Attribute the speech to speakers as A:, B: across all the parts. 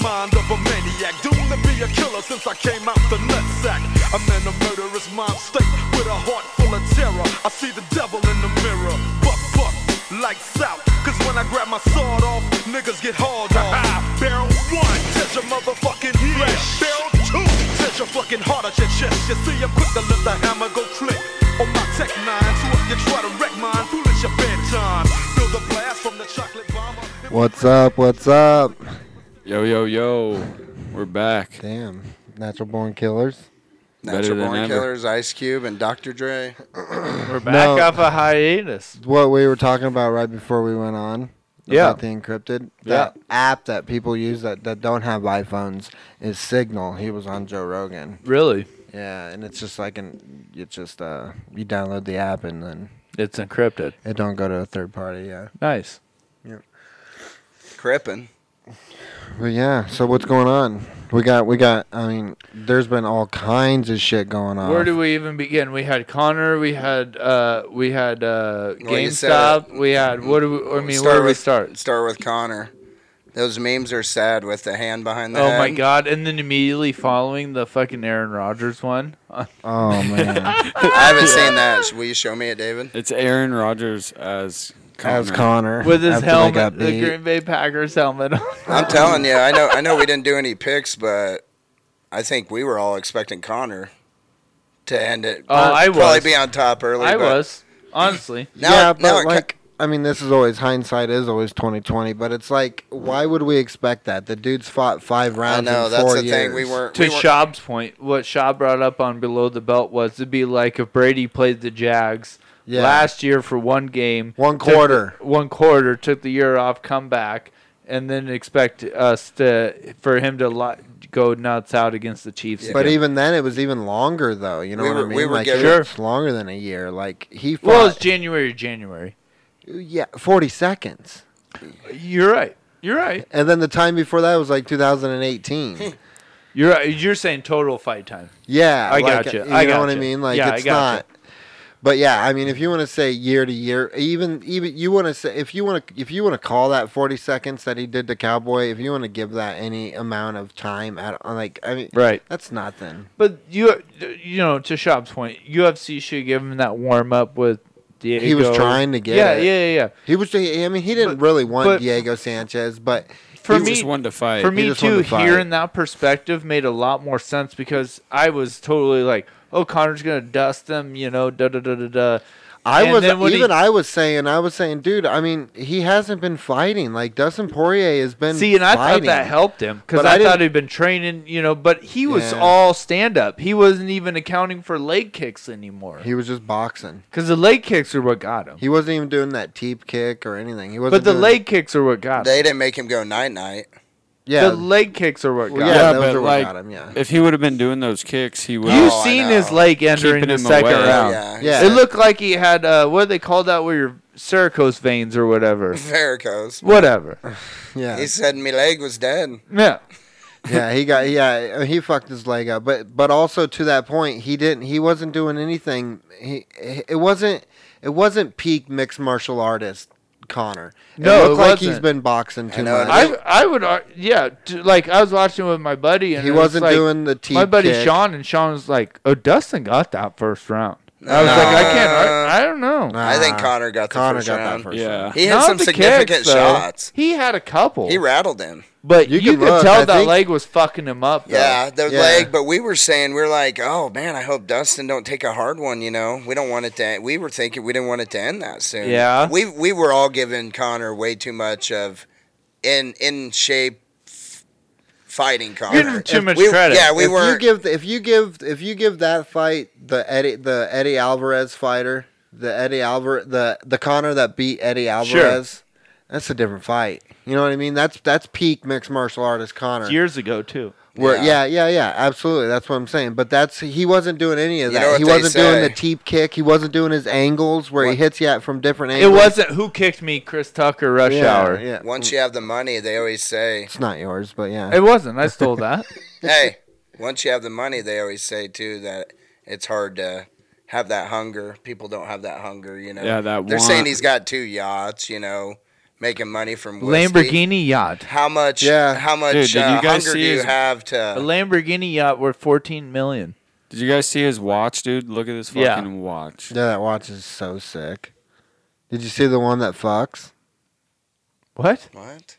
A: mind of a maniac, doomed to be a killer since I came out the nutsack. I'm in a murderous mind state with a heart full of terror. I see the devil in the mirror. Buck, buck, lights out. Cause when I grab my sword off, niggas get hauled off. Barrel one, tears your motherfucking flesh. Barrel two, tears your fucking heart out your chest. You see, I'm quick to let the hammer go click on my tech nine. So if you try to wreck mine, foolish your bedtime. Feel the blast from the chocolate bomber.
B: What's up? What's up?
C: Yo, yo, yo. We're back.
B: Damn, natural born killers.
C: Better
D: Natural
C: than
D: Born
C: ever.
D: Killers, Ice Cube, and Dr. Dre.
E: We're back
B: No.
E: off a hiatus.
B: What we were talking about right before we went on.
E: Yeah.
B: About the encrypted. That app that people use that, that don't have iPhones is Signal. He was on Joe Rogan.
E: Really?
B: Yeah, and it's just like an it's just uh you download the app and then
E: It's encrypted.
B: it don't go to a third party, yeah.
E: Nice.
D: Crippin'.
B: But yeah, so what's going on? We got we got I mean, there's been all kinds of shit going on.
E: Where do we even begin? We had Connor. We had uh, we had uh,
D: Well, you said
E: GameStop. we had what do we? I mean, where do we
D: with,
E: start?
D: Start with Connor. Those memes are sad with the hand behind the
E: Oh
D: head.
E: my god! And then immediately following the fucking Aaron Rodgers one.
B: Oh man.
D: I haven't seen that. Will you show me it, David?
C: It's Aaron Rodgers as Connor.
B: As Connor.
E: with his
B: after they got
E: helmet, the
B: beat.
E: Green Bay Packers helmet. on.
D: I'm telling you, I know I know we didn't do any picks, but I think we were all expecting Connor to end it.
E: Oh, I was.
D: Probably be on top early.
E: I
D: but
E: was honestly.
D: Now,
B: yeah,
D: now
B: but
D: it ca-
B: like I mean, this is always hindsight is always twenty twenty, but it's like, why would we expect that? The dude's fought five
D: I
B: rounds.
D: know
B: in
D: that's
B: four
D: the thing. We
B: years.
D: weren't.
E: To
D: we weren't-
E: Shab's point, what Shab brought up on below the belt was to be like if Brady played the Jags
B: Yeah.
E: last year for one game,
B: One
E: took the-
B: quarter.
E: one quarter, took the year off, come back, and then expect us to for him to lo- go nuts out against the Chiefs.
B: But
E: again.
B: even then, it was even longer though. You know
D: We
B: what
D: were-
B: I
D: we
B: mean?
D: were
B: like
D: given-
E: Sure.
B: it's longer than a year. Like he fought.
E: well, it's January, January.
B: yeah, forty seconds,
E: You're right. You're right.
B: and then the time before that was like 2018.
E: You're right. You're saying total fight time.
B: yeah,
E: I
B: like,
E: gotcha.
B: You
E: I
B: know what I
E: gotcha.
B: mean? Like
E: Yeah, I
B: it's
E: gotcha.
B: not. But yeah, I mean, if you want to say year to year, even even you want to say if you want to if you want to call that 40 seconds that he did to Cowboy, if you want to give that any amount of time at uh, like I mean,
E: Right.
B: That's nothing.
E: But you, you know, to Shab's point, UFC should give him that warm up with Diego.
B: He was trying to get
E: Yeah,
B: it.
E: yeah, yeah, yeah.
B: He was. I mean, he didn't
E: But-
B: really want
E: but-
B: Diego Sanchez, but
E: For
C: he
E: me,
C: just wanted to fight.
E: for me
B: just wanted
E: too
B: to fight.
E: hearing that perspective made a lot more sense because i was totally like oh connor's gonna dust them you know da da da da da
B: I
E: And
B: was
E: then
B: even
E: when he-
B: I was saying I was saying, dude. I mean, he hasn't been fighting. Like Dustin Poirier has been.
E: see and i thought
B: fighting.
E: that helped him because
B: But
E: i,
B: I
E: thought
B: didn't-
E: he'd been training you know but he was
B: Yeah.
E: all stand up he wasn't even accounting for leg kicks anymore
B: He was just boxing.
E: because the leg kicks are what got him
B: He wasn't even doing that teep kick or anything. He wasn't.
E: but the
B: doing-
E: leg kicks are what got
D: They
E: him
D: didn't make him go night night.
B: Yeah.
E: the leg kicks are what
B: well,
E: got
B: yeah,
E: him
C: Yeah,
B: those
C: but
B: are what
C: like-
B: got him. Yeah.
C: if he would have been doing those kicks, he would.
E: you
D: Oh, I
E: seen his
D: know.
E: leg entering
C: Keeping
E: the
C: him
E: second
C: away.
E: round
D: Oh, Yeah.
B: Yeah.
E: it looked like he had uh, what do they call that where your varicose veins or whatever
D: Varicose.
E: whatever
B: Yeah.
D: He said my leg was dead.
E: Yeah.
B: yeah, he got yeah, he fucked his leg up. But but also to that point, he didn't he wasn't doing anything. He it wasn't it wasn't peak mixed martial artist Connor. It
E: No, it
B: looked like he's
E: wasn't.
B: been boxing too
D: know,
B: much.
D: I-
E: I I would ar- yeah t- like I was watching with my buddy and
B: he
E: it was
B: wasn't
E: like,
B: doing the teep
E: my buddy
B: kick.
E: Sean and Sean was like oh Dustin got that first round I was
D: No.
E: like I can't ar- I don't know
D: I think
B: Nah,
D: Connor got the
B: Ah, Connor
D: first
B: got
D: round.
B: that first.
C: yeah.
D: He had
E: Not
D: some
E: the
D: significant
E: kicks, though.
D: shots.
E: he had a couple
D: He rattled him.
E: but you,
B: You
E: could
B: can look,
E: tell
B: I
E: that
B: think-
E: leg was fucking him up though.
D: Yeah, the
B: Yeah.
D: leg. But we were saying we are like, oh man, I hope Dustin don't take a hard one. You know, we don't want it to. End. We were thinking we didn't want it to end that soon.
E: Yeah.
D: we we were all giving Connor way too much of in in shape f- fighting Connor.
E: Give him too much
D: we,
E: credit.
D: Yeah, we
B: if
D: were.
B: you give if you give if you give that fight the Eddie the Eddie Alvarez fighter the Eddie Alvarez the the Connor that beat Eddie Alvarez that's a different fight you know what I mean that's that's peak mixed martial artist Connor
E: years ago too
B: Where,
D: Yeah.
B: yeah. yeah, yeah, absolutely. That's what I'm saying. But that's he wasn't doing any of
D: You
B: that.
D: know what
B: he
D: they
B: wasn't doing the
D: say.
B: teep kick. He wasn't doing his angles where he
D: What-
B: hits you at from different
E: it
B: angles.
E: wasn't who kicked me Chris Tucker rush
B: yeah,
E: hour
B: Yeah,
D: once you have the money, they always say,
B: it's not yours, but yeah,
E: it wasn't I stole that
D: "Hey, once you have the money, they always say too that it's hard to have that hunger. People don't have that hunger, you know.
C: Yeah, that
D: They're saying
C: want.
D: he's got two yachts, you know. making money from whiskey.
E: Lamborghini yacht.
D: How much?
B: Yeah.
D: How much
C: Dude, did you
D: uh,
C: guys
D: hunger do
C: see
D: you
C: his-
D: have to?
E: A Lamborghini yacht worth 14 million.
C: Did you guys see his watch, dude? Look at this fucking
E: Yeah.
C: watch.
B: Yeah, that watch is so sick. Did you see the one that fucks?
E: What?
D: what?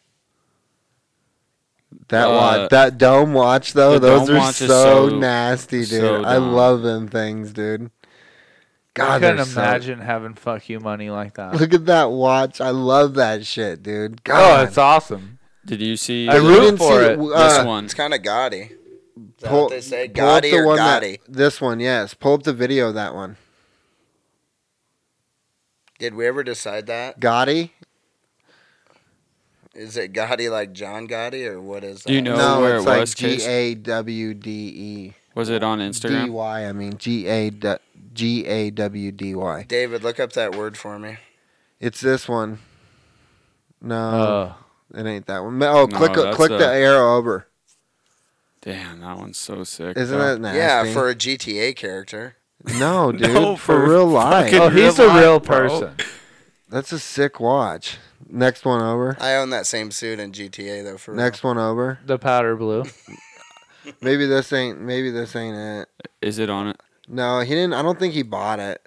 B: That
C: Uh,
B: watch, that dome watch though,
C: the
B: those
C: dome
B: are
C: watch
B: so,
C: is so-
B: nasty, dude.
C: so
B: I
C: dumb.
B: love them things, dude.
E: I
B: God,
E: couldn't
B: they're so-
E: imagine having fuck you money like that.
B: Look at that watch. I love that shit, dude.
E: oh,
B: God,
E: it's awesome.
C: Did you see
E: I
C: th-
E: root
B: didn't
E: for it.
B: w-
C: this
B: uh,
C: one?
D: It's kind of gaudy. Is that
B: Pull,
D: what they say?
B: pull up
D: Gaudy
B: the
D: or
B: one that-
D: gaudy?
B: this one, yes. Pull up the video of that one.
D: Did we ever decide that?
B: Gotti?
D: Is it Gotti like John Gotti or what is that?
C: Do you know-
B: no,
C: where
B: it's
C: it
B: like
C: was, Case?
B: G A W D E
C: Was it on
B: D
C: Instagram?
B: Y. I mean G A D- G A W D Y.
D: David, look up that word for me.
B: It's this one. No,
E: Uh,
B: it ain't that one. Oh,
C: No,
B: click
C: that's
B: click
C: a-
B: the arrow over.
C: Damn, that one's so sick.
B: Isn't
C: bro.
B: that nasty?
D: Yeah, for a GTA character.
B: no, dude,
C: No,
B: for,
C: for
B: real
C: fucking-
B: life.
E: oh, he's a
C: real
E: real
C: life, bro.
E: person.
B: That's a sick watch. Next one over.
D: I own that same suit in GTA though. For
B: Next one over.
E: The powder blue.
B: Maybe this ain't. Maybe this ain't it.
C: Is it on it?
B: No, he didn't. I don't think he bought it.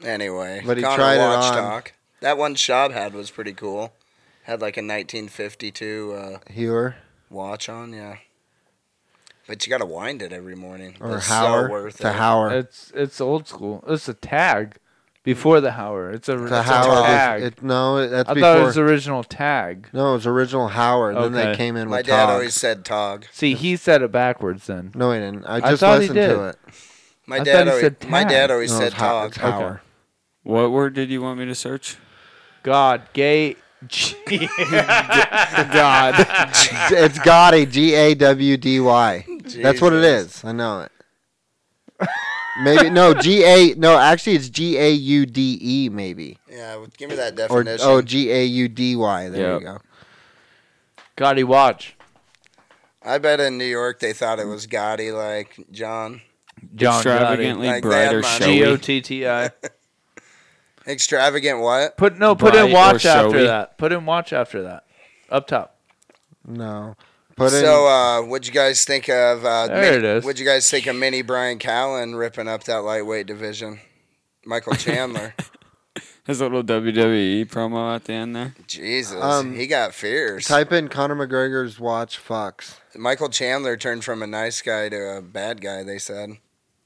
D: real. anyway,
B: But he
D: Connor
B: tried it
D: Watch
B: on.
D: Talk. That one Shab had was pretty cool. Had like a 1952 uh,
B: Hewer
D: watch on, yeah. But you gotta wind it every morning.
B: or
D: It's
B: Hauer
D: so worth
B: to
D: it.
B: Hauer.
E: It's it's old school. It's a tag before the Howard. It's a, it's
B: to
E: a
B: Hauer.
E: tag.
B: It, no, it- that's
E: I
B: before.
E: thought it was the original tag.
B: no, it was original Hauer. Then they
E: Okay.
B: came in
D: My
B: with
D: dad
B: Tog.
D: always said Tog.
E: See, he said it backwards then.
B: No, he didn't. I
E: I
B: just
E: thought he
B: listened to
E: did.
B: it.
D: My
E: I thought
D: dad
E: he
D: always
E: said
D: my
E: Tag.
D: dad always
B: No,
D: said
B: Oh, it's Hau-
D: Tog.
B: it's Hauer.
C: What word did you want me to search?
E: God, gay.
C: God.
B: it's Gotti. G A W D Y. That's what it is. I know it. Maybe no G A. No, actually, it's G A U D E. Maybe
D: Yeah, well, give me that
B: or
D: definition.
B: oh G A U D Y. There
C: Yep.
B: you go.
E: Gotti watch.
D: I bet in New York they thought it was Gotti, like John.
E: John Gotti.
C: Extravagantly
D: Like, they had
C: brighter,
D: mine.
E: G O
C: showy.
E: T T I.
D: Extravagant what?
E: Put no. Put
C: Bright
E: in
C: or
E: watch after
C: showy.
E: that. Put in watch after that. Up top.
B: No, put in.
D: so, uh, what'd you guys think of? Uh,
E: There
D: Min-
E: it is.
D: What'd you guys think of Mini Brian Callen ripping up that lightweight division? Michael Chandler,
C: His little WWE promo at the end there.
D: Jesus,
B: Um,
D: he got fierce.
B: type in Conor McGregor's watch fucks.
D: Michael Chandler turned from a nice guy to a bad guy. They said.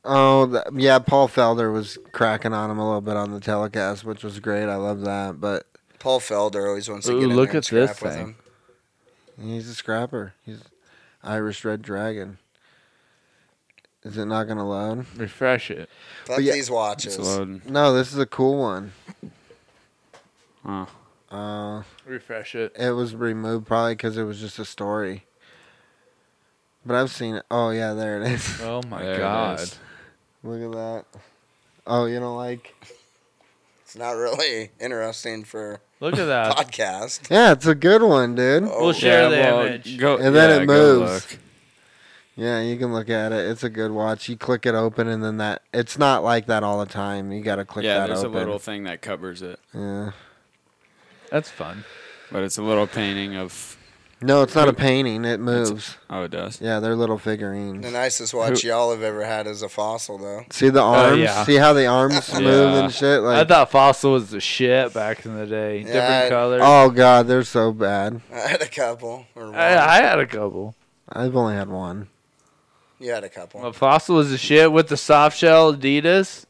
B: Oh th- yeah, Paul Felder was cracking on him a little bit on the telecast, which was great. I love that, but
D: Paul Felder always wants to
E: Ooh,
D: get in
E: look
D: there and
E: at this
D: scrap with
E: thing.
D: him.
B: he's a scrapper. He's Irish Red Dragon. Is it not gonna load?
E: Refresh it.
D: Fuck
B: But yeah,
D: these
C: It's
D: watches.
C: loading.
B: No, this is a cool one.
C: Oh.
B: Uh,
E: Refresh it.
B: it was removed probably because it was just a story. But I've seen it. Oh yeah, there it is.
E: Oh my
C: There it
E: god.
C: is.
B: Look at that. Oh, you don't like?
D: It's not really interesting for
E: Look at that.
D: podcast.
B: Yeah, it's a good one, dude.
D: Oh,
E: We'll share
C: Yeah,
E: the
C: well,
E: image.
C: Go,
B: And then
C: yeah,
B: it
C: go
B: moves.
C: look.
B: Yeah, you can look at it. It's a good watch. You click it open, and then that. It's not like that all the time. You got to click
C: Yeah,
B: that
C: there's
B: open.
C: a little thing that covers it,
B: yeah.
E: That's fun.
C: but it's a little painting of.
B: No, it's not a painting. It moves.
C: Oh, it does.
B: Yeah, they're little figurines.
D: The nicest watch y'all have ever had is a fossil, though.
B: See the arms.
E: yeah.
B: See how the arms move
C: Oh, Yeah.
B: and shit.
E: I
B: Like,
E: thought fossil was the shit back in the day.
D: Yeah, I-
E: Different colors.
B: oh god, they're so bad.
D: I had a couple. Or one.
E: I, I had a couple.
B: I've only had one.
D: you had a couple.
E: Well, fossil was the shit with the soft shell Adidas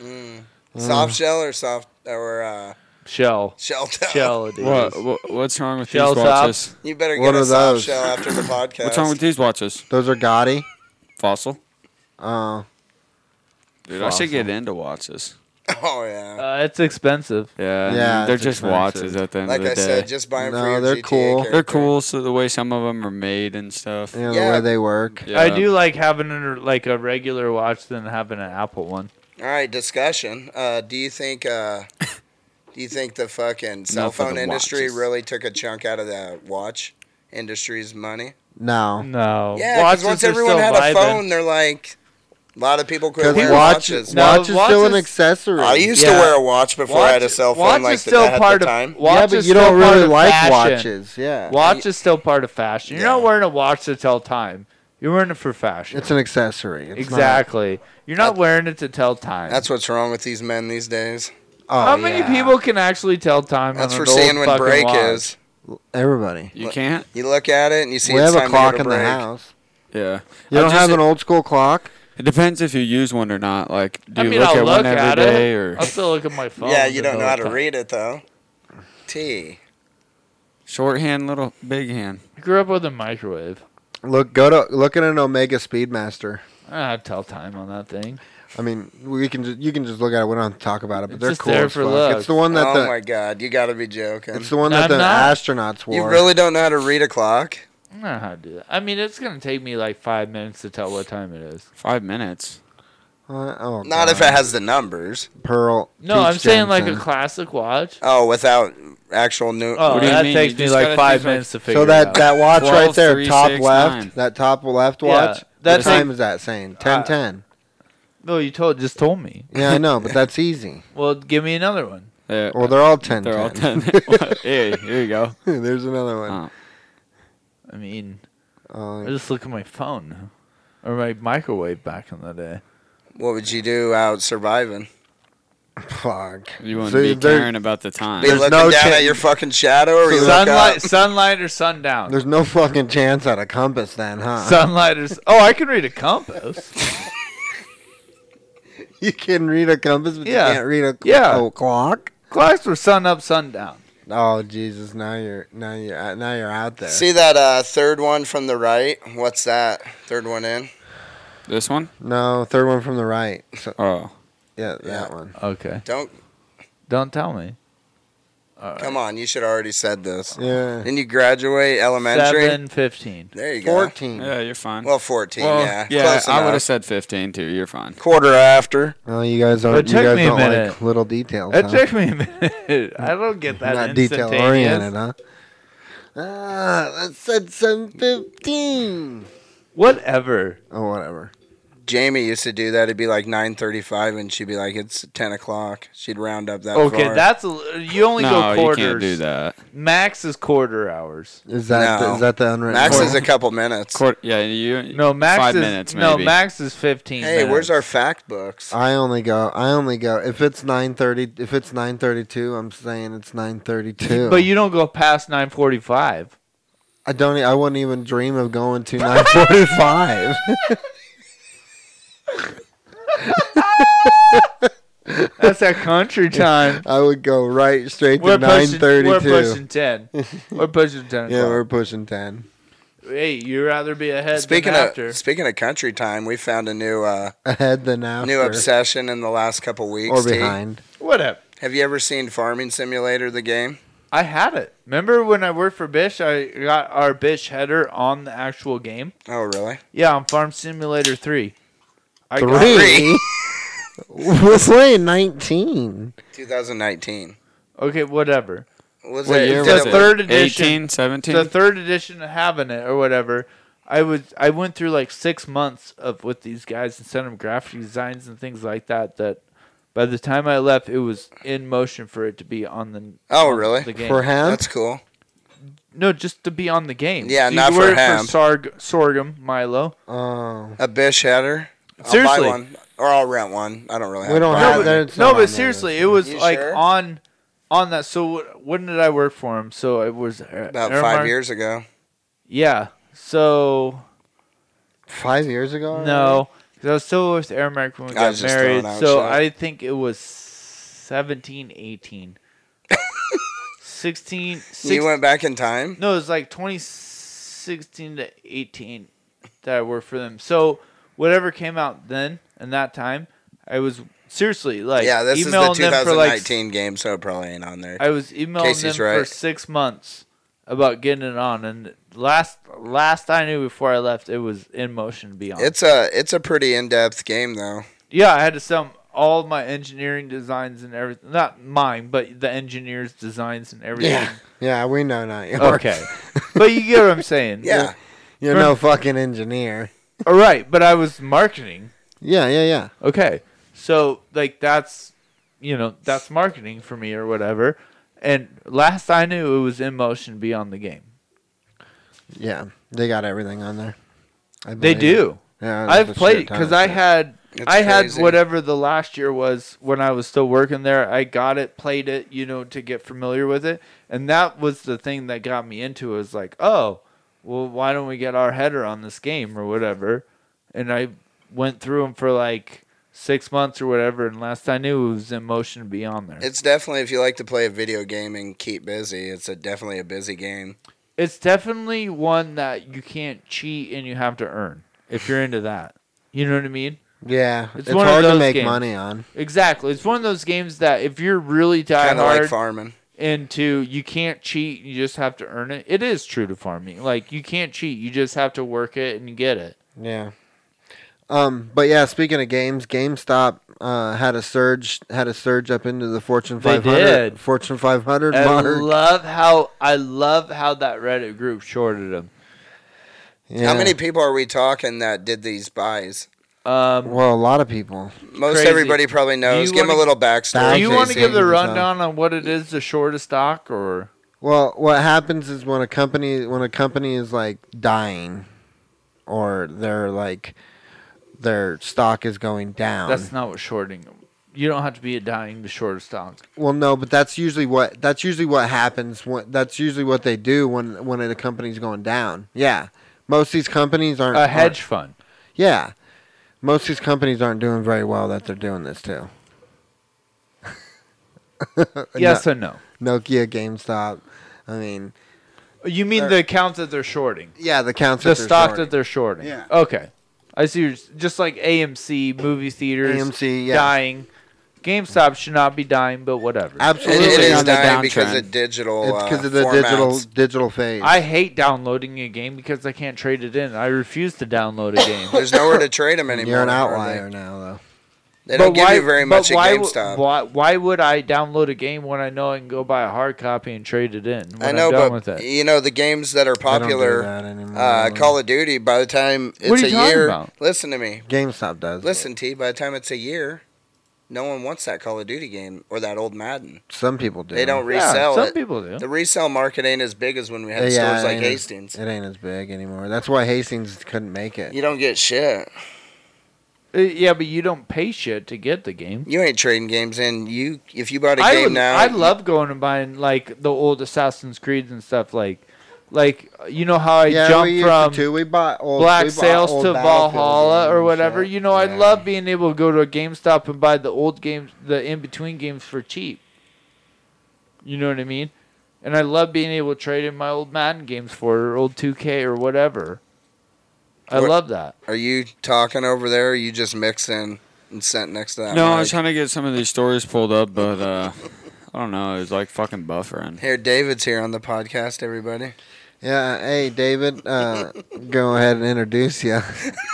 D: Mm. Soft shell or soft or uh,
E: shell.
D: shell top?
E: Shell Adidas.
C: What, what, what's wrong with
E: Shell
C: these
E: tops.
C: watches?
D: You better
B: What
D: get
B: are
D: a soft
B: those?
D: shell after the podcast.
C: What's wrong with these watches?
B: Those are Gotti.
C: Fossil.
B: Oh,
C: Dude, I should get into watches.
D: Oh yeah.
E: Uh, it's expensive.
C: Yeah, I
B: Yeah,
C: mean, they're
B: it's
C: just
B: expensive.
C: watches at the end
D: like
C: of the
D: I
C: day.
D: said, just buy them
B: No,
D: for your
B: they're
D: GTA
B: cool. They're
C: they're
D: character.
C: cool. So the way some of them are made and stuff.
B: you know
D: Yeah.
B: the way they work.
C: Yeah.
E: I do like having a, like a regular watch than having an Apple one.
D: All right, discussion. Uh, do you think? Uh, do you think the fucking cell
C: Enough of
D: phone
C: the
D: industry
C: watches.
D: really took a chunk out of the watch industry's money?
B: No.
E: No.
D: Yeah, because
E: Watches
D: once
E: are
D: everyone
E: still
D: had a
E: vibing.
D: phone, they're like, A lot of people quit
B: Because
D: wearing
B: watch,
D: watches.
E: No,
B: watch is still an
E: watches-
B: accessory.
D: I used to
E: Yeah.
D: wear a watch before I had a cell phone.
E: watch
D: like
E: is still
D: that at
E: part of
D: the time.
E: watch
B: yeah, but
E: is
B: you
E: still
B: don't
E: part
B: really
E: of
B: like
E: fashion.
B: watches. Yeah,
E: Watch is still part of fashion. You're not
D: Yeah.
E: wearing a watch to tell time. You're wearing it for fashion.
B: it's an accessory. It's
E: exactly. You're not wearing it to tell time.
D: That's what's wrong with these men these days.
B: Not, oh,
E: How many
B: yeah.
E: people can actually tell time?
D: That's
E: on
D: for
E: an old
D: seeing when
E: fucking
D: break
E: watch?
D: is.
B: Everybody.
C: You can't.
D: You look at it and you see
B: we
D: it's
B: have a
D: time to go
B: clock
D: to
B: in the
D: break.
B: house.
C: Yeah.
B: You
C: I
B: don't
C: just-
B: have an old school clock.
C: It depends if you use one or not. Like, do
E: I
C: you
E: mean,
C: look
E: I'll
C: at
E: look
C: one every day
E: at it.
C: or
E: I'll still look at my phone.
D: Yeah, you don't know how to
E: time.
D: read it though. T.
C: shorthand, little big hand?
E: I grew up with a microwave.
B: Look, go to look at an Omega Speedmaster.
E: I don't have to tell time on that thing.
B: I mean, we can just, you can just look at it. We don't have to talk about it, but
E: It's
B: they're
E: just
B: cool.
E: there
B: as
E: for
B: fuck.
E: looks.
B: It's the one that
D: Oh
B: the
D: my god, you gotta be joking.
B: it's the one that
E: I'm
B: the
E: not.
B: astronauts wore.
D: You really don't know how to read a clock?
E: I don't know how to do that. I mean, it's gonna take me like five minutes to tell what time it is.
C: Five minutes.
B: Uh, oh,
D: Not if it
B: God.
D: has the numbers.
B: Pearl.
E: No,
B: Peach
E: I'm saying like a
B: Jensen.
E: classic watch.
D: Oh, without actual new.
E: Oh,
C: What do you
E: that
C: mean?
E: takes
C: You
E: me
C: just
E: like
C: gotta
E: five
C: choose, like-
E: minutes to figure
B: So
E: it
B: that
E: out.
B: that watch
C: 12,
B: right there,
C: three,
B: top
C: six,
B: left.
C: nine.
B: That top left
E: Yeah,
B: watch.
E: that Uh,
B: what time
E: take-
B: is that saying? Ten ten.
E: No, you told just told me.
B: Yeah, I know, but that's easy.
E: Well, give me another one.
C: They're,
B: Well, they're all ten
C: they're all
B: 10.
C: ten. hey, here you go.
B: There's another one.
C: Oh.
E: I mean, I
B: Uh,
E: just look at my phone or my microwave back in the day.
D: What would you do out surviving?
B: fuck.
C: You wouldn't be
B: See, there-
C: caring about the time.
D: Be
B: There's
D: looking
B: no
D: down
B: chance-
D: at your fucking shadow, or you look up.
E: Sunlight, sunlight or sundown.
B: There's no fucking chance at a compass then, huh?
E: Sunlight or s- oh, I can read a compass.
B: you can read a compass, but
E: Yeah.
B: you can't read a,
E: Yeah.
B: a clock.
E: Clocks were sun up, sundown.
B: Oh Jesus! Now you're now you're out- now you're out there.
D: See that uh, third one from the right? What's that? Third one in?
C: This one?
B: no, third one from the right. So,
C: Oh.
B: yeah, that
D: Yeah.
B: one.
E: Okay,
D: Don't
E: don't tell me. All right.
D: come on. You should already said this.
B: Yeah,
D: Didn't you graduate elementary?
E: Seven fifteen.
D: There you go.
B: fourteen.
C: Yeah, you're fine.
D: Well, fourteen.
C: Well,
D: yeah.
C: I would have
D: enough.
C: said 15 too. You're fine.
D: quarter after.
B: Oh, you guys don't.
E: It
B: You
E: took
B: guys
E: me a
B: don't like
E: minute.
B: little details.
E: That
B: huh?
E: took me a minute. I don't get that
B: Not detail oriented,
E: instantaneous.
B: huh? Ah, that said seven fifteen.
E: Whatever.
B: Oh, whatever.
D: Jamie used to do that. It'd be like nine thirty-five, and she'd be like, "It's ten o'clock." She'd round up that.
E: Okay,
D: far.
E: that's a, l- you only
C: No,
E: go
C: you
E: quarters.
C: can't do that.
E: Max is quarter hours.
B: Is that
D: No.
B: the, is that the unwritten?
D: Max
B: rule?
D: is a couple minutes.
C: Quar- yeah, you.
E: No, Max
C: Five
E: is
C: minutes,
E: no
C: maybe.
E: Max is fifteen.
D: hey, where's
E: minutes.
D: our fact books?
B: I only go. I only go. If it's nine thirty, if it's nine thirty-two, I'm saying it's nine thirty-two.
E: But you don't go past nine forty-five.
B: I don't. e- I wouldn't even dream of going to nine forty-five.
E: That's that country time.
B: I would go right straight to
E: We're
B: nine
E: pushing. We're
B: thirty-two.
E: pushing ten. We're pushing ten.
B: Yeah,
E: o'clock.
B: we're pushing ten.
E: hey, you'd rather be ahead
D: Speaking
E: than after.
D: of speaking of country time, we found a new uh,
B: Ahead than after.
D: new obsession in the last couple weeks.
B: or
D: T.
B: behind.
E: Whatever.
D: Have you ever seen Farming Simulator, the game?
E: I had it. Remember when I worked for Bish? I got our Bish header on the actual game.
D: Oh, really?
E: Yeah, on Farm Simulator Three. I got it.
B: Three. we're playing nineteen.
D: 2019.
E: Okay, whatever.
D: Was
C: What
D: it?
C: year
D: did
E: The
C: was
D: it-
C: it?
E: third edition-
C: 18, 17?
E: the third edition of having it or whatever. I would I went through like six months of with these guys and sent them graphic designs and things like that. That by the time I left, it was in motion for it to be on the
D: Oh, really?
E: the game.
B: For hemp.
D: That's cool.
E: no, just to be on the game.
D: Yeah,
E: you
D: not
E: were
D: for hemp.
E: Sarg, sorghum Milo.
B: Oh,
D: A Bish header. I'll buy
E: Seriously.
D: one, or I'll rent one. I don't really. Have
B: we don't
D: one.
B: have
E: but-
B: that. it's
E: no,
B: not on
E: but
B: there.
E: seriously, it was
D: You
E: like
D: sure?
E: on on that. So wh- when did I work for him? So it was uh,
D: About five years ago.
E: Yeah. So
B: Five years ago.
E: No, 'cause I was still with Aramark when we
D: I
E: got
D: was just
E: married.
D: throwing out
E: So
D: shit.
E: I think it was 17, 18. 16, six-
D: you went back in time.
E: no, it was like 2016 to 18 that I worked for them. So whatever came out then and that time, I was seriously like
D: yeah, this is the
E: emailing them for like
D: 2019 game, so it probably ain't on there.
E: I was emailing
D: Casey's
E: them for
D: right.
E: six months about getting it on, and last last I knew before I left, it was in motion to be on.
D: It's a it's a pretty in depth game though.
E: Yeah, I had to sell 'em all my engineering designs and everything. Not mine, but the engineers' designs and everything.
B: Yeah. Yeah, we know not yours.
E: Okay. but you get what I'm saying.
D: Yeah,
B: You're no fucking engineer.
E: All right, but I was marketing.
B: Yeah, yeah, yeah.
E: Okay. So like that's you know, that's marketing for me or whatever. And last I knew it was in motion beyond the game.
B: Yeah. They got everything on there. I
E: They
B: believe
E: do.
B: it. Yeah, there's
E: I've
B: a
E: played
B: shit
E: it
B: ton
E: because
B: of
E: I
B: shit.
E: had
D: It's
E: I had
D: crazy.
E: whatever the last year was when I was still working there. I got it, played it, you know, to get familiar with it, and that was the thing that got me into. It was like, oh, well, why don't we get our header on this game or whatever? And I went through them for like six months or whatever, and last I knew it was in motion beyond there.
D: It's definitely if you like to play a video game and keep busy, it's a, definitely a busy game.
E: It's definitely one that you can't cheat and you have to earn if you're into that. You know what I mean?
B: Yeah.
E: It's
B: It's,
E: one of
B: hard to
E: those
B: make
E: games.
B: money on.
E: Exactly. It's one of those games that if you're really diehard
D: Kind of like
E: hard
D: farming.
E: into you can't cheat, you just have to earn it. It is true to farming. Like you can't cheat, you just have to work it and you get it.
B: Yeah. Um, but yeah, speaking of games, GameStop uh, had a surge had a surge up into the Fortune
E: They
B: 500
E: did.
B: Fortune 500
E: And I
B: mark.
E: love how I love how that Reddit group shorted them.
B: Yeah.
D: How many people are we talking that did these buys?
E: Um,
B: Well, a lot of people.
D: Most
E: Crazy.
D: everybody probably knows.
E: you
D: Give them a
E: wanna-
D: little
E: do
D: backstory.
E: you
B: Okay,
E: want to
D: Casey.
E: give the
B: so-
E: rundown on what it is, the shortest stock, or
B: Well, what happens is when a company when a company is like dying, or they're like their stock is going down.
E: that's not what shorting? You don't have to be a dying the shortest stock.
B: well, no, but that's usually what that's usually what happens. When, that's usually what they do when when a company's going down. Yeah, most of these companies aren't
E: A
B: aren't-
E: hedge fund.
B: yeah, most of these companies aren't doing very well that they're doing this too. Uh,
E: Yes and no.
B: Nokia, GameStop. I mean,
E: You
B: Uh,
E: mean the account that they're shorting?
B: yeah, the counts
E: the stock that they're shorting.
B: Yeah.
E: Okay. I see. You're, just like AMC movie theaters.
B: AMC, yeah.
E: dying. GameStop should not be dying, but whatever.
D: It,
B: absolutely
D: it
C: Absolutely
D: is
C: on the
D: dying because
C: downtrend.
D: of digital. uh,
B: It's
D: because
B: because of the digital digital phase.
E: I hate downloading a game because I can't trade it in. I refuse to download a game.
D: There's nowhere to trade them anymore.
B: You're an
D: are
B: outlier now, though.
D: They, they don't
E: But
D: give you very
E: but
D: much at
E: why, w-
D: GameStop.
E: Why, why would I download a game when I know I can go buy a hard copy and trade it in? When
D: I know,
E: am done
D: but
E: with it.
D: you know the games that are popular. uh, Call of Duty. By the time it's
E: What are you
D: a
E: talking
D: year,
E: about?
D: listen to me.
B: GameStop does.
D: Listen, T. By the time it's a year, no one wants that Call of Duty game or that old Madden.
B: Some people do.
D: They don't
E: Yeah,
D: resell
E: some
D: it.
E: people do.
D: The resale market ain't as big as when we had
B: Yeah,
D: stores
B: it
D: like
B: ain't as-
D: Hastings.
B: It ain't as big anymore. That's why Hastings couldn't make it.
D: You don't get shit.
E: Uh, yeah, but you don't pay shit to get the game.
D: You ain't trading games in. You if you bought a
E: I
D: game
E: would,
D: now,
E: I love going and buying like the old Assassin's Creeds and stuff. Like, like you know how I
B: yeah,
E: jump
B: we used
E: from
B: to, too. we bought old,
E: Black
B: we bought
E: Sales
B: old
E: to
B: Battlefield
E: Valhalla
B: games
E: or
B: and
E: whatever.
B: shit.
E: You know, I
B: Yeah.
E: love being able to go to a GameStop and buy the old games, the in between games for cheap. You know what I mean? And I love being able to trade in my old Madden games for it, or old 2K or whatever. I
D: What-
E: love that.
D: Are you talking over there? Or you just mixing and sitting next to
B: Oh,
D: that?
C: No, I
D: mic?
C: was trying to get some of these stories pulled up, but uh, I don't know. It was like fucking buffering.
D: Here, David's here on the podcast. Everybody,
B: Yeah. Hey, David. Uh, go ahead and introduce you.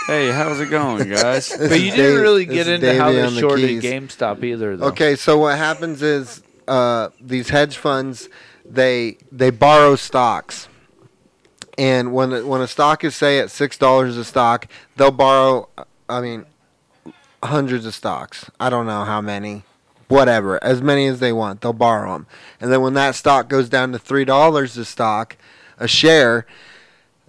C: Hey, how's it going, guys?
B: This
E: But
B: is
E: you
B: Dave-
E: didn't really
B: this
E: get
B: is
E: into how
B: Davey
E: they
B: on the
E: shorted
B: keys.
E: GameStop either, though.
B: Okay, so what happens is uh, these hedge funds they they borrow stocks, and when a- when a stock is say at six dollars a stock, they'll borrow. I mean, hundreds of stocks. I don't know how many, whatever, as many as they want. They'll borrow them, and then when that stock goes down to three dollars a stock, a share,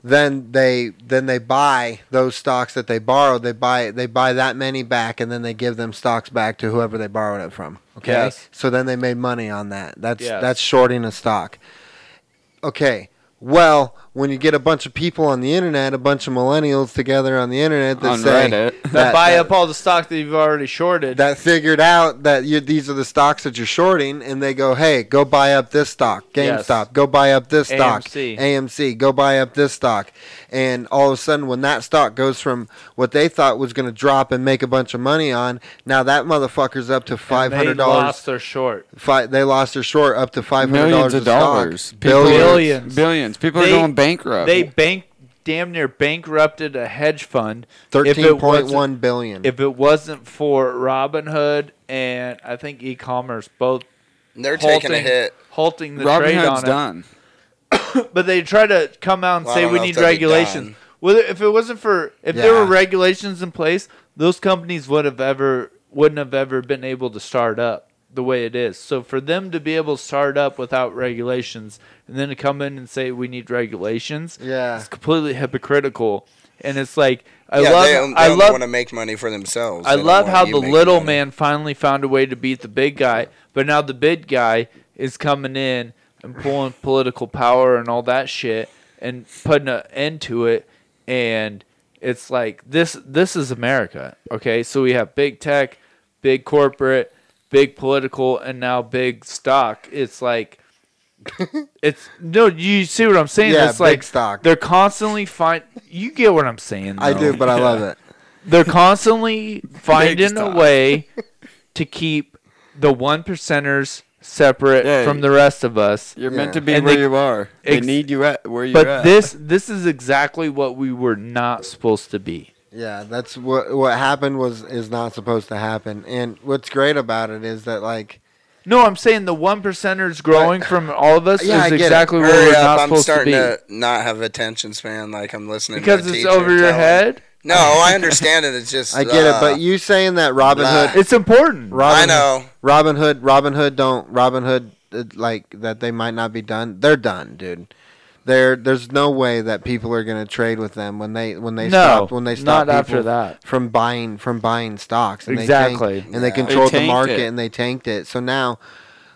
B: then they then they buy those stocks that they borrowed. They buy they buy that many back, and then they give them stocks back to whoever they borrowed it from. Okay,
E: Yes.
B: so then they made money on that. That's
E: Yes.
B: that's shorting a stock. Okay. Well, when you get a bunch of people on the internet, a bunch of millennials together on the internet that
C: On
B: say
C: Reddit.
E: That, buy up all the stock that you've already shorted.
B: that figured out that you, these are the stocks that you're shorting, and they go, "Hey, go buy up this stock,
E: Yes.
B: GameStop, go buy up this stock,
E: AMC.
B: AMC, go buy up this stock," and all of a sudden, when that stock goes from what they thought was going to drop and make a bunch of money on, now that motherfucker's up to
E: And
B: five
E: they
B: hundred dollars.
E: lost their short.
B: They lost their short up to five hundred
C: Millions
B: dollars
C: of dollars.
B: billions.
E: Billions.
C: Billions. People
E: They-
C: are going
B: Uh,
C: bankrupt.
E: They bank damn near bankrupted a hedge fund. if
B: Thirteen
E: it
B: point
E: wasn't-
B: one billion.
E: If it wasn't for Robinhood and I think e-commerce both
D: they're
E: halting,
D: taking a hit.
E: halting the
C: Robin
E: trade
C: Hood's
E: on
C: done.
E: it, but they try to come out and
D: Well, I
E: say
D: don't
E: we
D: know if
E: need
D: they'll be
E: regulations.
D: done.
E: Whether if it wasn't for if there were
B: Yeah.
E: regulations in place, those companies would have ever wouldn't have ever been able to start up the way it is. So for them to be able to start up without regulations and then to come in and say we need regulations,
B: Yeah.
E: it's completely hypocritical. And it's like I
D: yeah,
E: love
D: they, don't- they
E: I
D: don't
E: love
D: want to make money for themselves.
E: I
D: They don't
E: love
D: want
E: how
D: you
E: the
D: making
E: little
D: money.
E: man finally found a way to beat the big guy, but now the big guy is coming in and pulling political power and all that shit and putting an end to it. And it's like this this is America. Okay. So we have big tech, big corporate, big political, and now big stock. It's like it's no, you see what I'm saying?
B: Yeah,
E: it's
B: big
E: like
B: stock.
E: They're constantly find you get what I'm saying.
B: I
E: though.
B: do, but I love it.
E: They're constantly finding a
C: time.
E: way to keep the one percenters separate
C: Yeah.
E: from the rest of us.
C: You're
B: Yeah.
C: meant to be
E: And
C: where
E: they-
C: you are.
E: ex-
C: they need you at where you
E: But
C: at.
E: this this is exactly what we were not supposed to be.
B: Yeah, that's what what happened was is not supposed to happen. And what's great about it is that like
E: No, I'm saying the one percenters growing from all of us
B: Yeah, I
E: is
B: get it.
E: exactly where
D: Hurry
E: we're
D: up!
E: not
D: I'm
E: supposed to
D: starting
E: be.
D: to, not have attention span. Like I'm listening
E: because
D: to a
E: it's
D: teacher
E: over your
D: telling-
E: head.
D: No, I understand it. It's just
B: I get it,
D: uh,
B: but you saying that Robin
D: Nah.
B: Hood,
E: It's important.
B: Robin,
D: I know.
B: Robin Hood, Robin Hood don't Robin Hood uh, like that they might not be done. They're done, dude. There, there's no way that people are gonna trade with them when they when they
E: No,
B: stop when they stop
E: not after
B: people
E: that.
B: from buying from buying stocks and
E: Exactly.
B: they tanked, and they
D: Yeah.
B: controlled
C: They
B: the
C: tanked
B: market
C: it.
B: and they tanked it. So now,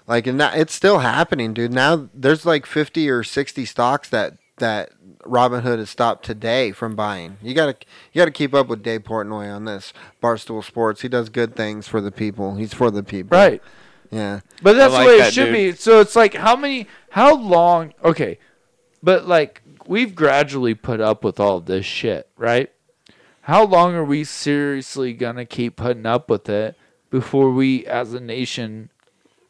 B: like and now, it's still happening, dude. Now there's like 50 or 60 stocks that that Robin Hood has stopped today from buying. You gotta you gotta keep up with Dave Portnoy on this Barstool Sports. He does good things for the people. He's for the people,
E: Right.
B: Yeah.
E: But that's
C: like
E: the way it
C: that,
E: should
C: dude.
E: be. So it's like how many how long okay. But like we've gradually put up with all this shit, right? How long are we seriously gonna keep putting up with it before we as a nation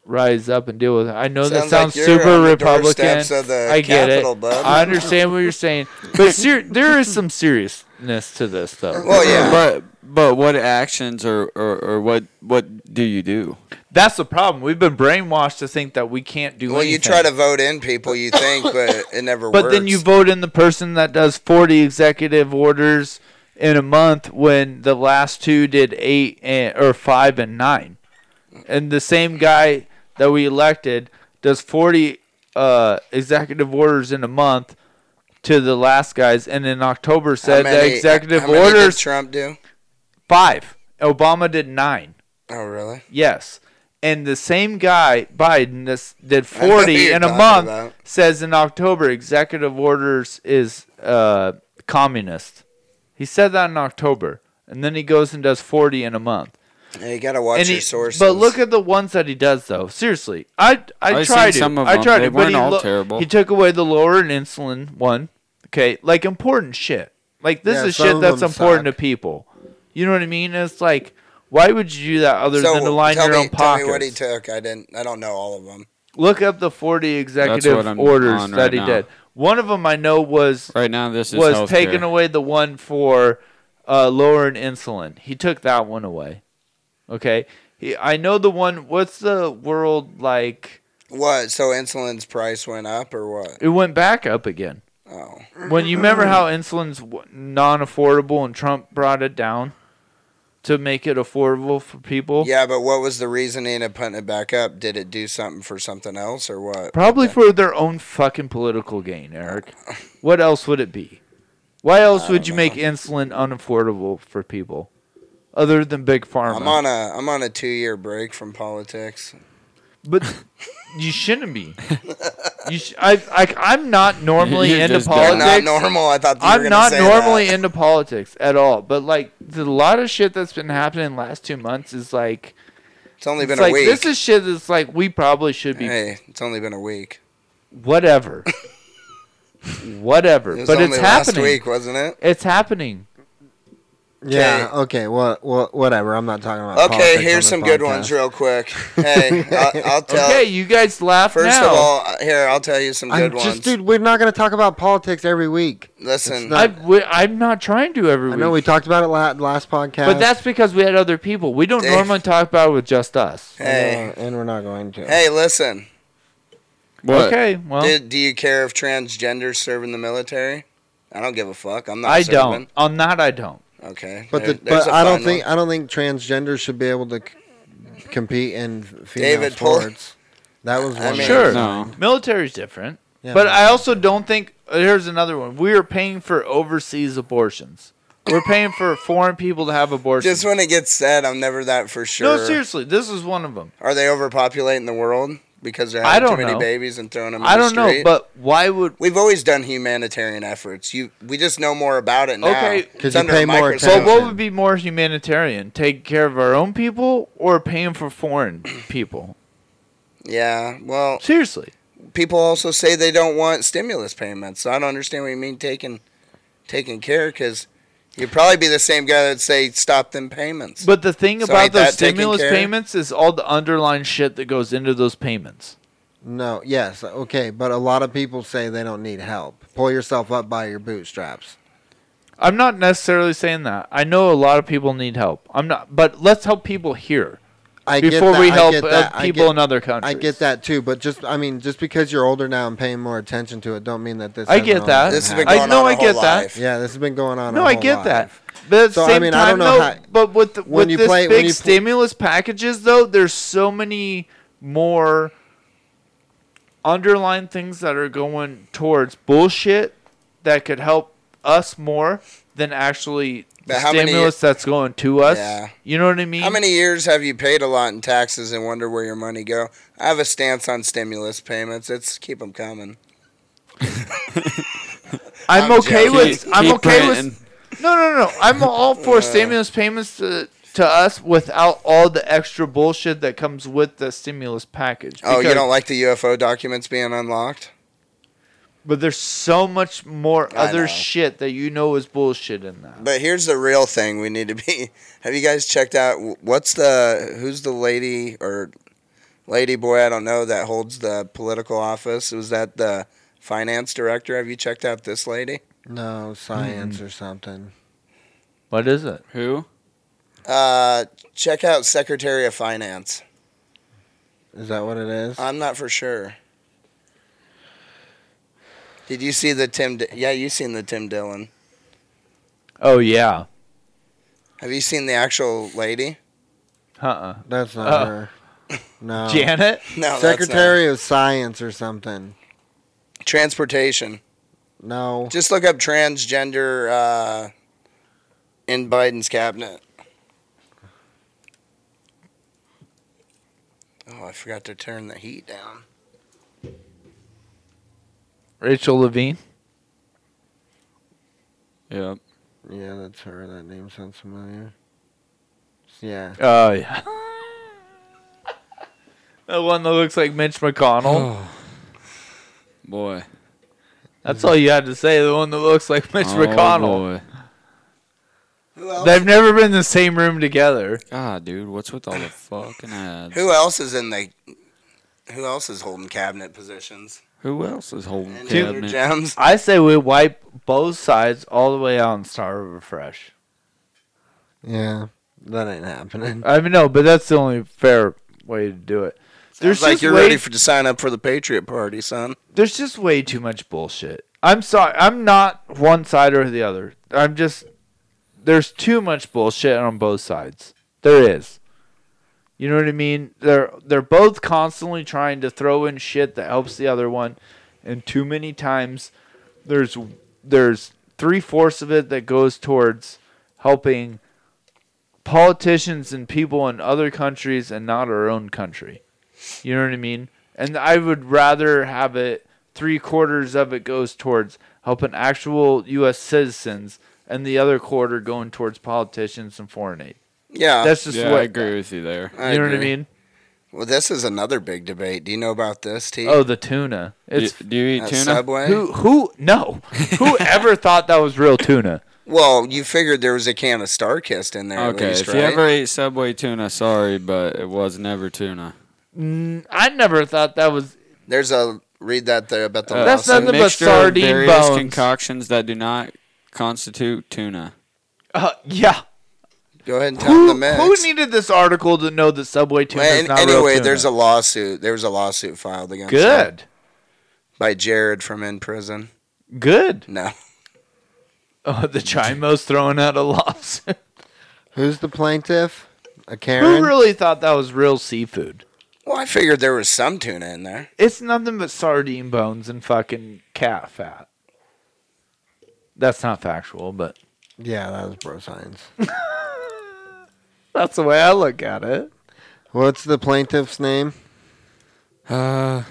E: rise up and deal with it? I know that
D: Sounds like
E: sounds
D: you're
E: super
D: on the
E: Republican.
D: doorsteps of the
E: I get
D: Capitol,
E: it.
D: bud.
E: I understand what you're saying. But ser- there is some seriousness to this though.
D: Well, yeah.
C: But but what actions or, or, or what what do you do?
E: That's the problem. We've been brainwashed to think that we can't do
D: Well,
E: anything.
D: you try to vote in people you think, but it never works.
E: But then you vote in the person that does 40 executive orders in a month when the last two did eight and, or five and nine. And the same guy that we elected does 40 uh, executive orders in a month to the last guys. And in October
D: How
E: said
D: many-
E: the executive
D: how many did
E: orders
D: Trump do?
E: five. Obama did nine.
D: Oh, really?
E: Yes. And the same guy, Biden, this did
D: I know who
E: 40
D: you're
E: in a
D: talking
E: month,
D: about.
E: says in October executive orders is uh, communist. He said that in October. And then he goes and does 40 in a month.
D: And you gotta watch
E: and
D: your
E: he-
D: sources.
E: But look at the ones that he does, though. Seriously. I, I
C: I've
E: tried
C: seen
E: to.
C: some of
E: I
C: them.
E: tried
C: They
E: to, but
C: weren't
E: he
C: all terrible.
E: He took away the lower and insulin one. Okay. Like important shit. Like this
B: Yeah,
E: is
B: some
E: shit
B: of
E: that's
B: them
E: important
B: suck.
E: to people. You know what I mean? It's like, why would you do that other than to line
D: tell
E: your
D: me,
E: own
D: tell
E: pockets?
D: me what he took. I didn't. I don't know all of them.
E: Look up the 40
C: what
E: executive
C: I'm
E: orders
C: on
E: that
C: right
E: he
C: now.
E: did. One of them I know was
C: Right now, this is
E: was
C: healthcare.
E: taking away the one for uh, lowering insulin. He took that one away. Okay. He, I know the one. What's the world like?
D: What? So insulin's price went up, or what?
E: It went back up again.
D: Oh,
E: When you remember how insulin's w- non-affordable and Trump brought it down to make it affordable for people.
D: yeah. But what was the reasoning of putting it back up? Did it do something for something else, or what?
E: Probably for their own fucking political gain, Eric. What else would it be? Why else would you make insulin unaffordable for people, other than big pharma?
D: I'm on a I'm on a two year break from politics.
E: but you shouldn't be. You sh- I, I I'm not normally
C: You're
E: into
C: just dumb.
D: They're
E: politics.
D: not normal. I thought you were
E: I'm
D: gonna
E: not
D: say
E: normally
D: that.
E: into politics at all. But like the, a lot of shit that's been happening in the last two months is like,
D: It's only
E: it's
D: been
E: like
D: a week.
E: this is shit that's like we probably should be
D: hey, it's only been a week.
E: whatever, whatever.
D: It was
E: but
D: only
E: it's
D: last
E: happening.
D: week, wasn't it?
E: It's happening.
B: Yeah. Okay. Well, well, whatever. I'm not talking about.
D: Okay,
B: politics on
D: here's
B: this
D: some good
B: podcast.
D: ones real quick. Hey, I'll, I'll tell.
E: Okay, you guys laugh
D: First
E: now.
D: of all, uh, here I'll tell you some
B: I'm
D: good
B: just,
D: ones.
B: dude. We're not going to talk about politics every week.
D: Listen,
B: it's not-
E: I, we, I'm not trying to every
B: I
E: week.
B: know we talked about it la- last podcast,
E: but that's because we had other people. We don't
D: Dave.
E: normally talk about it with just us.
D: hey,
B: Yeah, and we're not going to.
D: hey, listen.
C: What?
E: Okay, well,
D: Do, do you care if transgenders serve in the military? I don't give a fuck. I'm not.
E: I
D: serving.
E: don't. I'm not. I don't.
D: Okay.
B: But
D: there-
B: the,
D: there's
B: but
D: a
B: I don't
D: fine
B: think
D: one.
B: I don't think transgender should be able to c- compete in female
D: David Paul-
B: sports. That was
D: I
B: one.
D: mean-
E: Sure.
C: No.
E: Military's different.
B: Yeah.
E: but I also don't think. uh, Here's another one. We are paying for overseas abortions. We're paying for foreign people to have abortions.
D: Just when it gets said, I'm never that for sure.
E: No, seriously, this is one of them.
D: Are they overpopulating the world because they're
E: I
D: having
E: don't
D: too many
E: know.
D: babies and throwing them? In
E: I
D: the
E: don't know,
D: street?
E: but why would?
D: we've always done humanitarian efforts. You, we just know more about it now.
E: Okay.
D: It's
B: 'Cause you
D: under
B: pay
D: a
B: more
D: microscope.
B: attention.
E: But what would be more humanitarian? Take care of our own people or paying for foreign people?
D: Yeah. Well,
E: Seriously.
D: people also say they don't want stimulus payments. So I don't understand what you mean taking taking care because you'd probably be the same guy that'd say stop them payments.
E: But the thing
D: So
E: about
D: ain't that
E: those
D: taken
E: stimulus
D: care of?
E: payments is all the underlying shit that goes into those payments.
B: No, yes, okay, but a lot of people say they don't need help. Pull yourself up by your bootstraps.
E: I'm not necessarily saying that. I know a lot of people need help. I'm not, but let's help people here
B: I get
E: before
B: that,
E: we
B: I
E: help
B: get
E: uh,
B: that, I
E: people
B: get-
E: in other countries.
B: I get that too, but just I mean, just because you're older now and paying more attention to it, don't mean that this.
E: I
B: hasn't
E: get
B: always
E: that.
B: been
D: This has been
B: happening.
D: going
E: I know
D: on
E: I
D: our
E: get
D: whole
E: that.
D: life.
B: yeah, this has been going on.
E: No,
B: our
E: I
B: whole
E: get
B: life.
E: that. But at the
B: So, I
E: same
B: mean, I don't
E: time,
B: know
E: though,
B: how-
E: but with the,
B: when
E: with
B: you
E: this
B: play- when
E: big
B: you pl-
E: stimulus packages, though, there's so many more underlying things that are going towards bullshit that could help us more than actually the
D: But how many-
E: stimulus that's going to us.
D: Yeah.
E: You know what I mean?
D: How many years have you paid a lot in taxes and wonder where your money go? I have a stance on stimulus payments. It's keep them coming.
E: I'm,
D: I'm
E: okay
D: joking.
E: with.
C: Keep-
E: I'm
C: keep
E: okay
C: printing.
E: with. No, no, no. I'm all for stimulus payments to, to us without all the extra bullshit that comes with the stimulus package.
D: Oh, you
E: Because-
D: don't like the UFO documents being unlocked?
E: But there's so much more
D: I
E: other
D: know.
E: shit that you know is bullshit in that.
D: But here's the real thing we need to be. Have you guys checked out what's the who's the lady or lady boy, I don't know, that holds the political office? Was that the finance director? Have you checked out this lady?
B: No, science or something.
E: What is it?
C: Who?
D: Uh, check out Secretary of Finance.
B: Is that what it is?
D: I'm not for sure. Did you see the Tim? D- yeah, you seen the Tim Dillon.
E: Oh yeah.
D: Have you seen the actual lady?
E: Uh-uh.
B: That's not
E: Oh.
B: her.
D: Uh.
B: No.
E: Janet?
D: No, that's not-
B: Secretary of Science or something.
D: Transportation.
B: No.
D: Just look up transgender uh, in Biden's cabinet. Oh, I forgot to turn the heat down.
E: Rachel Levine?
C: Yeah.
B: Yeah, that's her. That name sounds familiar. Yeah.
E: Oh yeah. the one that looks like Mitch McConnell.
C: Oh. Boy.
E: That's all you had to say. The one that looks like Mitch
C: Oh,
E: McConnell.
C: boy.
D: Who else?
E: They've never been in the same room together.
C: God, dude, what's with all the fucking ads?
D: Who else is in the? Who else is holding cabinet positions?
C: Who else is holding
D: Any other
C: cabinet?
D: gems?
E: I say we wipe both sides all the way out and start over fresh.
B: Yeah. That ain't happening.
E: I mean no, but that's the only fair way to do it.
D: There's like
E: just
D: you're
E: way-
D: ready for, to sign up for the Patriot Party, son.
E: there's just way too much bullshit. I'm sorry. I'm not one side or the other. I'm just there's too much bullshit on both sides. There is. You know what I mean? They're they're both constantly trying to throw in shit that helps the other one, and too many times there's there's three fourths of it that goes towards helping politicians and people in other countries and not our own country. You know what I mean? And I would rather have it three quarters of it goes towards helping actual U.S. citizens, and the other quarter going towards politicians and foreign aid.
D: Yeah,
E: That's just
C: Yeah,
E: what
C: I agree with you there.
E: You know what I
D: agree.
E: mean?
D: Well, this is another big debate. Do you know about this, T?
E: Oh, the tuna.
C: Do,
E: It's
C: do you eat
D: At
C: tuna?
D: Subway.
E: who who no who ever thought that was real tuna?
D: Well, you figured there was a can of Starkist in there
C: Okay,
D: at least,
C: if
D: right?
C: you ever ate Subway tuna, sorry, but it was never tuna.
E: Mm, I never thought that was.
D: There's a read that there about the
C: Uh,
E: That's
D: Lawson.
E: nothing but
C: mixture
E: sardine
C: of various
E: bones.
C: concoctions that do not constitute tuna.
E: Uh, yeah.
D: Go ahead and tell
E: Who,
D: the mix.
E: who needed this article to know that Subway tuna
D: Well,
E: is
D: an-
E: not real
D: anyway,
E: tuna?
D: there's a lawsuit. There was a lawsuit filed against him
E: good,
D: by Jared from in prison.
E: good.
D: No,
E: Oh, the Chimo's throwing out a lawsuit.
B: Who's the plaintiff? A Karen.
E: Who really thought that was real seafood?
D: Well, I figured there was some tuna in there.
E: It's nothing but sardine bones and fucking cat fat. That's not factual, but
B: yeah, that was bro science.
E: that's the way I look at it.
B: What's the plaintiff's name?
C: Uh,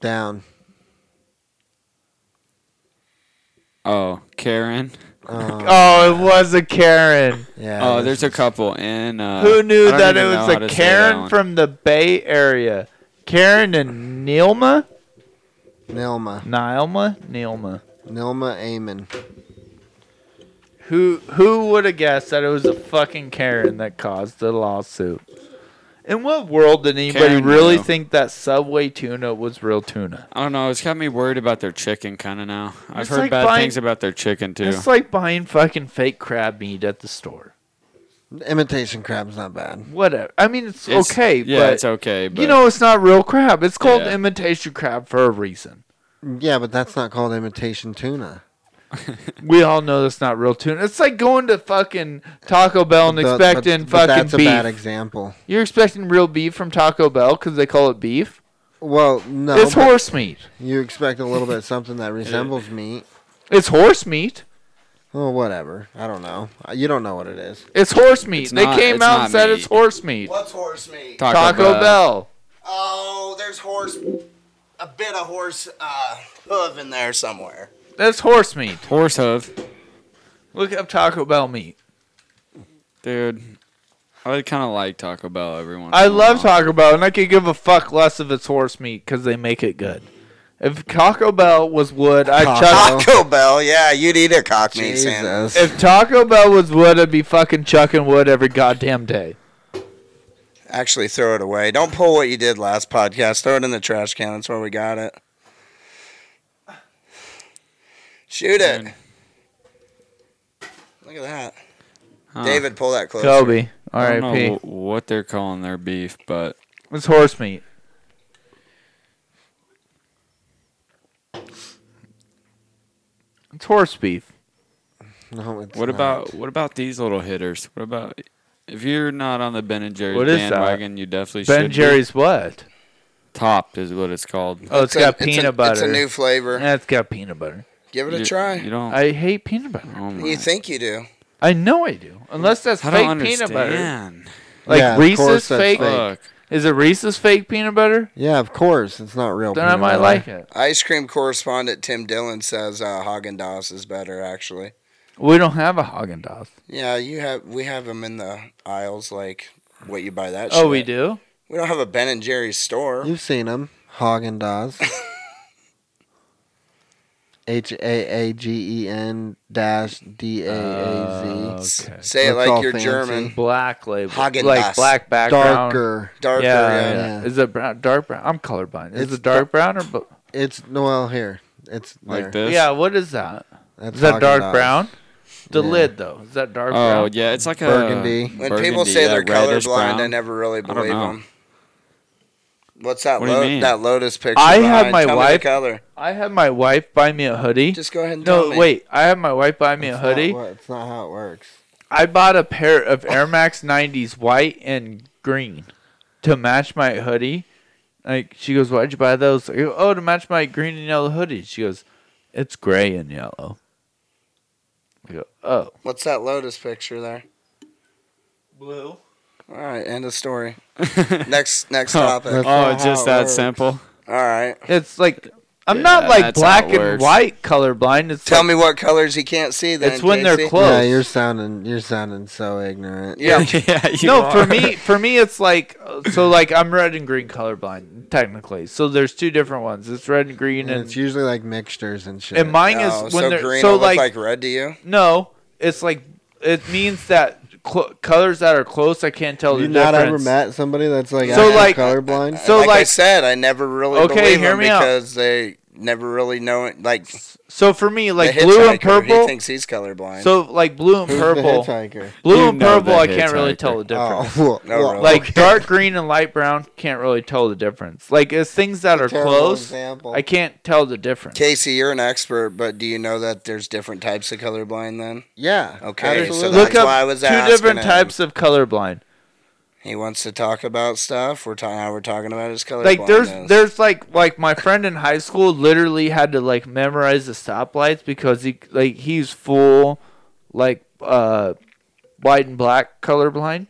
B: Down.
C: oh, Karen.
B: Oh,
E: Oh, it was a Karen.
B: yeah.
C: Oh,
B: this
C: there's a
B: is-
C: couple in. Uh,
E: Who knew
C: I don't
E: that it
C: even know
E: was
C: how
E: a
C: to say that
E: Karen
C: one.
E: from the Bay Area? Karen and Nilma?
B: Nilma.
E: Nilma? Nilma.
B: Nilma Amon.
E: Who who would have guessed that it was a fucking Karen that caused the lawsuit? In what world did anybody
C: Karen
E: really
C: knew.
E: think that Subway tuna was real tuna?
C: I don't know. It's got me worried about their chicken kind of now. I've
E: It's
C: heard
E: like
C: bad
E: buying-
C: things about their chicken too.
E: It's like buying fucking fake crab meat at the store.
B: Imitation crab's not bad.
E: Whatever. I mean, it's,
C: It's-
E: okay,
C: Yeah,
E: but,
C: it's okay. But
E: you know, it's not real crab. It's called
C: Yeah.
E: imitation crab for a reason.
B: Yeah, but that's not called imitation tuna.
E: We all know that's not real tuna. It's like going to fucking Taco Bell and
B: But- but-
E: expecting
B: but
E: fucking
B: That's a bad
E: beef.
B: example.
E: You're expecting real beef from Taco Bell because they call it beef.
B: Well, no.
E: it's
B: but
E: horse meat.
B: You expect a little bit of something that resembles meat.
E: It's horse meat.
B: Well, whatever. I don't know. Uh, You don't know what it is.
E: It's horse meat.
C: It's
E: they
C: not-
E: came
C: it's
E: out
C: not
E: and said
C: meat.
E: it's horse meat.
D: What's horse meat?
C: Taco,
E: Taco Bell.
D: Oh, there's horse. A bit of horse uh, hoof in there somewhere.
E: That's horse meat.
C: Horse hoof,
E: Look up Taco Bell meat.
C: dude. I kind of like Taco Bell. Everyone.
E: I love Taco Bell, and I could give a fuck less if it's horse meat because they make it good. If Taco Bell was wood, I'd
B: Taco.
E: chuck
D: Taco Bell, yeah, you'd eat a cock meat sandwich.
B: Jesus.
E: If Taco Bell was wood, I'd be fucking chucking wood every goddamn day.
D: Actually, throw it away. Don't pull what you did last podcast. Throw it in the trash can. That's where we got it. Shoot it.
C: Dude.
D: Look at that.
C: Huh.
D: David, pull that closer.
E: Kobe,
C: I don't know
E: R.I.P.
C: wh- what they're calling their beef, but
E: It's horse meat. It's horse beef.
B: no, it's
C: what
B: not.
C: about what about these little hitters? What about if you're not on the Ben and Jerry's
E: What is that?
C: bandwagon, you definitely should.
E: ben
C: be.
E: Jerry's what?
C: topped is what it's called.
E: Oh, it's got
D: a-
E: peanut
D: it's a,
E: butter.
D: It's a new flavor.
E: Yeah, it's got peanut butter.
D: Give it a
C: You-
D: try.
C: You
D: You,
C: don't.
E: I hate peanut butter.
C: oh my.
D: think you do?
E: I know I do. Unless that's
C: I
E: fake
C: don't
E: peanut butter.
C: understand.
E: Like
B: Yeah, of
E: Reese's
B: course that's
E: fake.
B: fake.
C: Look,
E: Is it Reese's fake peanut butter?
B: Yeah, of course. It's not real.
E: Then I
B: peanut
E: might
B: butter.
E: like it.
D: Ice cream correspondent Tim Dillon says uh, Haagen Dazs is better. Actually,
E: We don't have a Haagen Dazs.
D: yeah, you have. We have them in the aisles, like what you buy that.
E: Oh, we
D: shit.
E: do.
D: We don't have a Ben and Jerry's store.
B: You've seen them. Hagen Dazs. H A A G E N dash D A A Z.
E: Oh, Okay.
D: Say it
B: That's all
D: like you're
B: fancy.
D: German.
E: black label,
D: Haagen-Dazs.
E: like black background,
B: Mm-hmm. Darker.
E: Yeah,
D: Darker. uh,
E: yeah,
D: yeah.
B: yeah.
E: Is it brown? Dark brown? I'm colorblind. Is
B: It's
E: it dark brown or? Bl-
B: It's no well here. It's
C: like
B: there.
C: this.
E: yeah. What is that?
B: That's
E: Is that dark
B: Haagen-Dazs.
E: brown? The
B: Yeah.
E: lid though. Is that dark
C: Oh
E: brown?
C: yeah, it's like a
B: Burgundy. When
D: When people say
C: yeah,
D: they're
C: reddish
D: colorblind, I
C: brown.
D: never really
C: don't
D: believe
C: know.
D: them. What's that?
C: What do you
D: lo-
C: mean?
D: that lotus picture.
E: I had
D: behind?
E: my
D: Tell me the
E: wife-
D: color.
E: I had my wife buy me a hoodie.
D: Just go ahead and
E: no,
D: tell me.
E: wait. I had my wife buy me
B: It's
E: a
B: not
E: hoodie.
B: what- It's not how it works.
E: I bought a pair of Air Max 90s, white and green, to match my hoodie. Like she goes, "Why'd you buy those?" I go, "Oh, to match my green and yellow hoodie." She goes, "It's gray and yellow." I go, "Oh,
D: What's that lotus picture there?
E: blue."
D: All right, end of story. next, next
C: Oh,
D: topic.
C: Oh,
B: not
C: it's
B: how
C: just
B: it
C: that
B: works.
C: simple.
D: All right.
E: It's like I'm
C: Yeah,
E: not like
C: that's how it
E: black and
C: works.
E: white colorblind. It's
D: Tell
E: like,
D: me what colors he can't see. Then
E: It's when
D: JC.
E: they're close.
B: Yeah, you're sounding you're sounding so ignorant.
D: Yeah,
C: yeah, you
E: no, for
C: are.
E: me, for me, it's like uh, so. Like I'm red and green colorblind technically. So there's two different ones. It's red and green,
B: And
E: and
B: it's usually like mixtures and shit.
E: and mine
D: Oh,
E: is when
D: so
E: they're
D: green
E: so
D: will
E: like,
D: look like red to you.
E: no, it's like it means that cl- colors that are close, I can't tell
B: you
E: the
B: not
E: difference.
B: ever met somebody that's like
E: So,
B: so
E: like-
B: colorblind?
E: So
D: like, I
E: like-
D: said, I never really
E: Okay,
D: believe
E: hear
D: them
E: me out.
D: because they never really knowing like
E: So for me, like
D: the
E: blue and
D: hitchhiker,
E: purple.
D: He thinks he's colorblind.
E: So like blue and
B: Who's the
E: purple.
B: hitchhiker?
E: Blue
C: You
E: and
C: know the
E: purple, I can't really
C: hitchhiker.
E: tell the difference.
B: Oh,
D: No,
B: well,
D: really.
E: Like dark green and light brown, can't really tell the difference. Like it's things that are
B: Terrible
E: close,
B: example.
E: I can't tell the difference.
D: Casey, you're an expert, but do you know that there's different types of colorblind? Then
B: yeah.
D: Okay, so
B: absolutely.
D: that's
E: Look up
D: why I was
E: two
D: asking
E: different
D: him.
E: types of colorblind.
D: he wants to talk about stuff. We're talking how we're talking about his colorblindness.
E: Like there's there's like like my friend in high school literally had to like memorize the stoplights because he like he's full like uh white and black colorblind.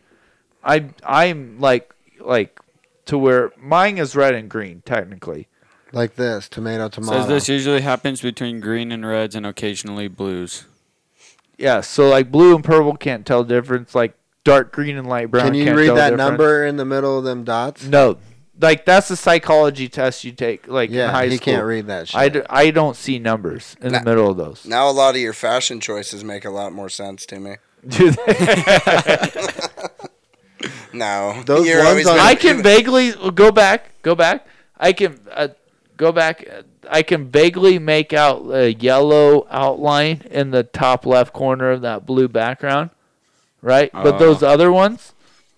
E: I I'm like like to where mine is red and green technically.
B: like this tomato tomato.
C: Says this usually happens between green and reds and occasionally blues.
E: Yeah, so like blue and purple can't tell difference. Like dark green and light brown.
B: Can you
E: can't
B: read
E: tell
B: that
E: difference.
B: number in the middle of them dots?
E: No, like that's a psychology test you take. Like in
B: yeah,
E: high
B: he
E: school.
B: can't read that shit.
E: I, d- I don't see numbers in
D: Nah.
E: the middle of those.
D: now a lot of your fashion choices make a lot more sense to me.
E: Do they-
D: No,
B: Those
D: You're
B: ones
D: always
B: on-
D: been-
E: I can vaguely go back, go back. I can uh, go back. uh, I can vaguely make out a yellow outline in the top left corner of that blue background, right? but
B: Uh.
C: Oh.
E: those other ones,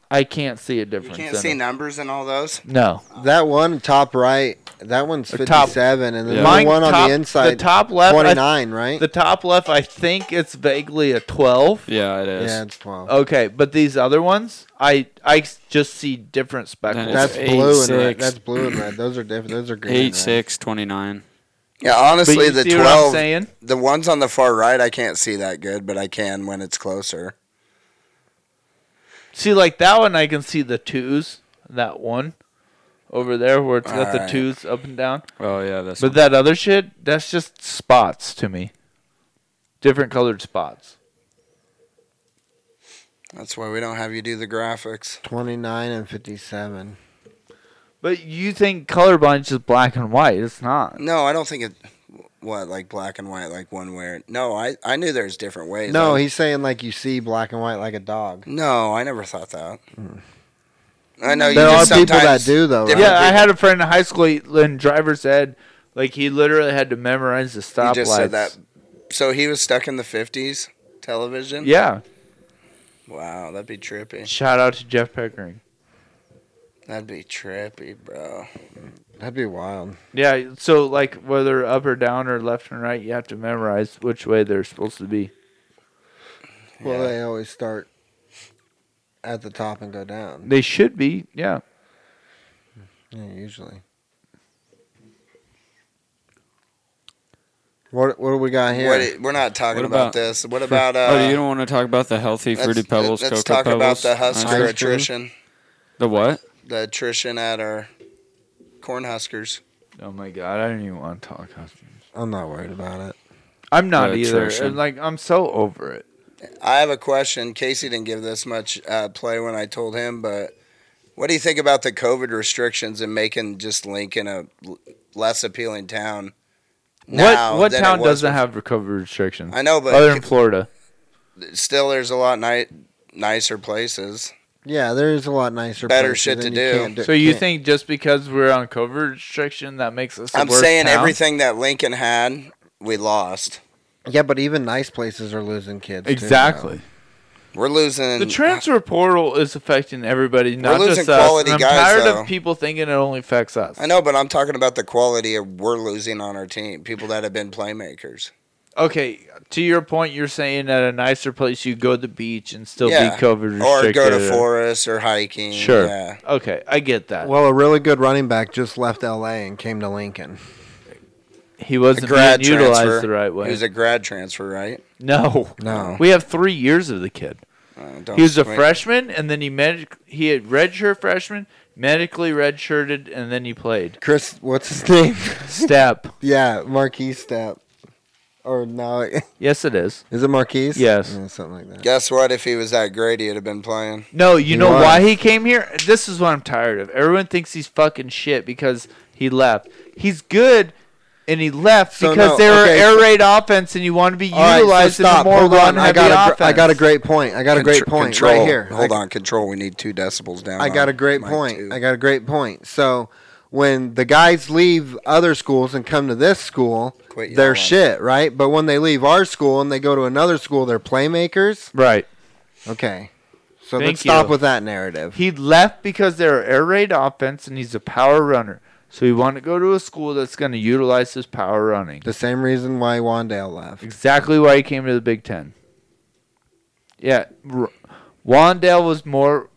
E: I can't see a
D: You
E: difference.
D: can't
E: in
D: see
E: them.
D: numbers in all those.
E: no.
B: that one top right, that one's
E: Or top-
B: fifty-seven, and then
C: Yeah.
B: the
E: Mine
B: one on
E: top-
B: the inside,
E: the top left, I-
B: twenty-nine, right?
E: The top left, I think it's vaguely a 12.
C: Yeah, it is.
B: yeah, it's twelve.
E: Okay, but these other ones, I I just see different speckles.
C: Then
B: that's
C: it's eight,
B: blue and red.
C: six.
B: That's blue and red. Those are different. Those are green. and
C: Eight,
B: red.
C: six, twenty-nine.
D: Yeah,
E: but
D: honestly,
E: you
D: the
E: see what I'm
D: twelve,
E: saying?
D: the ones on the far right, I can't see that good, but I can when it's closer.
E: See, like that one, I can see the twos. That one over there where it's got
D: Alright.
E: the twos up and down.
C: Oh yeah, that's.
E: But that other shit, that's just spots to me. Different colored spots.
D: That's why we don't have you do the graphics.
B: Twenty-nine and fifty-seven.
E: But you think colorblind is just black and white? It's not.
D: No, I don't think it. What like black and white, like one where? No, I I knew there's different ways.
B: No,
D: I-
B: he's saying like you see black and white like a dog.
D: no, I never thought that. I know you
B: Hmm. There
D: just
B: are people that
D: sometimes-
B: do though.
D: different
B: Right?
E: Yeah, I
D: people-
E: had a friend in high school he- in driver's ed. Like he literally had to memorize the
D: You
E: stoplights.
D: just said that. So he was stuck in the fifties television.
E: Yeah.
D: Wow, that'd be trippy.
E: Shout out to Jeff Pickering.
D: That'd be trippy, bro.
B: That'd be wild.
E: Yeah, so like whether up or down or left and right, you have to memorize which way they're supposed to be.
B: Well,
D: Yeah.
B: they always start at the top and go down.
E: They should be, yeah.
B: Yeah, usually. What what do we got here?
D: What i- we're not talking
C: What
D: about,
C: about-
D: this. What about? Uh,
C: oh, you don't want to talk about the healthy
D: let's-
C: fruity pebbles,
D: Let's
C: cocoa
D: talk about
C: pebbles.
D: the
C: ice
D: Husker
C: cream?
B: cream?
D: attrition.
C: The what?
D: The attrition at our Cornhuskers.
E: Oh my god, I don't even want to talk.
B: I'm not worried about it.
E: I'm not
C: Uh,
E: either.
C: attrition.
E: And, like I'm so over it.
D: I have a question. Casey didn't give this much uh, play when I told him, but what do you think about the COVID restrictions and making just Lincoln a l- less appealing town? now
E: what what
D: than it
E: town
D: was
E: doesn't
D: before?
E: have recovery restrictions?
D: I know, but
E: Other than Florida.
D: still, there's a lot ni- nicer places.
B: Yeah, there's a lot nicer.
D: Better
B: places
D: shit
B: and
D: to
B: you
D: do.
B: can't
E: So you
B: can't-
E: think just because we're on COVID restriction that makes us? i
D: I'm saying everything that Lincoln had, we lost.
B: Yeah, but even nice places are losing kids. too,
E: Exactly.
D: We're losing.
E: The transfer portal is affecting everybody, not
D: losing
E: just us.
D: quality
E: and I'm
D: guys,
E: tired
D: though.
E: of people thinking it only affects us.
D: I know, but I'm talking about the quality of we're losing on our team. People that have been playmakers.
E: Okay, to your point, you're saying at a nicer place you go to the beach and still
D: Yeah.
E: be COVID
D: Or
E: restricted.
D: go to forests or hiking.
E: Sure.
D: Yeah.
E: Okay, I get that.
B: Well, a really good running back just left L.A. and came to Lincoln.
E: he
D: a
E: wasn't being
D: grad transfer.
E: utilized the right way.
D: He was a grad transfer, right?
E: no,
B: No. Oh,
E: We have three years of the kid.
D: Uh, don't
E: He was a
D: wait.
E: freshman, and then he med- he had redshirt freshman, medically redshirted, and then he played.
B: Chris, what's his name?
E: Step.
B: yeah, Marquise Step. Or no,
E: Yes, it is.
B: is it Marquise?
E: Yes.
B: Yeah, something like that.
D: Guess what? If he was that great, he'd have been playing.
E: No, you
B: He
E: know
B: was.
E: why he came here? This is what I'm tired of. Everyone thinks he's fucking shit because he left. He's good and he left
B: So,
E: because
B: no,
E: they were
B: okay,
E: air
B: so-
E: raid offense and you want to be
B: All right, so
E: utilized
B: stop.
E: in a more
B: Hold
E: run
B: on.
E: heavy
B: I got a
E: offense.
B: gr- I got a great point. I got a great
D: Contr-
B: point
D: control.
B: right here.
D: Hold
B: I,
D: on, control. We need two decibels down.
B: I got
D: on
B: a great
D: mic
B: point.
D: two.
B: I got a great point. So when the guys leave other schools and come to this school,
D: Quit yelling.
B: they're shit, right? But when they leave our school and they go to another school, they're playmakers.
E: Right.
B: Okay. So
E: Thank
B: let's stop
E: you.
B: with that narrative.
E: He left because they're air raid offense and he's a power runner. So he wanted to go to a school that's going to utilize his power running.
B: The same reason why Wandale left.
E: Exactly why he came to the Big Ten. Yeah, R- Wandale was more,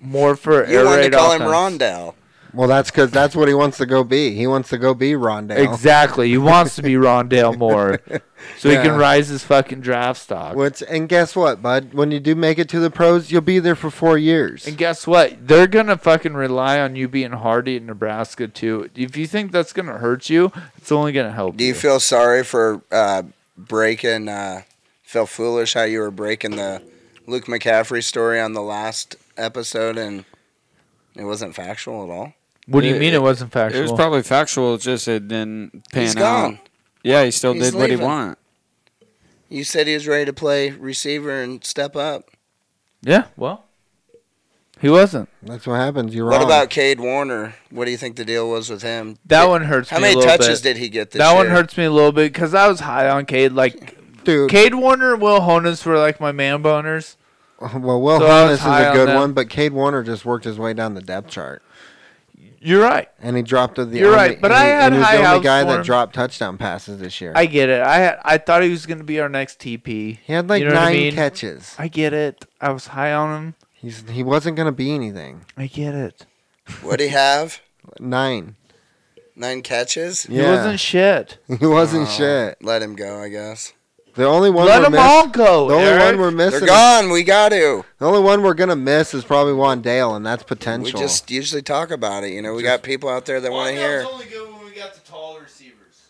E: more for
D: You
E: air
D: wanted to
E: raid
D: call
E: offense.
D: him Rondell.
B: Well, that's because that's what he wants to go be. He wants to go be Rondale.
E: Exactly. He wants to be Rondale Moore, so he
B: Yeah.
E: can rise his fucking draft stock.
B: Which and guess what, bud? When you do make it to the pros, you'll be there for four years.
E: And guess what? They're gonna fucking rely on you being hardy at Nebraska too. If you think that's gonna hurt you, it's only gonna help.
D: Do you feel sorry for uh, breaking? Uh, felt foolish how you were breaking the Luke McCaffrey story on the last episode, and it wasn't factual at all.
E: what do you
C: It-
E: mean it,
C: it-
E: wasn't factual?
C: It was probably factual. It's just it didn't pan
D: He's
C: out.
D: gone.
C: Yeah, he still
D: He's
C: did what he
D: leaving.
C: wanted.
D: You said he was ready to play receiver and step up.
E: yeah. Well, he wasn't.
B: That's what happens. You're
D: What
B: wrong.
D: about Cade Warner? What do you think the deal was with him?
E: That
D: Did-
E: one hurts.
D: How
E: me
D: many
E: a little
D: touches
E: bit.
D: did he get this
E: that one
D: year?
E: hurts me a little bit because I was high on Cade. Like
B: dude?
E: Cade Warner and Will Honus were like my man boners.
B: Well, Will
E: So I
B: Honus
E: was
B: is
E: high
B: a
E: on
B: good
E: them.
B: one, but Cade Warner just worked his way down the depth chart,
E: You're right.
B: and he dropped to the.
E: You're
B: only-
E: right, but
B: and
E: I
B: he-
E: had
B: and he was
E: high
B: the
E: hopes
B: only guy
E: for
B: that
E: him.
B: dropped touchdown passes this year.
E: I get it. I had, I thought he was gonna be our next TP.
B: he had like
E: You know what I
B: nine
E: mean?
B: catches.
E: I get it. I was high on him.
B: He's he wasn't gonna be anything.
E: I get it.
D: What did he have?
B: Nine.
D: Nine catches.
B: Yeah,
E: He wasn't shit.
B: He wasn't
D: Oh,
B: shit.
D: Let him go, I guess.
B: The only one
E: Let
B: we're
E: them
B: miss-
E: all go.
B: The only
E: Eric.
B: one we're
D: They're
B: missing.
D: gone. We got to.
B: The only one we're gonna miss is probably Wandale, and that's
D: We
B: potential.
D: just usually talk about it. You know, we got people out there that want to hear.
E: only good when we got the tall receivers.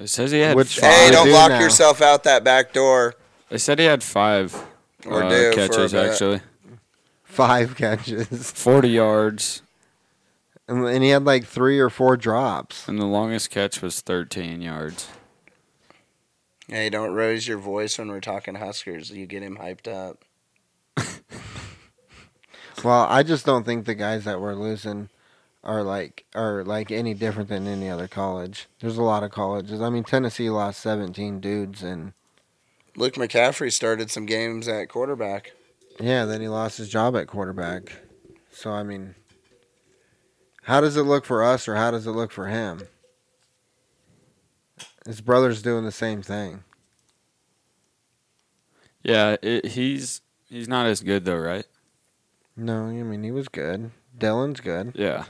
C: It says he had
B: Which-
C: five.
D: Hey,
B: Fine.
D: don't
B: Do
D: lock
B: now.
D: yourself out that back door.
C: They said he had five
D: Or
C: uh,
D: do for a
C: catches
D: bit.
C: actually,
B: Five catches,
C: forty yards,
B: and, and he had like three or four drops.
C: and the longest catch was thirteen yards.
D: Hey, don't raise your voice when we're talking Huskers. You get him hyped up.
B: Well, I just don't think the guys that we're losing are like are like any different than any other college. There's a lot of colleges. I mean, Tennessee lost 17 dudes, and
D: Luke McCaffrey started some games at quarterback.
B: yeah, then he lost his job at quarterback. So I mean, how does it look for us, or how does it look for him? His brother's doing the same thing.
C: Yeah, it, he's he's not as good though, right?
B: No, I mean he was good. Dylan's good,
C: Yeah,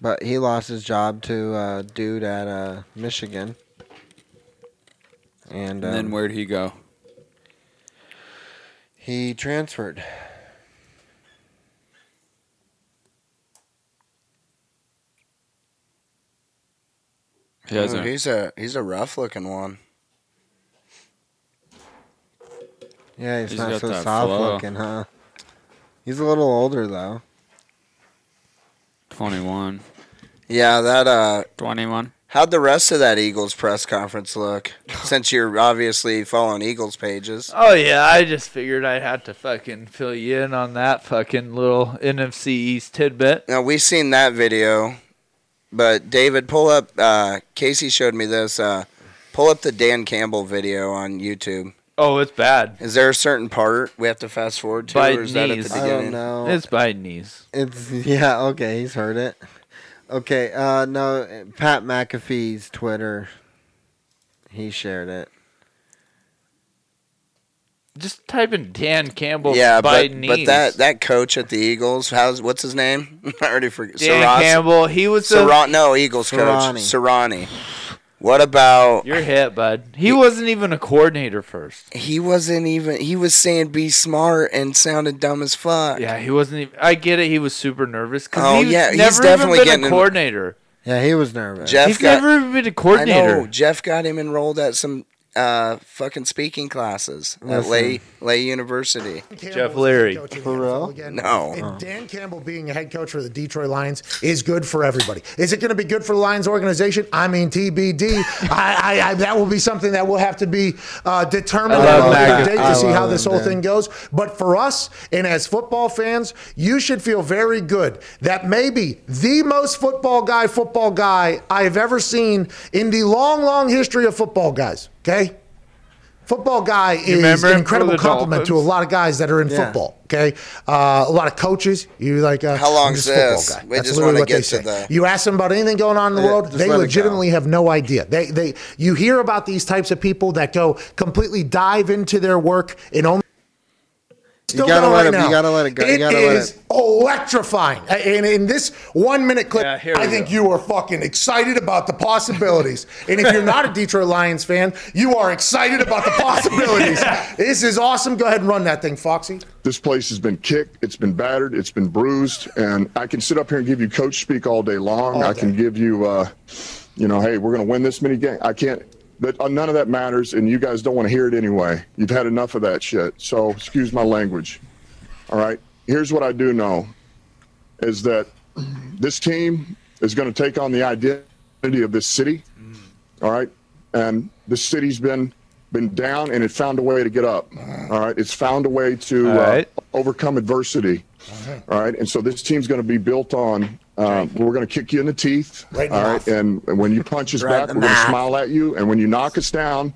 B: but he lost his job to uh, dude at uh, Michigan. And,
C: and then
B: um,
C: where'd he go?
B: He transferred.
C: He has
D: Ooh,
C: a,
D: he's a he's a rough looking one.
B: Yeah, he's,
C: He's
B: not
C: got
B: so
C: that
B: soft
C: flow.
B: looking, huh? He's a little older though.
C: twenty-one.
D: Yeah, that uh
C: Twenty-one.
D: how'd the rest of that Eagles press conference look? Since you're obviously following Eagles pages.
E: Oh yeah, I just figured I had to fucking fill you in on that fucking little NFC East tidbit.
D: Now we seen that video. But David, pull up uh Casey showed me this, uh pull up the Dan Campbell video on YouTube.
E: Oh, it's bad.
D: Is there a certain part we have to fast forward to,
E: By
D: or is that at the
E: knees.
B: I don't
D: beginning?
B: know.
E: It's by knees.
B: It's yeah, okay, he's heard it. Okay, uh no, Pat McAfee's Twitter. He shared it.
E: Just type in Dan Campbell.
D: yeah,
E: by
D: but,
E: knees.
D: but that that coach at the Eagles, how's what's his name? I already forgot.
E: Dan
D: Sarasi-
E: Campbell, he was the
D: Serra- no Eagles coach
B: Serrani.
D: Serrani. What about
E: You're hit, bud. He wasn't even a coordinator first.
D: he wasn't even he was saying be smart and sounded dumb as fuck.
E: Yeah, he wasn't even. I get it. He was super nervous because
D: Oh,
E: he's
D: yeah, he's
E: never
D: definitely
E: even
D: getting
E: been a
D: in-
E: coordinator.
B: Yeah, he was nervous.
D: Jeff
E: he's
D: got
E: never even been a
D: I
E: coordinator.
D: know Jeff got him enrolled at some uh, fucking speaking classes at
B: Listen.
D: Lay Lay University.
F: Campbell
E: Jeff
F: is the
E: Leary.
F: head coach of the
B: For
F: NFL
B: real?
F: again.
D: No.
F: And
E: Uh-huh.
F: Dan Campbell being a head coach for the Detroit Lions is good for everybody. Is it going to be good for the Lions organization? I mean, TBD. I, I, I, that will be something that will have to be uh, determined
E: I love
F: on a
E: Mac.
F: later date
B: I
F: to see
B: love
F: how this
B: him,
F: whole
B: Dan.
F: thing goes. But for us, and as football fans, you should feel very good that maybe the most football guy, football guy I have ever seen in the long, long history of football guys. Okay. Football guy is
E: remember
F: an
E: him for
F: incredible
E: the
F: compliment to a
E: Dolphins?
F: lot of guys that are in
B: Yeah.
F: football. Okay, uh, a lot of coaches. You like uh,
D: How
F: I'm
D: long's
F: just a football
D: this?
F: guy.
D: We
F: That's
D: just
F: literally
D: wanna
F: what they
D: get to
F: say.
D: the-
F: You ask them about anything going on in the
B: Yeah,
F: world,
B: just
F: they
B: let it
F: legitimately have no idea. They they you hear about these types of people that go completely dive into their work and only. Still
B: gotta
F: going
B: let
F: right
B: it- you
F: now.
B: gotta let it go. You
F: It
B: gotta let
F: is
B: it-
F: electrifying. A- And in this one minute clip,
E: Yeah, here
F: I
E: we
F: think
E: go.
F: you are fucking excited about the possibilities. and if you're not a Detroit Lions fan, you are excited about the possibilities. This is awesome. Go ahead and run that thing, Foxy.
G: This place has been kicked, it's been battered, it's been bruised, and I can sit up here and give you coach speak all day long. I can give you, uh, you know, hey, we're going to win this many games. I can't. That, uh, none of that matters, and you guys don't want to hear it anyway. You've had enough of that shit. So excuse my language. All right. Here's what I do know: is that this team is going to take on the identity of this city. All right. And the city's been been down and it found a way to get up. All right. It's found a way to
E: All right.
G: uh, overcome adversity. All right. And so this team's going to be built on. Uh, we're going to kick you in the teeth.
F: Right in the
G: all
F: mouth.
G: right. And, and when you punch us
D: Right
G: back,
D: in
G: we're
D: the
G: going to
D: mouth.
G: smile at you. And when you knock us down,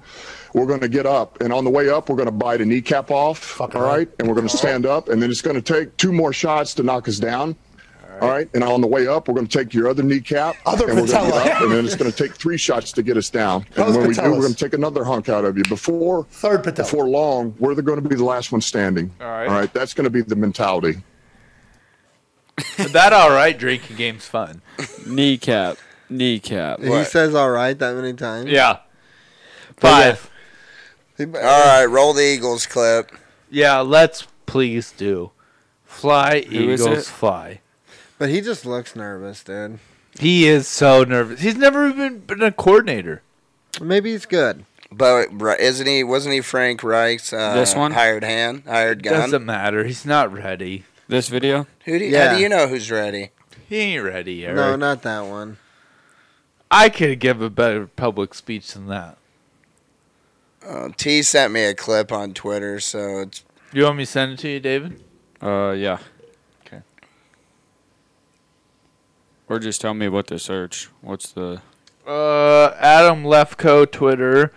G: we're going to get up. And on the way up, we're going to bite a kneecap off. all right.
F: right.
G: And we're going to stand up. And then it's going to take two more shots to knock us down. All right, and on the way up, we're going to take your other kneecap,
F: Other
G: and we're gonna
F: patella.
G: get up, and then it's going to take three shots to get us down. And
F: Those
G: when we do,
F: patellas.
G: we're going to take another hunk out of you. Before
F: Third patella.
G: before long, we're going to be the last one standing.
E: All right.
G: all right, that's going to be the mentality.
E: that all right? Drinking game's fun.
C: Kneecap. Kneecap.
B: He says all right that many times.
E: Yeah. Five.
D: All right, roll the Eagles clip.
E: Yeah, let's please do. Fly
C: is it?
E: Eagles fly.
B: But he just looks nervous, dude.
E: He is so nervous. He's never even been a coordinator.
B: Maybe he's good.
D: But ri- isn't he? Wasn't he Frank Reich's uh,
C: This one?
D: hired hand, hired gun?
E: Doesn't matter. He's not ready.
C: This video?
D: Who do you, How
B: Yeah.
D: do you know who's ready?
E: He ain't ready, Eric.
B: No, not that one.
E: I could give a better public speech than that.
D: Uh, T sent me a clip on Twitter, so it's
E: You want me to send it to you, David?
C: Uh, yeah.
E: 'Kay.
C: Or just tell me what to search. What's the.
E: Uh, Adam Lefko, Twitter.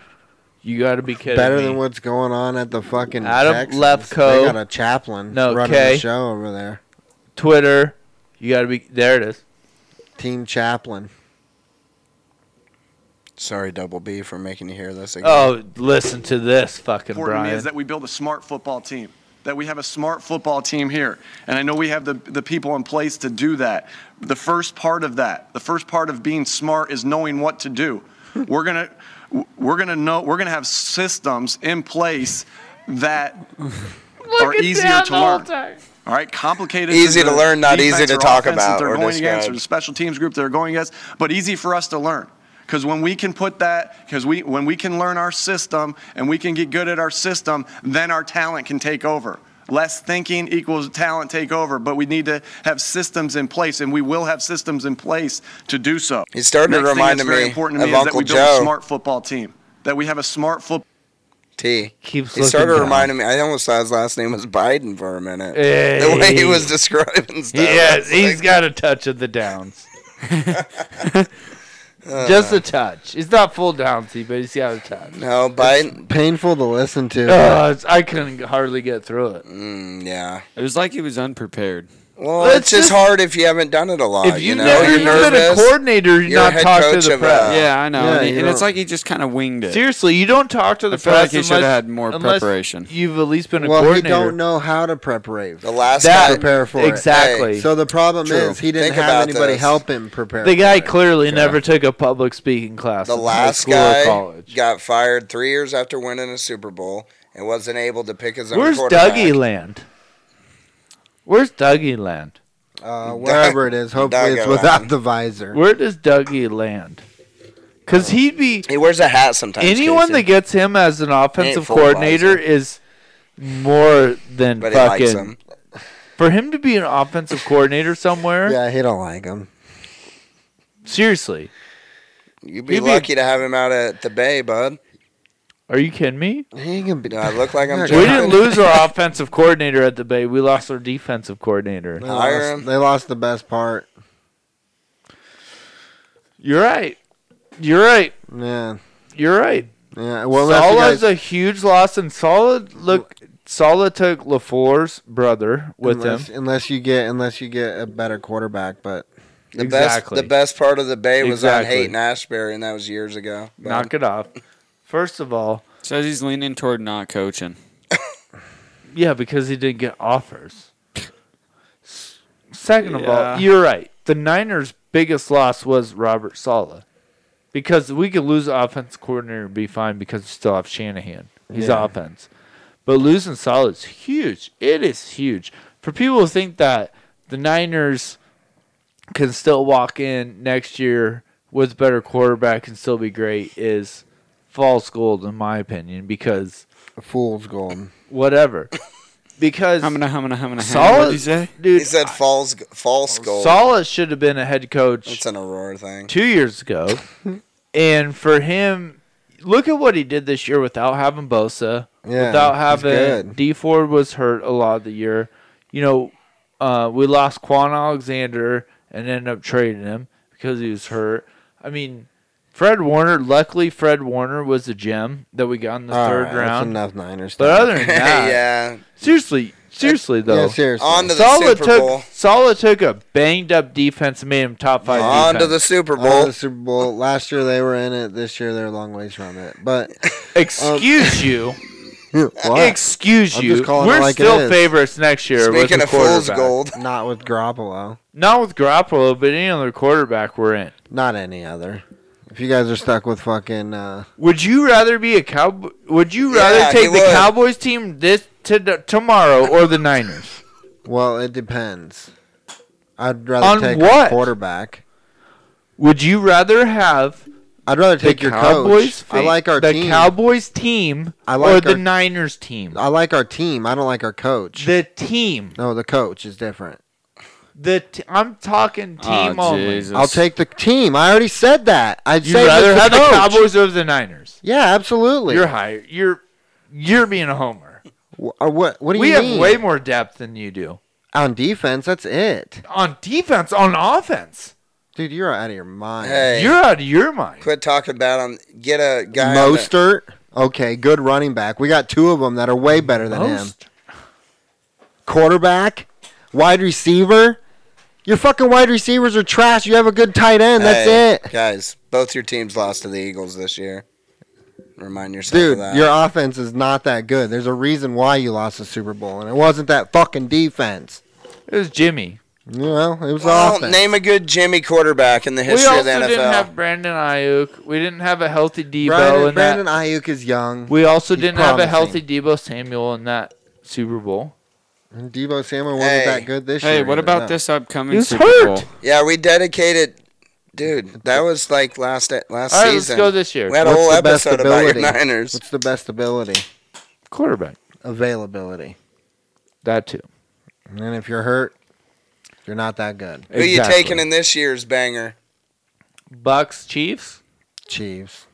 E: You got to be kidding
B: Better
E: me.
B: than what's going on at the fucking
E: Adam
B: Texans.
E: Lefkoe.
B: They got a chaplain
E: No,
B: running
E: Kay.
B: the show over there.
E: Twitter. You got to be. There it is.
B: Team chaplain.
D: sorry, Double B, for making you hear this again.
E: Oh, listen to this, fucking
H: important to me
E: Brian.
H: is that we build a smart football team, that we have a smart football team here. And I know we have the, the people in place to do that. The first part of that, the first part of being smart is knowing what to do. We're going to we're going to know we're going to have systems in place that are easier to learn. All right, complicated.
D: Easy
H: is
D: to
H: the
D: learn, not
H: defense
D: easy to
H: or
D: talk
H: offense That
D: about
H: they're
D: or
H: going against,
D: describe.
H: or the special teams group they're going against, but easy for us to learn. Because when we can put that, because we when we can learn our system and we can get good at our system, then our talent can take over. Less thinking equals talent take over, but we need to have systems in place, and we will have systems in place to do so.
D: He's starting to
H: Next thing
D: remind
H: that's
D: me
H: very important to
D: of
H: me is that
D: Uncle
H: we build
D: Joe.
H: a smart football team, that we have a smart football.
D: T.
E: Keeps
D: He started
E: looking
D: reminding me. I almost thought his last name was Biden for a minute. The way
E: Hey.
D: he was describing stuff. I
E: Yes,
D: was
E: he's
D: like,
E: got a touch of the downs. Just a touch. It's not full downsy, but he's got a touch.
D: no Biden.
B: Painful to listen to.
E: Uh, it's- I couldn't hardly get through it.
D: Mm, yeah.
C: It was like he was unprepared.
D: Well,
E: Let's
D: it's just
E: just-
D: hard if you haven't done it a lot.
E: if you,
D: know,
E: never
D: you're
E: even been a
D: nervous.
E: coordinator, you
D: You're
E: not
D: head
E: talk to
D: coach
E: the
D: of a-
E: press.
C: yeah, I know.
B: yeah,
C: and, he- and
B: you're-
C: it's like he just kind of winged it.
E: Seriously, you don't talk to the
C: I feel
E: press.
C: like he should
E: unless-
C: have had more
E: unless
C: preparation.
E: You've at least been a
B: well, he
E: coordinator.
B: don't know how to prepare.
D: The last
E: That-
D: time-
B: prepare for
E: exactly.
B: it. So the problem
D: True.
B: is he didn't
D: Think
B: have
D: about
B: anybody
D: this.
B: help him prepare.
E: the guy
B: for it.
E: clearly never took a public speaking class.
D: the
E: in high
D: last
E: school or
D: guy
E: college.
D: got fired three years after winning a Super Bowl and wasn't able to pick his own
E: Where's
D: quarterback.
E: Dougie Land? Where's Dougie Land?
B: uh, wherever it is, hopefully it's
D: Dog
B: without
D: around.
B: the visor.
E: Where does Dougie land? because he'd be
D: He wears a hat sometimes.
E: anyone
D: Casey.
E: that gets him as an offensive
D: full of
E: coordinator
D: Isaac.
E: is more than
D: but he
E: fucking
D: likes him.
E: for him to be an offensive coordinator somewhere.
B: Yeah, he don't like him.
E: Seriously,
D: You'd be
E: You'd be-
D: lucky to have him out at the bay, bud.
E: are you kidding me?
B: He can be.
D: Do I look like I'm
E: We
D: joking?
E: didn't lose our offensive coordinator at the Bay. We lost our defensive coordinator.
B: They
D: Hire him.
B: lost, they lost the best part.
E: You're right. You're right.
B: Yeah,
E: You're right.
B: yeah. Well, unless you
E: Sala's
B: guys,
E: a huge loss, and Sala look. Sala took Lafour's brother with
B: unless,
E: him.
B: unless you get unless you get a better quarterback, but
D: The
E: exactly.
D: best, the best part of the bay was
E: Exactly.
D: on Haight and Ashbury, and that was years ago. bud.
E: Knock it off. First of all,
C: Says he's leaning toward not coaching.
E: yeah, because he didn't get offers. S- Second of
C: Yeah.
E: all, you're right. The Niners' biggest loss was Robert Sala, because we could lose offense coordinator and be fine because we still have Shanahan. He's offense, but losing Sala is huge. It is huge for people who think that the Niners can still walk in next year with better quarterback and still be great is false gold in my opinion because
B: a fool's gold.
E: whatever. Because
C: How many? How many? How many? What
E: Sala,
C: did he say?
E: dude,
D: He said false, false gold.
E: Sala should have been a head coach
D: It's an Aurora thing.
E: two years ago, and for him, look at what he did this year without having Bosa,
B: Yeah,
E: without
B: he's
E: having
B: good.
E: D Ford was hurt a lot of the year. You know, uh, we lost Quan Alexander and ended up trading him because he was hurt. I mean. Fred Warner, luckily Fred Warner was a gem that we got in the
B: All
E: third
B: right, Ah, That's
E: round.
B: enough Niners.
E: But
B: talk.
E: other than that,
D: yeah,
E: seriously, seriously though,
B: yeah, seriously.
D: on to the
E: Sala
D: Super
E: took
D: Bowl.
E: Sala took a banged up defense and made him top five.
D: On to the
E: defense.
D: Super
B: On to
D: Bowl.
B: the Super Bowl. Last year they were in it. This year they're a long ways from it. But
E: excuse you,
B: uh, what?
E: excuse
B: I'm
E: you.
B: just calling it
E: We're
B: like it
E: still
B: is.
E: favorites next year. with
D: Speaking
E: the
D: of fool's
E: quarterback.
D: gold,
B: not with Garoppolo.
E: not with Garoppolo, but any other quarterback we're in.
B: Not any other. If you guys are stuck with fucking uh,
E: Would you rather be a cowboy? Would you rather
D: Yeah, he
E: take the
D: would.
E: Cowboys team this to tomorrow or the Niners?
B: well, it depends. I'd rather
E: On
B: take
E: what?
B: a quarterback.
E: Would you rather have
B: I'd rather take
E: the
B: your
E: Cowboys?
B: coach. I
E: fa-
B: like our
E: the
B: team.
E: Cowboys team
B: I
E: or
B: like
E: the
B: our-
E: Niners team.
B: I like our team. I don't like our coach.
E: The team.
B: no, the coach is different.
E: The t- I'm talking team
C: oh,
E: only.
C: Jesus.
B: I'll take the team. I already said that. I'd
E: You'd
B: say
E: rather
B: the
E: have the
B: coach.
E: Cowboys over the Niners.
B: Yeah, absolutely.
E: You're higher. You're you're being a homer.
B: Wh- uh, what? What do
E: We
B: you
E: have
B: mean?
E: way more depth than you do
B: on defense. That's it,
E: on defense. On offense,
B: dude. You're out of your mind.
D: hey,
E: you're out of your mind.
D: quit talking about him. Get a guy. on the-
B: Mostert. Okay, good running back. We got two of them that are way better than him.
E: Most-
B: Quarterback, wide receiver. Your fucking wide receivers are trash. You have a good tight end. That's
D: Hey,
B: it.
D: guys. Both your teams lost to the Eagles this year. Remind yourself
B: Dude,
D: of that.
B: your offense is not that good. There's a reason why you lost the Super Bowl, and it wasn't that fucking defense.
E: It was Jimmy.
B: You know, it was
D: Well,
B: offense.
D: name a good Jimmy quarterback in the
E: We
D: history
E: also
D: of the NFL.
E: didn't have Brandon Ayuk. We didn't have a healthy Debo
B: Brandon,
E: in that.
B: Brandon Ayuk is young.
E: we also
B: He's
E: didn't have a healthy
B: promising.
E: Debo Samuel in that Super Bowl.
B: Debo Samuel wasn't
D: Hey.
B: that good this year.
C: Hey, what
B: either,
C: about
B: no.
C: this upcoming
E: He was
C: Super
E: hurt.
C: Bowl?
D: yeah, we dedicated. Dude, that was like last last
E: All right, let's
D: season.
E: go this year.
D: We had a
B: What's
D: whole
B: the best
D: episode about your
B: ability?
D: Niners.
B: What's the best ability?
E: Quarterback.
B: Availability.
E: That too.
B: And if you're hurt, you're not that good.
D: Who you taking in this year's banger?
E: Bucks Chiefs?
B: Chiefs.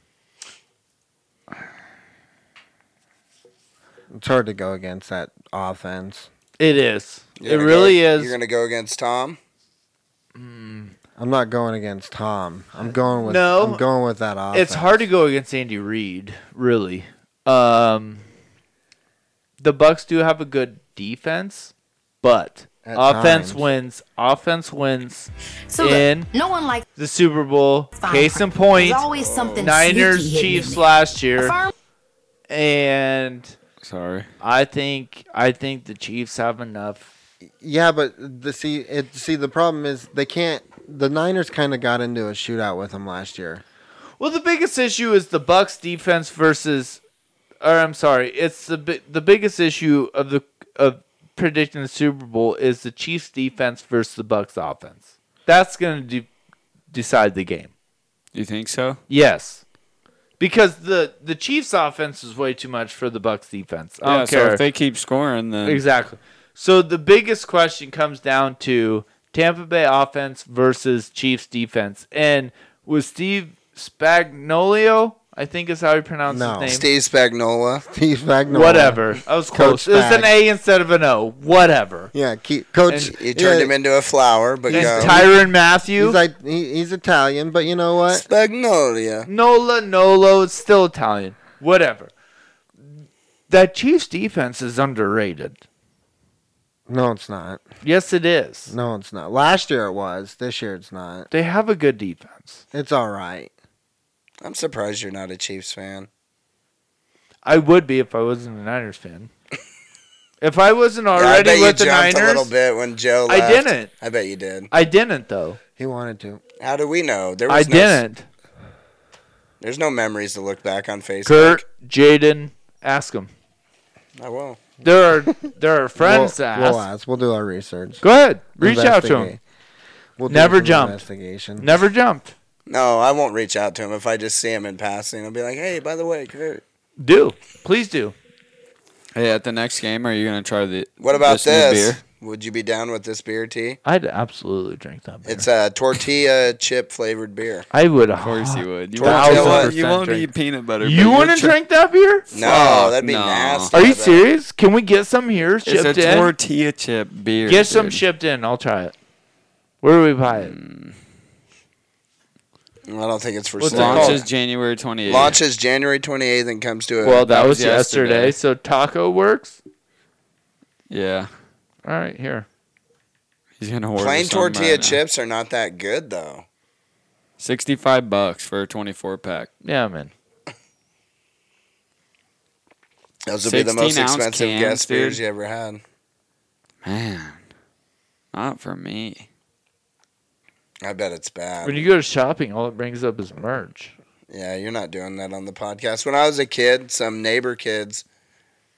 B: It's hard to go against that offense.
E: It is.
D: You're
E: it
D: gonna
E: really
D: go-
E: is.
D: You're gonna go against Tom.
B: I'm not going against Tom. I'm going with
E: No.
B: I'm going with that offense.
E: it's hard to go against Andy Reid, really. Um, the Bucks do have a good defense, but
B: At
E: offense
B: times.
E: wins. Offense wins
I: So look,
E: in
I: no one likes
E: the Super Bowl.
I: fine
E: Case in
I: print.
E: point,
I: There's always something
E: Niners
I: sneaky hidden in
E: Chiefs
I: there.
E: last
I: A
E: year,
I: firm
E: and
C: Sorry.
E: I think I think the Chiefs have enough.
B: Yeah, but the see it see the problem is they can't the Niners kind of got into a shootout with them last year.
E: Well, the biggest issue is the Bucks defense versus, or I'm sorry, it's the bi- the biggest issue of the of predicting the Super Bowl is the Chiefs defense versus the Bucks offense. That's going to de- decide the game.
C: You think so?
E: Yes. Because the the Chiefs offense is way too much for the Bucks defense. I
C: yeah.
E: don't care.
C: So if they keep scoring, then
E: Exactly. So the biggest question comes down to Tampa Bay offense versus Chiefs defense. And with Steve Spagnolio, I think is how he pronounced
B: No.
E: his name.
D: Steve Spagnola.
B: Steve Magnolia.
E: Whatever. I was
B: Coach
E: close. It was an
B: Spag.
E: A instead of an O. Whatever.
B: Yeah, keep, coach.
E: And
D: You turned
B: yeah,
D: him into a flower, but
E: And
D: go.
E: Tyron Matthew.
B: He's like he, he's Italian, but you know what?
D: Spagnolia.
E: Nola, Nolo, it's still Italian. Whatever. That Chiefs defense is underrated.
B: No, it's not.
E: Yes, it is.
B: No, it's not. Last year it was. This year it's not.
E: They have a good defense.
B: It's all right.
D: I'm surprised you're not a Chiefs fan.
E: I would be if I wasn't a Niners fan. If I wasn't
D: Yeah, I
E: already
D: bet you
E: with the
D: jumped a little
E: Niners,
D: bit when Joe
E: I
D: left.
E: didn't.
D: I bet you did.
E: I didn't though.
B: He wanted to.
D: How do we know? There
E: I
D: was no,
E: didn't.
D: There's no memories to look back on Facebook.
E: Kurt, Jaden, ask them.
D: I will.
E: There are there are
B: We'll,
E: friends that ask.
B: we'll ask. We'll do our research.
E: Go ahead, reach out to
B: Investigate.
E: him.
B: We'll do
E: Never
B: some
E: jumped.
B: Investigation.
E: Never jumped.
D: No, I won't reach out to him if I just see him in passing. I'll be like, hey, by the way, Kurt.
E: Do please do.
C: hey, at the next game, are you gonna try the?
D: What about
C: new
D: this?
C: beer?
D: Would you be down with this beer, T?
E: I'd absolutely drink that. Beer.
D: It's a tortilla chip flavored beer.
E: I would.
C: Of course you would. You,
D: Tortilla
C: won't-
D: you know what?
C: you won't eat peanut butter. but
E: You
C: you'll
E: wouldn't
C: try-
E: drink that beer?
D: No,
C: Fuck,
D: that'd be
C: no.
D: nasty.
E: Are you
D: though.
E: serious? Can we get some here
C: It's
E: shipped
C: a
E: in?
C: tortilla chip beer.
E: get some
C: dude.
E: shipped in. I'll try it. Where do we buy it?
D: Mm, I don't think it's for
E: What's it
D: sale.
E: called?
C: Launches January 28th.
D: Launches January 28th and comes to a.
E: Well, that,
C: that
E: was
C: was
E: yesterday.
C: yesterday.
E: So Taco works.
C: Yeah.
E: All right, here.
C: He's gonna order
D: plain
C: some right
D: tortilla
C: now.
D: chips are not that good, though.
C: Sixty-five bucks for a twenty-four pack.
E: Yeah, man.
D: Those would be the most
C: 16-ounce
D: expensive
C: cans,
D: guest beers
C: dude.
D: you ever had.
C: Man, not for me.
D: I bet it's bad.
E: When you go to shopping, all it brings up is merch.
D: Yeah, you're not doing that on the podcast. When I was a kid, some neighbor kids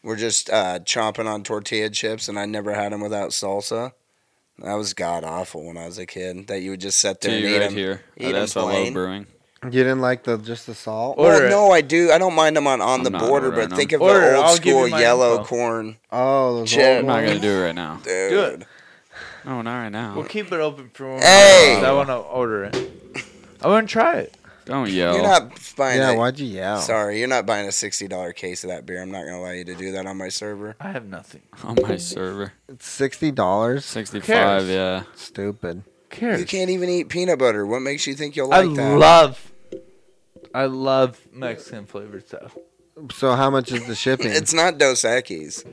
D: were just uh, chomping on tortilla chips, and I never had them without salsa. That was god awful when I was a kid. That you would just sit
C: To
D: there and eat
C: you right
D: 'em.
C: here
E: Oh,
D: Eat
C: at
D: 'em
C: SLO
D: plain.
C: Brewing.
B: You didn't like the just the salt.
E: Order
D: Well,
E: it.
D: no, I do. I don't mind them on on
C: I'm
D: the
C: not
D: border,
C: ordering
D: but think of
E: 'em. Order,
D: the old
E: I'll give
D: school
E: you my
D: yellow
E: info.
D: corn,
B: Oh, those
D: Chip.
B: old
C: I'm not
B: ones.
C: gonna do it right now.
D: dude.
E: Good.
C: No, Oh, not right now.
E: We'll keep it open for when
D: Hey!
E: I want to order it. I want to try it.
C: Don't yell.
E: Oh.
D: You're not buying.
B: Yeah,
D: a-
B: why'd you yell?
D: Sorry, you're not buying a sixty dollar case of that beer. I'm not gonna allow you to do that on my server.
E: I have nothing.
C: on my server.
B: It's sixty dollars.
C: Sixty-five. Yeah.
B: Stupid.
E: Who cares?
D: You can't even eat peanut butter. What makes you think you'll
E: I
D: like that?
E: love. I love Mexican flavored stuff.
B: So how much is the shipping?
D: it's
B: it's,
D: not Dos Equis.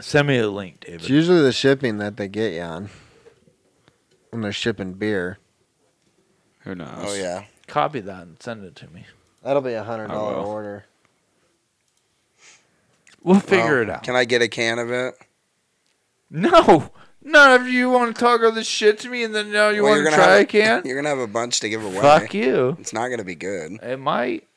E: Send me a link, David.
B: usually the shipping that they get you on when they're shipping beer.
C: Who knows?
D: Oh yeah,
E: Copy that and send it to me.
B: That'll be a hundred dollar
C: I will.
B: order.
E: We'll figure
D: Well,
E: it out.
D: Can I get a can of it?
E: no, not if you want to talk all this shit to me and then now you
D: Well,
E: want to
D: gonna
E: try
D: have,
E: a can.
D: You're gonna have a bunch to give away.
E: Fuck you.
D: It's not gonna be good.
E: It might.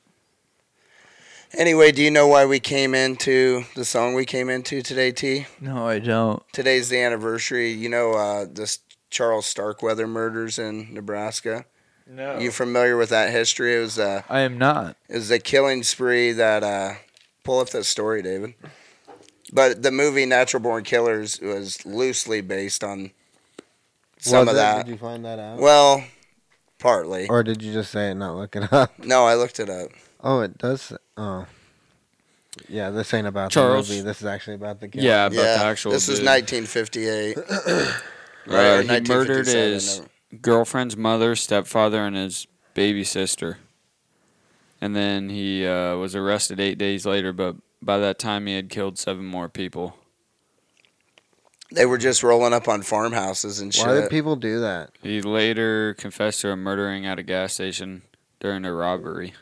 D: Anyway, do you know why we came into the song we came into today, T?
E: No, I don't.
D: Today's the anniversary. You know, uh, this Charles Starkweather murders in Nebraska.
E: No.
D: You familiar with that history? It was uh,
E: I am not.
D: It was a killing spree that uh pull up that story, David. But the movie Natural Born Killers was loosely based on some
B: Was
D: of
B: it?
D: that.
B: Did you find that out?
D: Well, partly.
B: Or did you just say it and not look it up?
D: No, I looked it up.
B: Oh, it does. Oh, yeah. This ain't about
C: Charles.
B: the movie. This is actually about the game.
C: Yeah, about
D: yeah,
C: the actual.
D: this was
C: dude.
D: 1958. right,
C: Uh, he murdered his girlfriend's mother, stepfather, and his baby sister. And then he uh, was arrested eight days later, but by that time he had killed seven more people.
D: They were just rolling up on farmhouses and
B: Why
D: shit.
B: did people do that?
C: He later confessed to a murdering at a gas station during a robbery.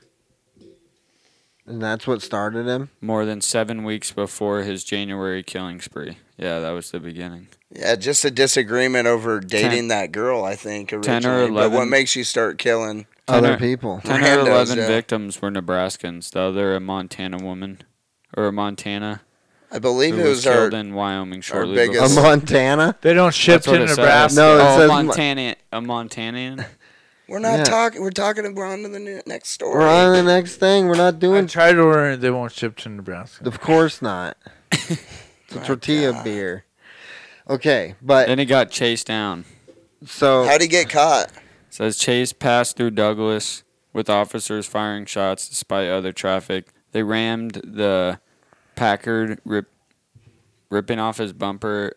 B: And that's what started him.
C: More than seven weeks before his January killing spree. Yeah, that was the beginning.
D: yeah, just a disagreement over dating that girl, I think. Originally.
C: 10 or
D: But what
C: 11.
D: makes you start killing?
B: Other
C: Tenor.
B: people.
C: Ten or
D: Randos,
C: eleven
D: yeah.
C: victims were Nebraskans. The other a Montana woman, or a Montana
D: I believe
C: who
D: it was
C: was
D: our
C: killed in Wyoming shortly
D: biggest-
B: A
C: before.
B: Montana.
E: They don't ship
C: That's
E: to
C: what it says.
E: Nebraska.
B: No, it
C: oh,
B: says Mon-
C: Montana, a Montanan.
D: We're not
B: Yeah.
D: talking. We're talking. We're on to the ne- next story.
B: We're on the next thing. We're not
E: I
B: doing.
E: tried ordering, it, they won't ship to Nebraska.
B: of course not. it's a tortilla beer. Okay, but
C: Then he got chased down.
B: so
D: How'd he get caught?
C: Says Chase passed through Douglas with officers firing shots despite other traffic. They rammed the Packard, rip, ripping off his bumper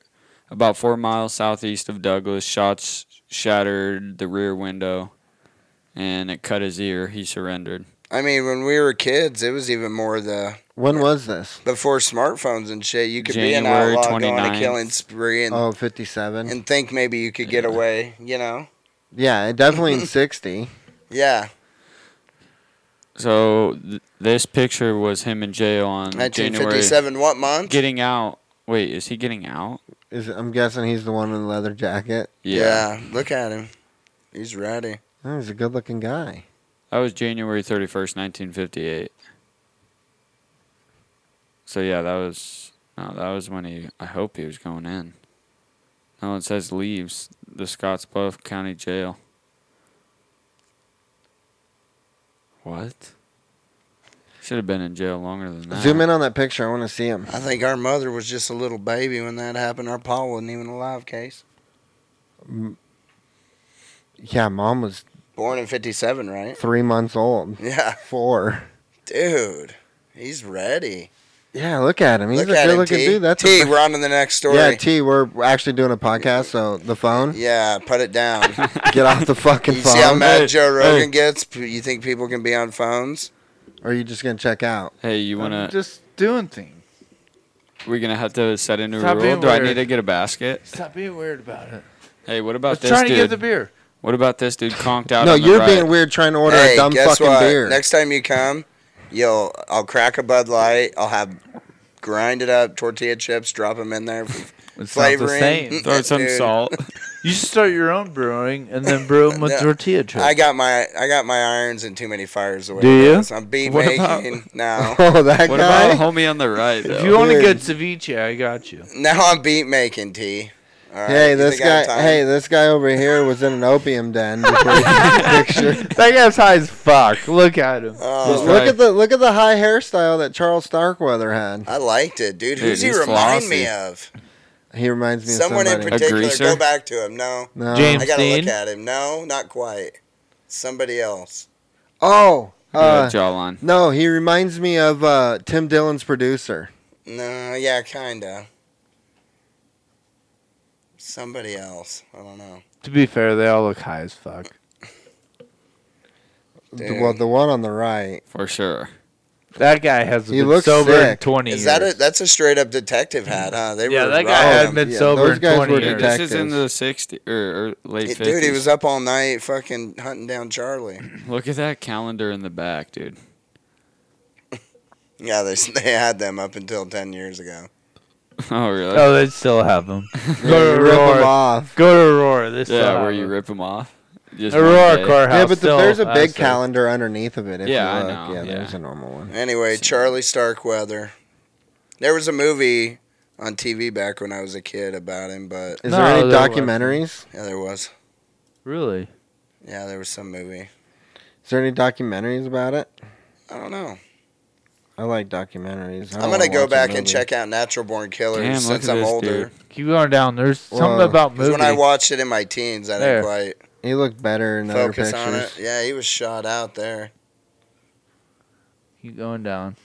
C: about four miles southeast of Douglas. Shots shattered the rear window and it cut his ear. He surrendered.
D: I mean, when we were kids, it was even more the
B: when was this?
D: before smartphones and shit. You could be an
C: January
D: outlaw going to
C: 29th.
D: killing spree and,
B: Oh, 57.
D: and think maybe you could get away. You know?
B: Yeah, definitely in 60.
D: Yeah.
C: So th- this picture was him in jail on January.
D: 1957. What month?
C: Getting out. Wait, is he getting out?
B: Is I'm guessing he's the one in the leather jacket.
D: yeah. Look at him. He's ready.
B: Oh, he's a good-looking guy.
C: That was January 31st, 1958. So yeah, that was no, that was when he I hope he was going in. No, it says leaves the Scottsbluff County Jail. What? Should have been in jail longer than that.
B: Zoom in on that picture. I want to see him.
D: I think our mother was just a little baby when that happened. Our pa wasn't even alive, Case.
B: Yeah, mom was
D: Born in 57, right?
B: three months old.
D: Yeah.
B: Four.
D: Dude, he's ready.
B: Yeah, look at him. He's
D: Look
B: a
D: at him,
B: good-looking
D: T.
B: dude. That's
D: T,
B: a,
D: we're on to the next story.
B: Yeah, T. We're we're actually doing a podcast, so the phone.
D: yeah, put it down.
B: Get off the fucking
D: You see how
B: phone.
D: mad
C: Hey,
D: Joe
C: hey.
D: Rogan gets? P- You think people can be on phones?
B: Or are you just gonna check out?
C: Hey, you wanna?
E: I'm just doing things.
C: we're gonna have to set a new
E: Stop
C: rule.
E: being
C: Do I
E: weird.
C: need to get a basket?
E: Stop being weird about it.
C: Hey, what
E: I
C: about
E: was
C: this
E: trying
C: Oh, dude?
E: to get the beer.
C: What about this dude conked out?
B: no,
C: on the
B: you're
C: right?
B: being weird trying to order a dumb fucking beer.
D: Next time you come, you'll I'll crack a Bud Light. I'll have grinded up tortilla chips, drop them in there.
E: It's not the
D: Flavoring.
E: same.
C: Throw some
D: dude.
C: salt.
E: You should start your own brewing and then brew 'em with
D: No.
E: tortilla chips.
D: I got my I got my irons and too many fires away.
E: Do you?
D: guys. I'm beat
C: What about-
D: making now.
B: oh, that
C: What
B: guy.
C: about homie on the right? Though?
E: if you want a
B: Dude.
E: good ceviche, I got you.
D: Now I'm beat making T. All right,
B: Hey,
D: you
B: this
D: think I have
B: guy.
D: time?
B: Hey, this guy over here was in an opium den. Before he took the picture.
E: That guy's high as fuck. Look at him.
D: Oh,
B: Look at the look at the high hairstyle that Charles Starkweather had.
D: I liked it, dude. Who's
C: Dude,
D: he
C: he's
D: remind me
C: flossy.
D: of?
B: He reminds me
D: Someone
B: of
D: in
B: somebody.
D: particular.
C: greaser?
D: Go back to him. No,
B: no.
E: James-
D: I gotta look
E: Dean?
D: at him. No, not quite. Somebody else.
B: Oh,
C: Yeah,
B: uh,
C: jawline.
B: no, he reminds me of uh, Tim Dillon's producer.
D: No, yeah, kinda. Somebody else. I don't know.
E: To be fair, they all look high as fuck.
B: The,
D: Dude.
B: well, the one on the right.
C: For sure.
E: That guy has
B: He
E: been
B: looks
E: sober in
B: sick.
E: 20
D: Is
E: years.
D: that it? That's a straight up detective hat, huh? They
E: yeah,
D: were
E: that guy
D: riding
E: had
D: him.
E: been
B: Yeah,
E: sober
B: those
E: in
B: guys
E: 20
B: were
E: years.
C: This is in
B: Detectives.
C: the 60s or, or late
D: It-
C: 50s.
D: Dude, he was up all night fucking hunting down Charlie.
C: Look at that calendar in the back, dude.
D: Yeah, they they had them up until ten years ago.
C: Oh, really?
E: Oh, they still have him.
B: You
E: go to
B: rip him
E: Aurora.
B: off.
E: Go to Aurora. This
C: yeah, where you rip him off. Just one
E: Aurora
C: day.
E: Car House.
B: Yeah, but the,
E: still
B: there's a big
E: has it.
B: calendar underneath of it. If
C: Yeah, I
B: you look.
C: know,
B: Yeah,
C: yeah.
B: there's a normal one.
D: Anyway, Charlie Starkweather. There was a movie on TV back when I was a kid about him, but
B: Is
E: No,
B: there any
E: there wasn't.
B: documentaries?
D: yeah, there was.
E: Really?
D: Yeah, there was some movie.
B: Is there any documentaries about it?
D: I don't know.
B: I like documentaries. I
D: I'm gonna
B: don't wanna
D: go
B: watch a
D: back and
B: movie.
D: check out Natural Born Killers
C: Damn, look
D: since
C: at
D: I'm
C: this
D: older.
C: dude.
E: Keep going down. There's
B: Whoa.
E: something about
D: Because
E: movie.
D: when I watched it in my teens, I
E: There.
D: didn't quite
B: He looked better in other
D: focus on
B: pictures.
D: it. Yeah, he was shot out there.
E: Keep going down.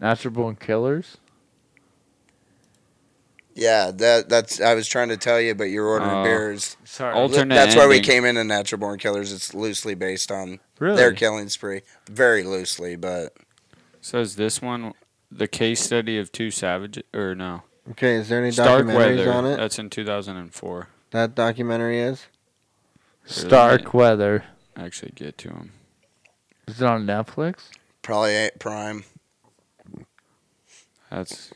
E: Natural Born Killers.
D: Yeah, that that's I was trying to tell you, but you're ordering
C: Oh.
D: beers.
E: Sorry.
C: Old- Alternate
D: that's why we
C: ending.
D: came into Natural Born Killers. It's loosely based on
E: really?
D: their killing spree, very loosely, but
C: Says this one, the case study of two savages, or no.
B: Okay, is there any documentaries
C: Starkweather.
B: on it?
C: That's in 2004.
B: that documentary is.
E: Stark Weather.
C: Actually, get to him.
E: Is it on Netflix?
D: probably ain't prime.
C: That's.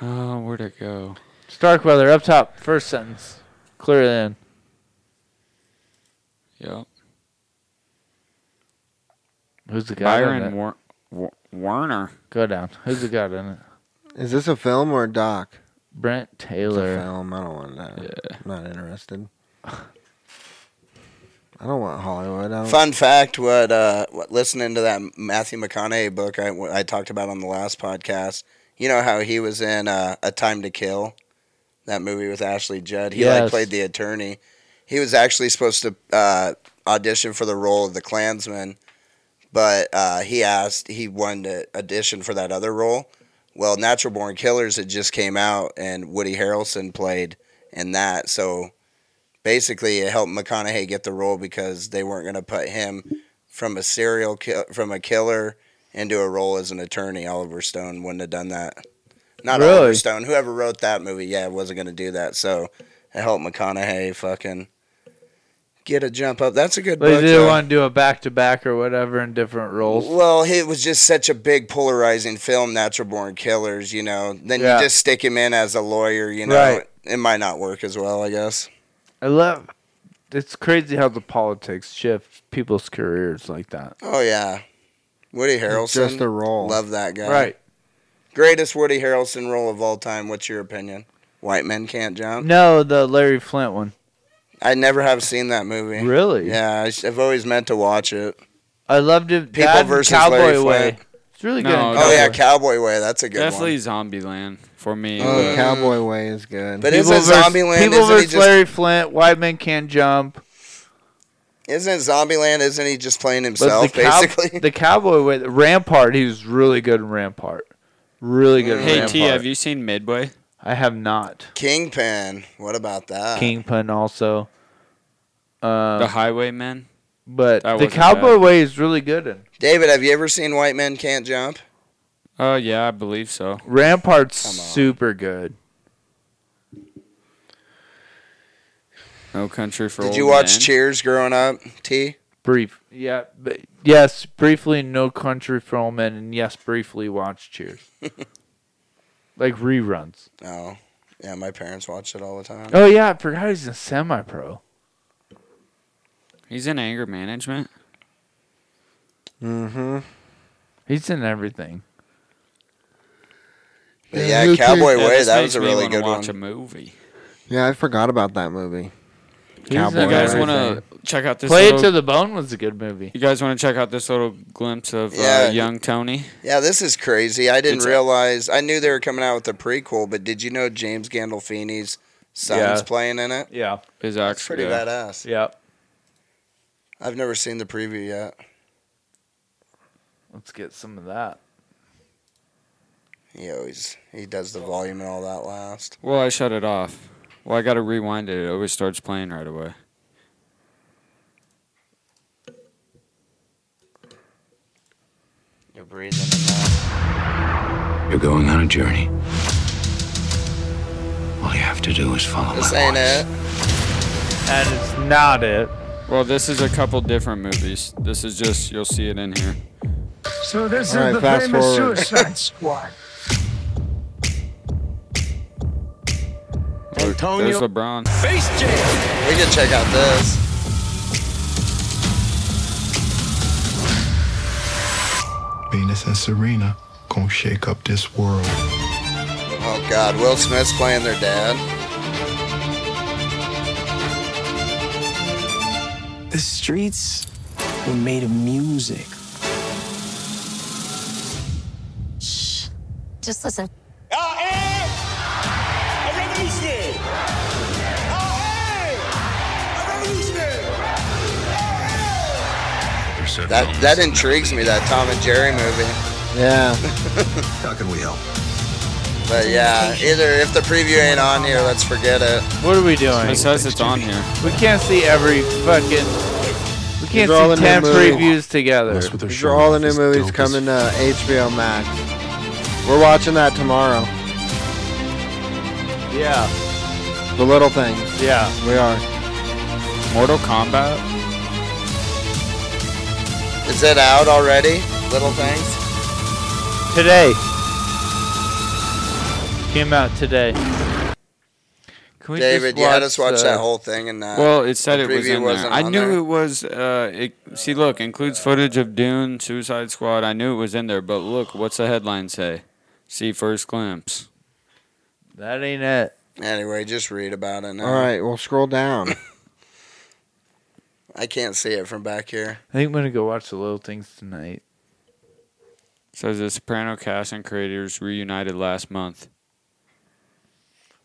C: Oh, where'd it go?
E: Stark Weather up top. First sentence. Clear it in.
C: Yep.
E: Who's the guy? in
C: Byron
E: it?
C: War- War- Warner.
E: Go down. Who's the guy in it?
B: Is this a film or a doc?
E: Brent
B: It's a
E: Taylor.
B: film. I don't want that.
C: Yeah.
B: I'm not interested. I don't want Hollywood. I don't.
D: Fun fact: what, uh, what listening to that Matthew McConaughey book I, I talked about on the last podcast? You know how he was in uh, A Time to Kill, that movie with Ashley Judd. He like
E: Yes.
D: played the attorney. He was actually supposed to uh, audition for the role of the Klansman, but uh, he asked he wanted to audition for that other role. Well, Natural Born Killers had just came out, and Woody Harrelson played in that, so basically it helped McConaughey get the role because they weren't going to put him from a serial kill, from a killer into a role as an attorney. Oliver Stone wouldn't have done that. Not Oliver
E: Really?
D: Stone, whoever wrote that movie, yeah, wasn't going to do that. So it helped McConaughey fucking get a jump up. That's a good
E: Like
D: book.
E: they didn't
D: though.
E: want to do a back to back or whatever in different roles.
D: Well, it was just such a big polarizing film, Natural Born Killers. You know, then
E: Yeah.
D: you just stick him in as a lawyer. You know,
E: Right.
D: it might not work as well, I guess.
E: I love. It's crazy how the politics shift people's careers like that.
D: Oh yeah, Woody Harrelson.
B: Just a role.
D: Love that guy.
E: Right.
D: Greatest Woody Harrelson role of all time. What's your opinion? White Men Can't Jump.
E: No, the Larry Flint one.
D: I never have seen that movie.
E: Really? Oh,
D: Yeah, I, have always meant to watch it.
E: I loved it.
D: People
E: That and
D: versus
E: Cowboy
D: Larry
E: Way.
D: Flint.
E: It's really
C: No,
E: good.
C: Oh,
E: in
D: Oh, yeah,
E: Cowboy.
D: Cowboy Way. That's a good
C: Definitely
D: one.
C: Zombieland for me.
B: Oh,
C: but-
B: Cowboy Way is good.
D: But
E: People
D: isn't
E: versus,
D: Zombieland? Isn't
E: People
D: he
E: versus
D: just
E: Larry Flint. White men can't jump.
D: isn't Zombieland? Isn't he just playing
E: But the,
D: himself
E: cow-
D: basically?
E: the Cowboy Way, the Rampart. He was really good in Rampart. Really good. in
C: hey
E: Rampart.
C: T, have you seen Midway?
E: I have not.
D: Kingpin. What about that?
E: Kingpin also. Uh,
C: the Highwaymen.
E: but
C: that
E: the
C: wasn't
E: Cowboy
C: bad.
E: Way is really good in
D: David, have you ever seen White Men Can't Jump?
C: Oh yeah, I believe so.
E: Rampart's
D: Come on.
E: super good.
C: No Country for
D: Did
C: Old
D: you watch
C: Men.
D: Cheers growing up? T.
E: Brief, yeah, but yes, briefly. No Country for Old Men, and yes, briefly watch Cheers. like reruns.
D: Oh, yeah. My parents watched it all the time.
E: Oh yeah, I forgot he's in semi-pro.
C: He's in anger management.
B: Mm-hmm.
E: He's in everything.
D: But
B: Yeah,
D: yeah,
B: you
D: Cowboy
C: Yeah,
D: Way.
C: this
D: That
C: makes
D: was a
C: me
D: really
C: wanna
D: good
C: watch
D: one.
C: a movie.
B: Yeah, I forgot about that movie.
E: He's in
B: Cowboy
C: You guys
E: everything.
C: want to check out this?
E: Play
C: little,
E: It to the Bone was a good movie.
C: You guys want to check out this little glimpse of
D: Yeah.
C: uh, young Tony?
D: Yeah, this is crazy. I didn't
C: It's a-
D: realize. I knew they were coming out with a prequel, but did you know James Gandolfini's son's
E: Yeah.
D: playing in it?
E: Yeah,
C: Is
D: That's
C: actually
D: pretty badass.
E: yeah.
D: I've never seen the preview yet.
E: Let's get some of that.
D: He always he does the volume and all that last.
C: Well, I shut it off. Well, I got to rewind it. It always starts playing right away.
D: You're breathing in that.
I: You're going on a journey. All you have to do is follow
D: This
I: my
D: ain't
I: voice.
D: it.
E: That is not it.
C: Well, this is a couple different movies. This is just you'll see it in here.
J: So this
B: All right,
J: is the
B: fast
J: famous
B: forward.
J: Suicide Squad.
C: Look, There's LeBron.
D: We can check out this.
K: Venus and Serena gonna shake up this world.
D: Oh God, Will Smith's playing their dad.
L: The streets were made of music.
M: Just listen.
D: That that intrigues me. That Tom and Jerry movie.
B: Yeah.
K: How can we help?
D: But yeah, either if the preview ain't on here, let's forget it.
E: What are we doing?
C: It says it's on here.
E: We can't see every fucking. We can't
B: These are all the
E: see
B: new
E: ten
B: movies.
E: previews together.
K: That's what they're
B: These are all the new movies coming to HBO Max. We're watching that tomorrow.
E: Yeah,
B: The Little Things.
E: yeah.
B: We are.
C: Mortal Kombat.
D: Is it out already? Little things.
E: Today came out today. Can we
D: David,
E: just
D: you had us watch
E: uh,
D: that whole thing and that.
C: Well, it said it
D: the
C: was
D: preview
C: in there.
D: wasn't
C: I
D: on
C: knew
D: there.
C: it was. Uh, it, see, look, includes footage of Dune, Suicide Squad. I knew it was in there, but look, what's the headline say? See first glimpse.
E: That ain't it.
D: Anyway, just read about it now.
B: All right, well, scroll down.
D: I can't see it from back here.
E: I think I'm gonna go watch the little things tonight.
C: Says the Soprano cast and creators reunited last month.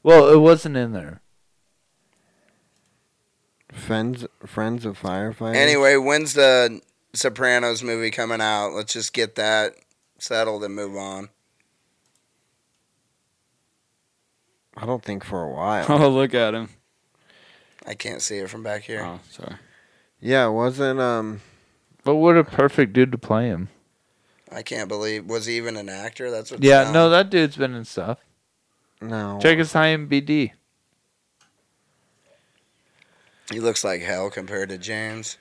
E: Well, it wasn't in there.
B: Friends, friends of firefighters.
D: Anyway, when's the Sopranos movie coming out? Let's just get that settled and move on.
B: I don't think for a while.
C: Oh, look at him.
D: I can't see it from back here.
C: Oh, sorry.
B: Yeah, it wasn't. Um,
E: But what a perfect dude to play him.
D: I can't believe was he even an actor? That's what.
E: Yeah, no, that dude's been in stuff.
B: no.
E: Check his IMBD.
D: He looks like hell compared to James.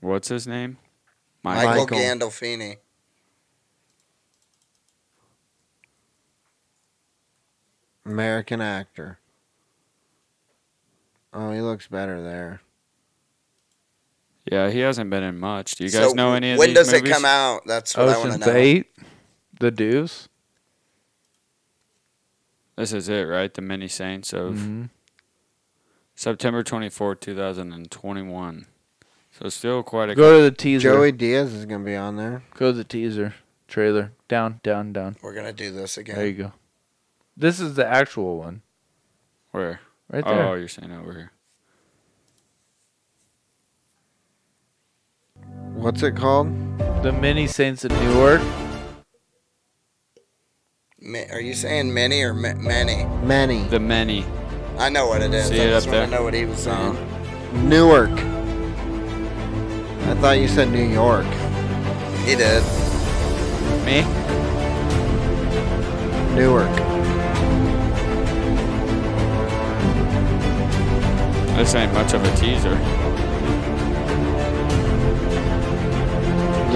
C: What's his name?
D: Michael, Gandolfini.
B: American actor. Oh, he looks better there.
C: Yeah, he hasn't been in much. Do you guys
D: So,
C: know any of
D: when
C: these
D: does it
C: movies?
D: come out? That's what Oh, I want to
E: Ocean's
D: know.
E: Eight, The Deuce.
C: This is it, right? The Many Saints of
E: Mm-hmm.
C: September twenty fourth, two 2021. So still quite a
E: Go to the teaser.
B: Joey Diaz is gonna be on there.
E: Go to the teaser trailer. Down, down, down.
D: We're gonna do this again.
E: There you go. This is the actual one
C: Where?
E: right there.
C: Oh, you're saying over here.
B: What's it called?
E: The Many Saints of Newark.
D: Ma- Are you saying many or ma- many?
B: Manny.
C: The Many.
D: I know what it is.
C: See
D: I
C: it
D: just
C: up
D: want to
C: there?
D: know what he was saying.
B: Newark. I thought you said New York.
D: He did.
C: Me?
B: Newark.
C: This ain't much of a teaser.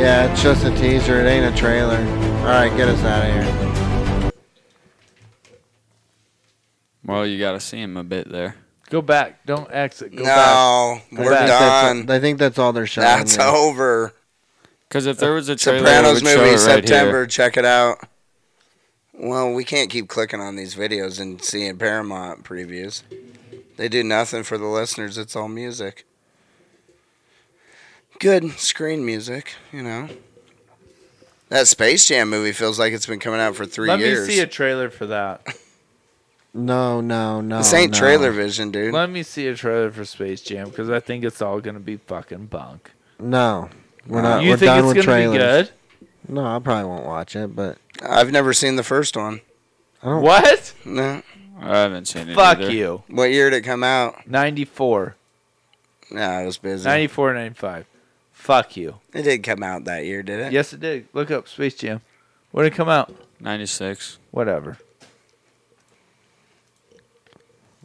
B: Yeah, it's just a teaser. It ain't a trailer. All right, get us out of here.
C: Well, you got to see him a bit there.
E: Go back. Don't exit. Go back.
D: no,
E: Go
D: we're
E: back.
D: done.
B: I think that's all they're showing.
D: That's
B: now.
D: over.
C: Because if there was a trailer,
D: Sopranos
C: it would show
D: movie
C: it right
D: September.
C: Here.
D: Check it out. Well, we can't keep clicking on these videos and seeing Paramount previews. They do nothing for the listeners. It's all music. Good screen music, you know. That Space Jam movie feels like it's been coming out for three
E: Let
D: years.
E: me see a trailer for that.
B: No, no, no.
D: This
E: Oh,
D: ain't
B: no.
D: trailer vision, dude.
E: Let me see a trailer for Space Jam because I think it's all gonna be fucking bunk.
B: No, we're not.
E: Uh, you
B: we're
E: think
B: done
E: it's
B: with
E: gonna
B: trailers.
E: be good?
B: No, I probably won't watch it, but
D: I've never seen the first one.
B: I don't.
E: What?
D: No.
C: I haven't seen it.
E: Fuck
C: either.
E: you.
D: What year did it come out?
E: 94.
D: No, I was busy.
E: 94, 95. Fuck you.
D: It did come out that year, did it?
E: Yes, it did. Look up Space Jam. When did it come out?
C: 96.
E: Whatever.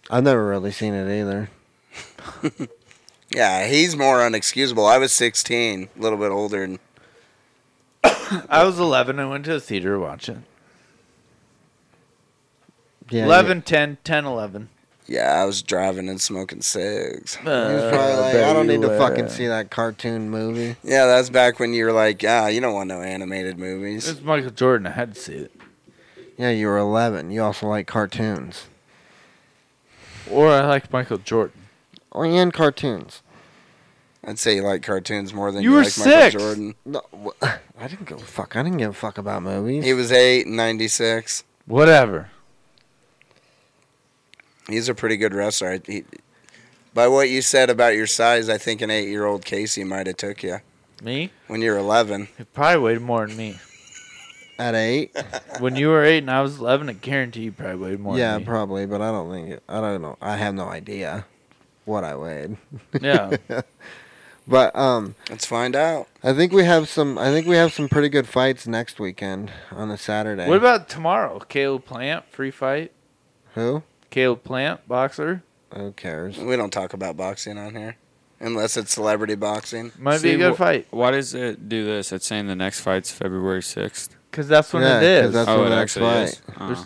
B: I've never really seen it either.
D: Yeah, he's more unexcusable. I was 16, a little bit older. And
E: I was 11. I went to the theater to watch it.
B: Yeah,
E: 11, 10, 10, 11.
D: yeah, I was driving and smoking cigs.
B: He was
E: Uh,
B: probably like, I don't need to fucking see that cartoon movie.
D: Yeah, that's back when you were like, ah, you don't want no animated
E: This
D: movies.
E: is Michael Jordan. I had to see it.
B: Yeah, you were 11. You also like cartoons.
E: Or I like Michael Jordan.
B: Oh, and cartoons.
D: I'd say you like cartoons more than
E: You
D: you,
E: were
D: like
E: six.
D: Michael Jordan.
B: No, wh- I didn't give a fuck. I didn't give a fuck about movies.
D: He was 8 in 96.
E: Whatever.
D: He's a pretty good wrestler. I- He, by what you said about your size, I think an 8-year-old Casey might have took you
E: Me?
D: when you were 11.
E: He probably weighed more than me.
B: At eight?
E: When you were 8 and I was 11, I guarantee you probably weighed more
B: yeah,
E: than me.
B: probably, but I don't think it, I don't know. I have no idea what I weighed.
E: yeah.
B: But um,
D: Let's find out.
B: I think we have some. I think we have some pretty good fights next weekend on a Saturday.
E: What about tomorrow? Caleb Plant, free fight.
B: who?
E: Caleb Plant, boxer.
B: Who cares?
D: We don't talk about boxing on here. Unless it's celebrity boxing.
E: Might be
C: See,
E: a good
C: wh-
E: fight.
C: Why does it do this? It's saying the next fight's February 6th.
E: Because that's when
B: Yeah,
E: it
B: 'cause
E: is.
B: that's
C: oh,
B: when
C: it
B: the next
C: actually is.
B: fight.
C: Oh.
E: There's-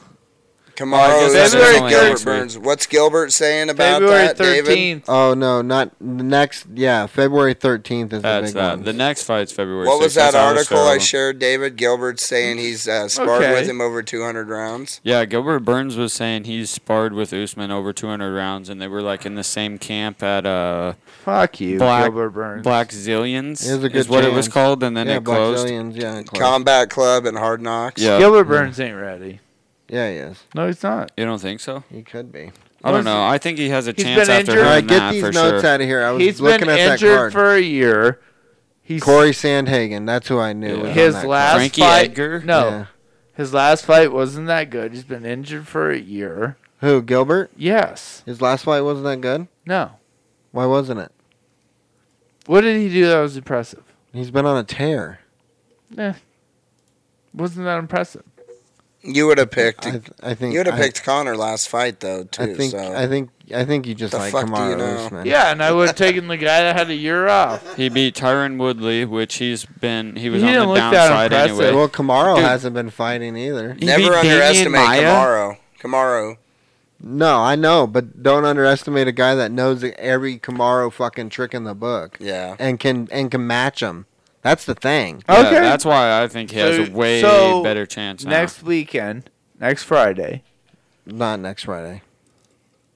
D: Tomorrow
C: guess
D: is
C: that's
D: Gilbert
C: only next week.
D: Burns. What's Gilbert saying about that, David?
B: Oh no, not the next. Yeah, February thirteenth is the
C: That's
B: big
C: that.
B: one.
C: The next fight's February.
D: What was
C: 6th. That's
D: that article I
C: terrible.
D: shared? David Gilbert saying he's uh, sparred
E: Okay.
D: with him over 200 rounds.
C: Yeah, Gilbert Burns was saying he's sparred with Usman over 200 rounds, and they were like in the same camp at uh
E: Fuck you,
C: Black
E: Gilbert Burns.
C: Black Zillions
B: It was a
C: is
B: good
C: what it was
B: chance.
C: called, and then
B: yeah,
C: it closed.
B: Blackzillions, yeah, it closed.
D: Combat Club and Hard Knocks.
C: Yeah,
E: Gilbert Burns ain't ready.
B: yeah, he is.
E: No, he's not.
C: you don't think so?
B: He could be.
C: I don't
E: Was-
C: know. I think he has a
E: He's
C: chance
E: been
C: after
E: injured?
B: All
E: Sure,
B: right,
C: him,
B: get
C: nah,
B: these
C: for
B: notes
C: sure.
B: out of here. I was
E: He's
B: looking
E: been
B: at that
E: injured
B: card.
E: for a year. He's
B: Corey Sandhagen. That's who I knew.
C: Yeah.
B: was on
E: his
B: that
E: last
B: card.
C: Frankie
E: fight.
C: Edgar?
E: No,
B: Yeah.
E: his last fight wasn't that good. He's been injured for a year.
B: Who? Gilbert.
E: Yes.
B: His last fight wasn't that good.
E: No.
B: Why wasn't it?
E: What did he do that was impressive?
B: He's been on a tear.
E: Eh. Wasn't that impressive?
D: You would have picked.
B: I, I think.
D: you would have
B: I-
D: picked Connor last fight though too.
B: I think.
D: so.
B: I think. I think you just
D: The
B: like
D: fuck do you
B: Kamaru
D: know?
B: Usman.
E: Yeah, and I would have taken the guy that had a year off.
C: He beat Tyron Woodley, which he's been he was
E: He
C: on
E: didn't
C: the
E: look that
C: downside
E: impressive.
C: anyway.
B: Well, Kamaru
C: Dude.
B: hasn't been fighting either.
C: He
D: Never
C: beat Damian
D: underestimate
C: Maia.
D: Camaro. Camaro.
B: No, I know, but don't underestimate a guy that knows every Kamaru fucking trick in the book
D: Yeah.
B: and can and can match him. That's the thing.
C: Yeah,
E: Okay.
C: that's why I think he has a
E: So-
C: way
E: so
C: better chance now.
E: Next weekend, next Friday.
B: Not next Friday.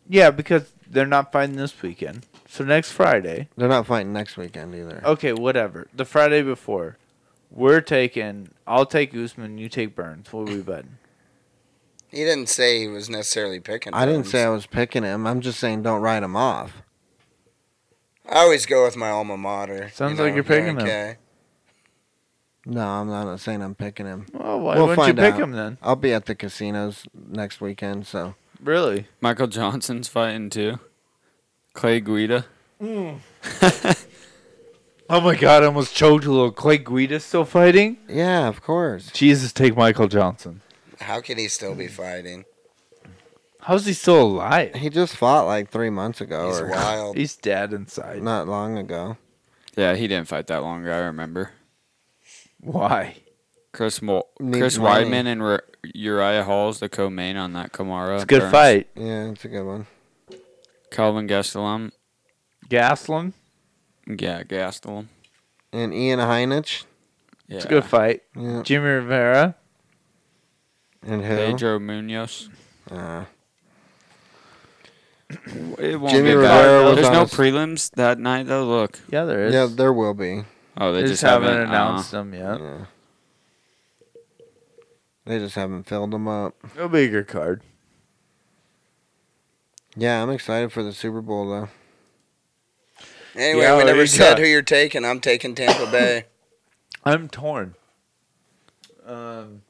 E: Yeah, because they're not fighting this weekend. So next Friday.
B: They're not fighting next weekend either.
E: Okay, whatever. The Friday before, we're taking. I'll take Usman. You take Burns. What are we betting?
D: He didn't say he was necessarily picking.
B: I didn't
D: Burns.
B: say I was picking him. I'm just saying don't write him off.
D: I always go with my alma mater.
E: Sounds like you're picking them.
D: okay.
B: No, I'm not, I'm not saying I'm picking him.
E: Well, why
B: We'll
E: wouldn't you
B: find
E: pick
B: out.
E: him then?
B: I'll be at the casinos next weekend, so
E: Really?
C: Michael Johnson's fighting too. Clay Guida.
E: Oh my God! I almost choked a little. Clay Guida's still fighting.
B: yeah, of course.
E: Jesus, take Michael Johnson.
D: How can he still be fighting?
E: How's he still alive?
B: He just fought like three months ago
D: He's
B: or
D: wild.
E: He's dead inside.
B: not long ago.
C: Yeah, he didn't fight that long ago. I remember.
E: Why?
C: Chris Mo-
B: Needs
C: Chris
B: money.
C: Weidman and Re- Uriah Hall's the co-main on that Kamara.
E: It's a good
C: Burns.
E: fight.
B: Yeah, it's a good one.
C: Calvin Gastelum.
E: Gaslam.
C: Yeah, Gastelum.
B: And Ian Heinich.
C: Yeah.
E: It's a good fight.
B: Yeah.
E: Jimmy Rivera.
B: And who?
C: Pedro Munoz.
B: Uh,
C: It won't
B: Jimmy
C: be bad.
B: Rivera was
C: There's
B: on
C: no
B: his-
C: prelims that night though. Look.
E: Yeah, there is.
B: yeah, there will be.
C: Oh, they,
E: they
C: just,
E: just haven't,
C: uh,
E: announced them yet.
B: Yeah. They just haven't filled them up.
E: No bigger card.
B: Yeah, I'm excited for the Super Bowl though.
D: Anyway,
E: Yeah,
D: we
E: there
D: never
E: you
D: said
E: go.
D: who you're taking. I'm taking Tampa Bay.
E: I'm torn. Um,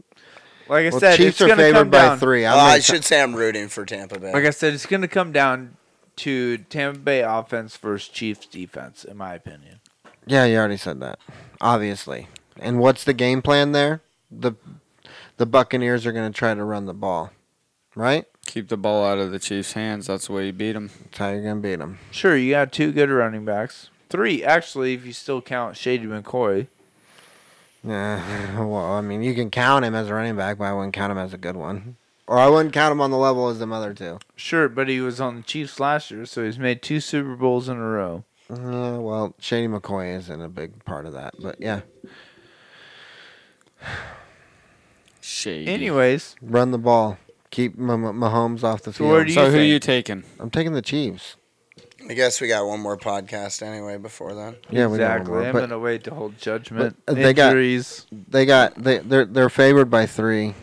E: like I
B: well,
E: said,
B: Chiefs
E: it's
B: are
E: gonna
B: favored
E: come
B: by
E: down. Oh,
B: three.
D: Well, I
B: exci-
D: should say I'm rooting for Tampa Bay.
E: Like I said, it's gonna come down to Tampa Bay offense versus Chiefs defense, in my opinion.
B: Yeah, you already said that. Obviously. And what's the game plan there? The the Buccaneers are going to try to run the ball, right?
C: Keep the ball out of the Chiefs' hands. That's the way you beat them.
B: That's how you're going to beat them.
E: Sure, you got two good running backs, three actually, if you still count Shady McCoy.
B: Yeah. Well, I mean, you can count him as a running back, but I wouldn't count him as a good one. Or I wouldn't count him on the level as the other two.
E: Sure, but he was on the Chiefs last year, so he's made two Super Bowls in a row.
B: Yeah, Uh, well, Shady McCoy isn't a big part of that, but yeah,
C: Shady.
E: Anyways,
B: run the ball, keep Mah- Mahomes off the
E: So
B: field.
E: where do
C: So
E: you
C: who
E: think?
C: you taking?
B: I'm taking the Chiefs.
D: I guess we got one more podcast anyway before then.
B: Yeah, we got one
E: exactly.
B: more,
E: I'm
B: but
E: gonna wait to hold judgment.
B: but they got-
E: Injuries.
B: they got they they're they're favored by three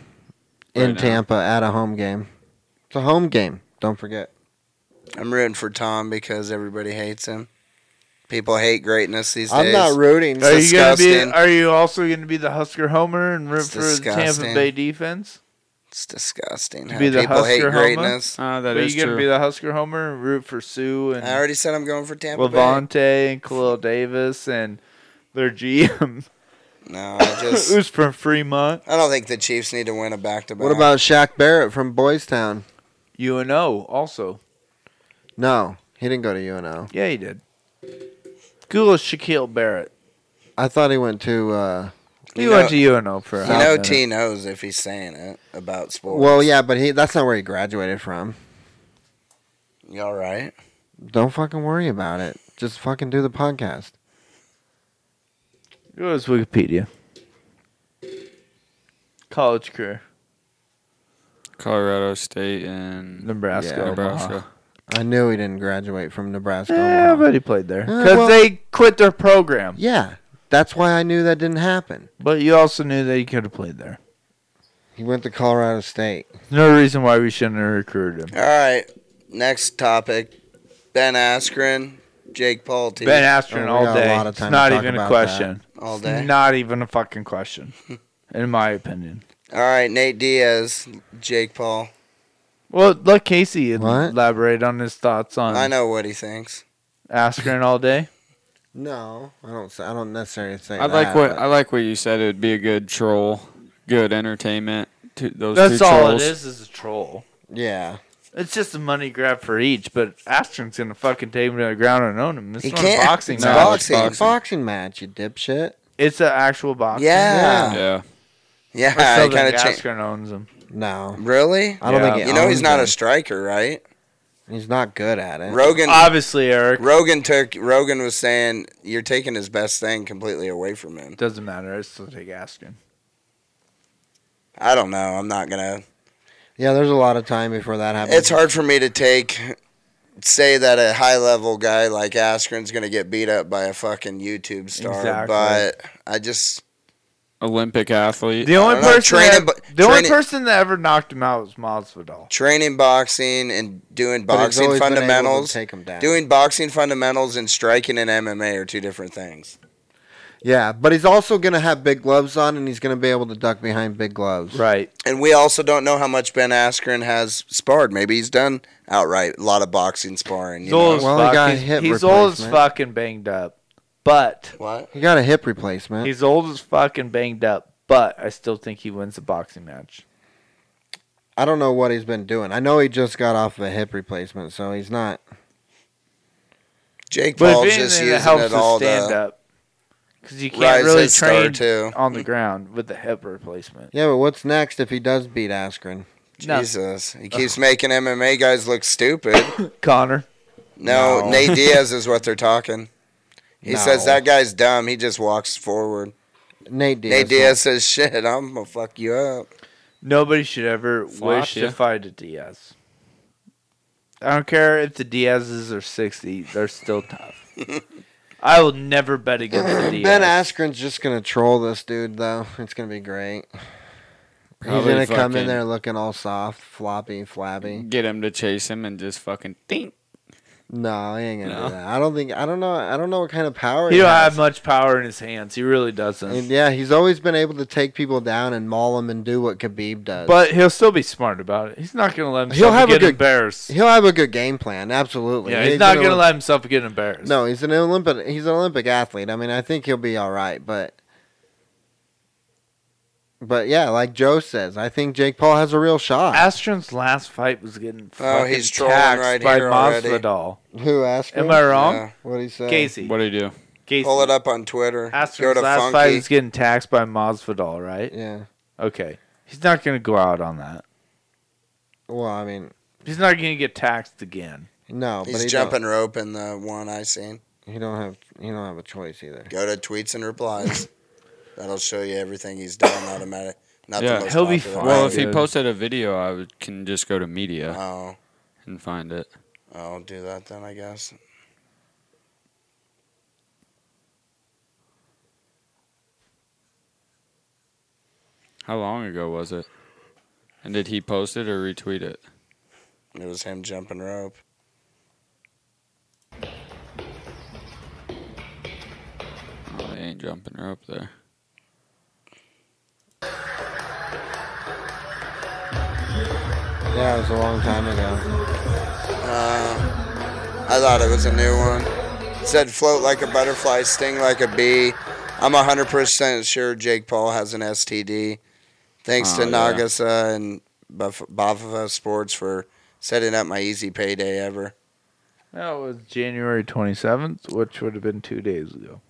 B: in
C: Right now.
B: Tampa at a home game. It's a home game. Don't forget.
D: I'm rooting for Tom because everybody hates him. People hate greatness these
B: I'm
D: days.
B: not rooting.
E: are you gonna be?
D: disgusting.
E: Are you also gonna be the Husker homer and root
D: It's
E: for the Tampa
D: disgusting.
E: Bay defense?
D: It's disgusting. How
E: be the
D: people hate
E: Husker homer?
D: greatness.
C: Ah, that
E: Are
C: is
E: you gonna
C: true.
E: be the Husker homer and root for Sue and
D: I already said I'm going for Tampa Bay.
E: Levante and Khalil Davis and their GM
D: No, I just
E: who's from Fremont,
D: I don't think the Chiefs need to win a back to back.
B: What about Shaq Barrett from Boys Town?
E: UNO also.
B: No, he didn't go to UNO.
E: Yeah, he did. Google Shaquille Barrett.
B: I thought he went to uh,
E: He went to UNO for a
D: You
E: hot
D: know,
E: minute.
D: T knows if he's saying it about sports.
B: Well, yeah, but he that's not where he graduated from.
D: You all right?
B: Don't fucking worry about it. Just fucking do the podcast.
E: It was Wikipedia. College career.
C: Colorado State and
E: Nebraska,
C: Yeah,
E: Omaha.
C: Nebraska.
B: I knew he didn't graduate from Nebraska.
E: Yeah,
B: Omaha.
E: but he played there.
B: Uh,
E: Because
B: well-
E: they quit their program.
B: Yeah, that's why I knew that didn't happen.
E: But you also knew that he could have played there.
B: He went to Colorado State.
E: There's no reason why we shouldn't have recruited him.
D: All right. Next topic: Ben Askren, Jake Paul. T.
E: Ben Astron
B: Oh, we
E: all
B: got a
E: day.
B: lot of
E: It's
B: time to
E: not
B: talk
E: even a
B: about
E: question.
D: All
E: It's
D: day?
E: Not even a fucking question, in my opinion.
D: All right, Nate Diaz, Jake Paul.
E: Well, let Casey
B: What?
E: elaborate on his thoughts on
D: I know what he thinks.
E: Askren all day.
B: No, I don't. I don't necessarily say.
C: I like
B: that,
C: what
B: but-
C: I like what you said. It would be a good troll, good entertainment. To those
E: That's
C: two
E: all
C: trolls.
E: it is, is a troll.
B: yeah,
E: It's just a money grab for each, but Astron's going to fucking take him to the ground and own him. It's
D: He
E: not
D: can't.
E: a boxing
D: It's
E: match.
D: boxing.
B: boxing. boxing match, you dipshit.
E: It's an actual boxing
D: Yeah,
C: Yeah,
D: yeah.
E: match.
D: I
E: Or
D: kind
E: Southern
D: of changed.
E: Askren owns him.
B: No,
D: Really?
B: I don't
E: Yeah.
B: think he
D: You know
B: owns
D: he's not
B: him.
D: a striker, right?
B: He's not good at it.
D: Rogan.
E: Obviously, Eric.
D: Rogan took. Rogan was saying you're taking his best thing completely away from him.
E: Doesn't matter. I still take Askren.
D: I don't know. I'm not gonna.
B: yeah, there's a lot of time before that happens.
D: It's hard for me to take. Say that a high level guy like Askren's gonna get beat up by a fucking YouTube star,
E: Exactly.
D: but I just
C: Olympic athlete.
E: The only
D: don't know,
E: person
D: train
E: that,
D: him, but-
E: the
D: train
E: only
D: him-
E: person that ever knocked him out was Masvidal.
D: training boxing and doing
B: But he's
D: boxing
B: always been able to
D: fundamentals.
B: Take him down.
D: Doing boxing fundamentals and striking and MMA are two different things.
B: Yeah, but he's also gonna have big gloves on, and he's gonna be able to duck behind big gloves.
E: Right.
D: And we also don't know how much Ben Askren has sparred. Maybe he's done outright a lot of boxing sparring. You
E: He's old
D: know?
E: as
B: Well, he
E: fuck.
B: got
E: He's,
B: hip
E: he's old as
B: replacement.
E: fuck and banged up. But
D: What?
B: He got a hip replacement.
E: he's old as fuck and banged up. But I still think he wins the boxing match.
B: I don't know what he's been doing. I know he just got off of a hip replacement, so he's not.
D: Jake
E: But
D: Paul's
E: if
D: just
E: anything, it
D: using
E: helps
D: it all
E: his
D: to
E: stand up because you
D: rise
E: can't really
D: his star,
E: train
D: too.
E: on the ground with the hip replacement.
B: Yeah, but what's next if he does beat Askren?
E: No.
D: Jesus. He keeps making MMA guys look stupid.
E: Connor,
D: No, Nate Diaz is what they're talking. He says
B: No.
D: that guy's dumb. He just walks forward.
B: Nate Diaz.
D: Nate Diaz says, "Shit, I'm gonna fuck you up."
E: nobody should ever wish
C: Flopped, yeah.
E: to fight a Diaz. I don't care if the Diazes are sixty; they're still tough. I will never bet against the Diaz.
B: Ben Askren's just gonna troll this dude, though. It's gonna be great. he's
C: Probably
B: gonna come
C: fucking
B: in there looking all soft, floppy, flabby.
C: Get him to chase him and just fucking think.
B: No, he ain't gonna
C: No.
B: do that. I don't think. I don't know. I don't know what kind of power
E: He
B: he
E: don't
B: has.
E: have much power in his hands. He really doesn't.
B: And yeah, he's always been able to take people down and maul them and do what Khabib does.
E: but he'll still be smart about it. He's not going to let himself
B: He'll have a
E: get
B: good-
E: embarrassed.
B: he'll have a good game plan. Absolutely.
E: yeah, he's not going to
B: Olymp-
E: let himself get embarrassed.
B: No, he's an Olympic. He's an Olympic athlete. I mean, I think he'll be all right. But, but yeah, like Joe says, I think Jake Paul has a real shot.
E: Astron's last fight was getting
D: Oh,
E: fucking
D: he's trolling
E: taxed
D: right
E: by
D: here already.
E: Masvidal.
B: Who asked?
E: Am
B: him?
E: I wrong?
D: Yeah.
B: What he say?
E: Casey.
C: What do you do?
E: Casey.
D: Pull it up on Twitter. Go
E: Astron's
D: to
E: last fight
D: Funky.
E: was getting taxed by Masvidal, right?
B: Yeah.
E: Okay. He's not going to go out on that.
B: Well, I mean,
E: He's not going to get taxed again.
B: no, Oh, but
D: He's
B: he
D: jumping rope in the one I seen.
B: Don't, he don't have. He don't have a choice either.
D: Go to tweets and replies. That'll show you everything he's done automatic. Not
C: Yeah.
D: the most
E: He'll be
D: popular
E: fine.
C: Well,
D: one.
C: if he
E: dude.
C: posted a video, I would, can just go to media
D: Oh,
C: and find it.
D: I'll do that then, I guess.
C: How long ago was it? And did he post it or retweet it?
D: It was him jumping rope.
C: Oh, they ain't jumping her up there.
B: Yeah, it was a long time ago.
D: I thought it was a new one. It said float like a butterfly, sting like a bee. I'm 100% sure Jake Paul has an STD. Thanks
C: Oh,
D: to
C: yeah.
D: Nagasa and Buff- Baffa Sports for setting up my easy payday ever.
E: That was January 27th, which would have been two days ago.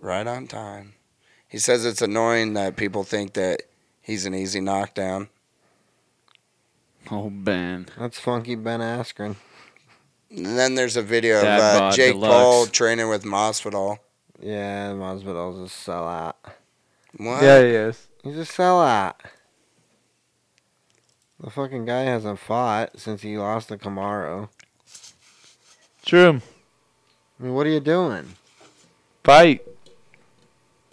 D: Right on time. He says it's annoying that people think that he's an easy knockdown.
C: Oh, Ben.
B: That's funky Ben Askren.
D: And then there's a video
B: Dad
D: of uh,
B: bod
D: Jake
B: deluxe.
D: Paul training with Masvidal.
B: Yeah, Masvidal's a sellout.
D: What?
E: Yeah, he is.
B: He's a sellout. The fucking guy hasn't fought since he lost to Camaro.
E: True.
B: I mean, what are you doing?
E: Fight.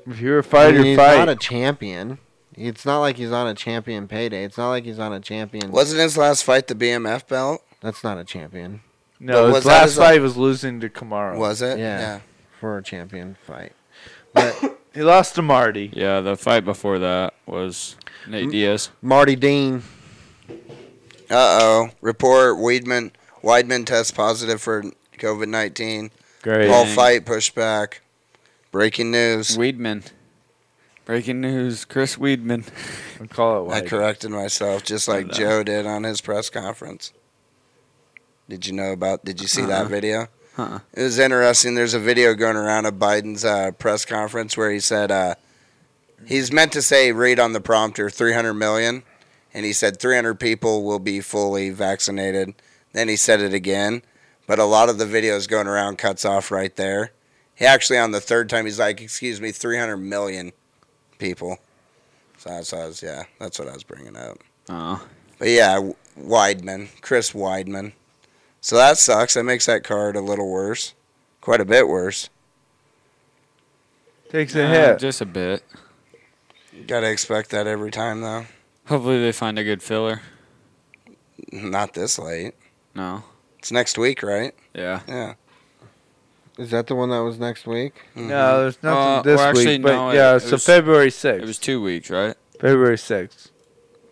E: If you're a fighter,
B: I mean, he's
E: fight.
B: not a champion. It's not like he's on a champion payday. It's not like he's on a champion.
D: Wasn't his last fight the BMF belt?
B: That's not a champion.
E: no,
D: But
E: his
D: was that
E: last
D: his-
E: fight was losing to Kamara.
D: Was it?
B: Yeah.
D: yeah.
B: For a champion fight.
E: He lost to Marty.
C: Yeah, the fight before that was
E: Mm.
C: Nate Diaz.
B: Marty Dean.
D: Uh oh. Report Weidman Weidman tests positive for COVID nineteen.
E: Great.
D: All fight pushback. Breaking news.
C: Weedman. Breaking news. Chris Weedman.
E: I call it
D: I
E: white.
D: corrected myself just like
C: Hello.
D: Joe did on his press conference. Did you know about did you see that
C: Uh-uh.
D: video?
C: Huh.
D: It was interesting. There's a video going around of Biden's uh, press conference where he said uh, he's meant to say read on the prompter 300 million, and he said 300 people will be fully vaccinated. Then he said it again, but a lot of the videos going around cuts off right there. He actually on the third time he's like, "Excuse me, 300 million people." So that's what I was, yeah, that's what I was bringing up.
C: Oh.
D: But yeah, Weidman, Chris Weidman. So that sucks. That makes that card a little worse, quite a bit worse.
E: Takes a
C: Uh,
E: hit.
C: just a bit.
D: Gotta expect that every time though.
C: Hopefully they find a good filler.
D: Not this late.
C: No.
D: It's next week, right?
C: Yeah.
D: Yeah. Mm-hmm.
B: Is that the one that was next week? Mm-hmm.
E: No, there's nothing
C: Uh,
E: this
C: or actually,
E: week. But
C: no, it-
E: yeah,
C: it
E: so
C: was-
E: February 6th.
C: It was two weeks, right?
E: February 6th.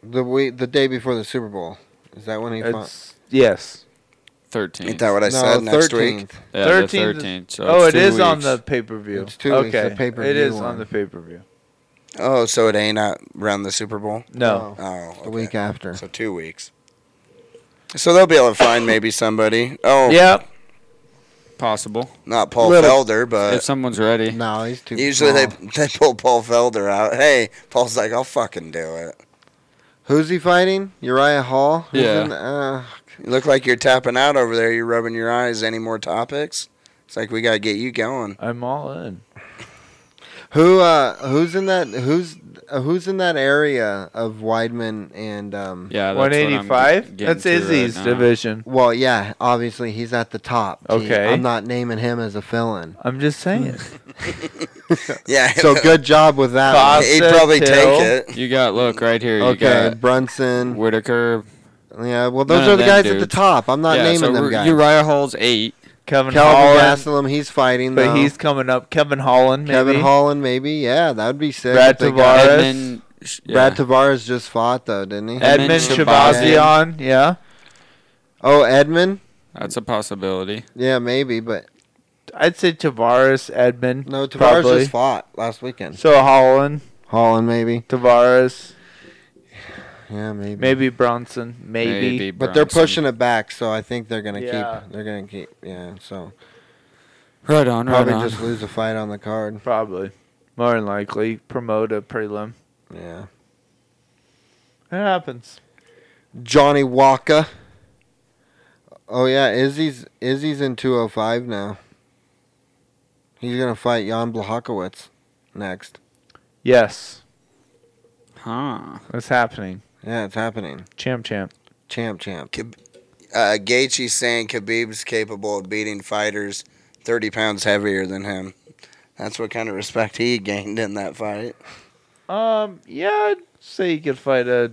B: The week, the day before the Super Bowl. Is that when he fought?
E: It's, yes.
C: 13th.
D: Ain't that what I said? Next week.
C: Yeah, the
E: 13th.
C: 13th, so
E: oh,
C: it's
E: it
C: two
E: is on
C: weeks.
E: the pay per view.
B: It's two weeks,
E: okay.
B: the pay-per-view
E: It is
B: one.
E: on the pay per view.
D: Oh, so it ain't uh, around the Super Bowl.
E: No.
D: Oh, okay.
B: The week after.
D: So two weeks. So they'll be able to find maybe somebody. Oh,
E: Yep.
C: Possible.
D: not Paul
E: Little-
D: Felder, but
C: if someone's ready.
B: No, he's too
D: usually
B: small.
D: they they pull Paul Felder out. Hey, Paul's like, I'll fucking do it.
B: Who's he fighting? Uriah Hall? Who's
C: Yeah.
B: in- uh,
D: You look like you're tapping out over there. You're rubbing your eyes. Any more topics? It's like we gotta get you going.
E: I'm all in.
B: who? Uh, who's in that? Who's uh, who's in that area of Weidman and? Um,
C: Yeah, that's what I'm get-
E: 185?
C: getting
E: That's
C: to right
E: Izzy's
C: now.
E: division.
B: Well, yeah, obviously he's at the top. Gee,
E: Okay.
B: I'm not naming him as a fill-in.
E: I'm just saying.
D: Yeah.
B: So good job with that. one.
E: Five.
D: He'd probably
E: Till.
D: take it.
C: You got look right here. You
B: Okay,
C: got
B: Brunson.
C: Whitaker.
B: Yeah, well, those
C: None
B: are
C: of
B: the
C: them
B: guys at the
C: dudes.
B: top. I'm not
C: yeah,
B: naming
C: so
B: them
C: we're-
B: guys.
C: Uriah Hall's eight.
E: Kevin
B: Calvin
E: Holland.
B: Gastelum, he's fighting
E: But
B: though.
E: he's coming up. Kevin Holland, maybe.
B: Kevin Holland, maybe. Yeah, that would be sick.
E: Brad
B: if they got-
E: Tavares. Torres.
C: Edmund. sh- Yeah.
B: Brad Tavares just fought though, didn't he?
E: Edmund
C: Edmund
E: Shabazian. Yeah.
B: oh, Edmund.
C: That's a possibility.
B: Yeah, maybe, but
E: I'd say Tavares, Edmund.
B: no, Tavares
E: probably.
B: just fought last weekend.
E: So Holland,
B: Holland, maybe.
E: Tavares,
B: Yeah, maybe.
E: maybe Bronson, maybe.
B: But they're
C: Bronson.
B: pushing it back, so I think they're gonna
E: Yeah.
B: keep. They're gonna keep. Yeah, so
C: Right on. Right
B: probably
C: on.
B: just lose a fight on the card.
E: Probably. More than likely. Promote a prelim.
B: Yeah.
E: It happens.
B: Johnny Walker. Oh yeah, Izzy's Izzy's in 205 now. He's gonna fight Jan Blachowicz next.
E: Yes.
C: huh.
E: That's happening.
B: Yeah, it's happening.
E: Champ champ.
B: Champ, champ.
D: Uh, Gaethje saying Khabib's capable of beating fighters 30 pounds heavier than him. That's what kind of respect he gained in that fight.
E: Um, yeah, I'd say you could fight a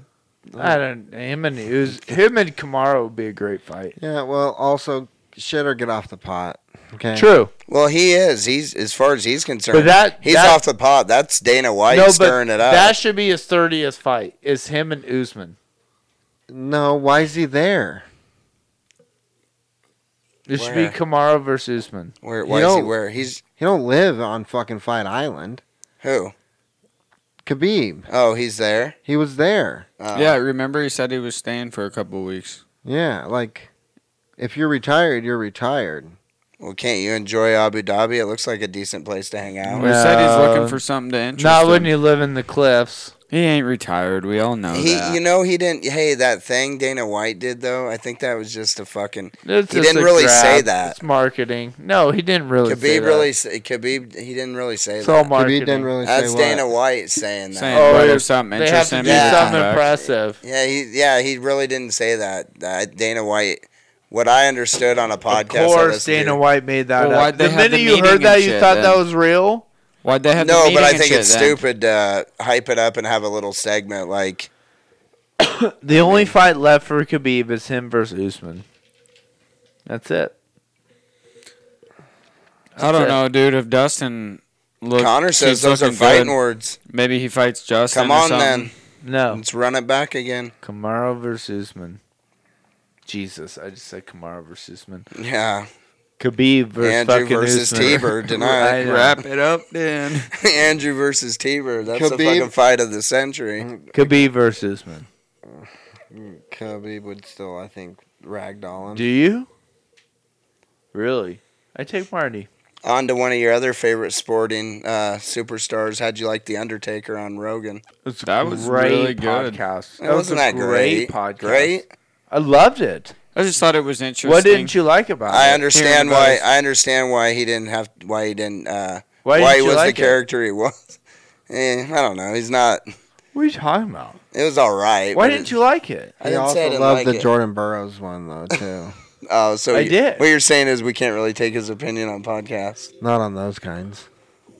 E: I don't him and Uz, him and Kamara would be a great fight.
B: Yeah, well, also shit or get off the pot. Okay.
E: True.
D: Well, he is. He's as far as he's concerned.
E: But that-
D: he's
E: that-
D: off the pot. That's Dana White
E: no, but
D: stirring it up.
E: that should be his thirtieth fight. Is him and Usman.
B: No, why is he there?
E: It should be
D: Where?
E: Kamara versus Usman.
D: where
B: You
D: why is he
B: know-
D: where? He's
B: He don't live on fucking Fight Island.
D: who?
B: Khabib,
D: Oh, he's there.
B: he was there.
D: Uh,
C: yeah, remember he said he was staying for a couple weeks.
B: Yeah, like if you're retired, you're retired.
D: Well, can't you enjoy Abu Dhabi? It looks like a decent place to hang out.
C: We said he's looking for something to interest
E: Not when
C: him.
E: you live in the cliffs.
C: He ain't retired. We all know
D: He,
C: that.
D: you know, he didn't. Hey, that thing Dana White did though. I think that was just a fucking.
E: It's
D: he
E: just
D: didn't
E: a
D: really
E: grab.
D: say that.
E: It's marketing. No, he didn't really
D: Khabib
E: say
D: really.
E: that.
D: Say, Khabib. He didn't really say
E: It's all
D: that.
E: marketing. didn't
B: really
D: That's Dana White saying that.
C: Saying, "Well, if something
E: they have
C: interests
E: to
C: him,
E: do
C: he'll come
E: something
C: back."
E: impressive.
D: Yeah, he yeah he really didn't say that. Uh, Dana White. What I understood on a
E: Of
D: podcast. I
E: course,
D: listened
E: Dana
D: to-
E: White made that
C: Well,
E: up.
C: why'd they
E: The
C: have the
E: minute you
C: meeting
E: heard that,
C: and
E: you
C: shit
E: thought that
C: then?
E: was real.
C: Why'd they have the
D: No,
C: meeting
D: but I
C: and
D: think
C: shit
D: it's
C: then?
D: stupid to hype it up and have a little segment like.
E: The only fight left for Khabib is him versus Usman. That's it.
C: I don't know, dude. If Dustin look,
D: Connor says
C: keeps
D: those are
C: looking
D: fighting
C: good,
D: words.
C: Maybe he fights Justin.
D: Come
C: or
D: on,
C: something.
D: then.
E: No.
D: Let's run it back again.
E: Kamara versus Usman. Jesus, I just said Kamara versus Usman.
D: Yeah.
E: Khabib versus
D: Andrew
E: fucking
D: versus
E: Usman.
D: T-Bird tonight.
E: I know.
C: Wrap it up, then.
D: Andrew versus T-Bird. That's the
B: Khabib-
D: fucking fight of the century.
E: Khabib versus Usman.
B: Cubby would still, I think, ragdoll him.
E: Do you? Really? I take Marty.
D: On to one of your other favorite sporting uh, superstars. How'd you like The Undertaker on Rogan?
E: It's a
C: That was
E: great
C: really good.
E: podcast.
D: That wasn't that great.
E: podcast.
D: Great.
E: I loved it.
C: I just thought it was interesting.
E: What didn't you like about
D: I
E: it?
D: understand
C: Hearing
D: why.
C: both.
D: I understand why he didn't have. Why he didn't. Uh,
E: Why
D: why
E: didn't
D: he
E: you
D: was
E: like it?
D: the character he was. Eh, I don't know. He's not.
E: What are you talking about?
D: It was all right.
E: Why
D: but
E: didn't
D: it-
E: you like it?
D: I
B: He
D: didn't say I
B: also
D: didn't
B: loved
D: like
B: the
D: it.
B: Jordan Burroughs one though too.
D: Oh, so
E: I
D: you-
E: did.
D: What you're saying is we can't really take his opinion on podcasts.
B: Not on those kinds.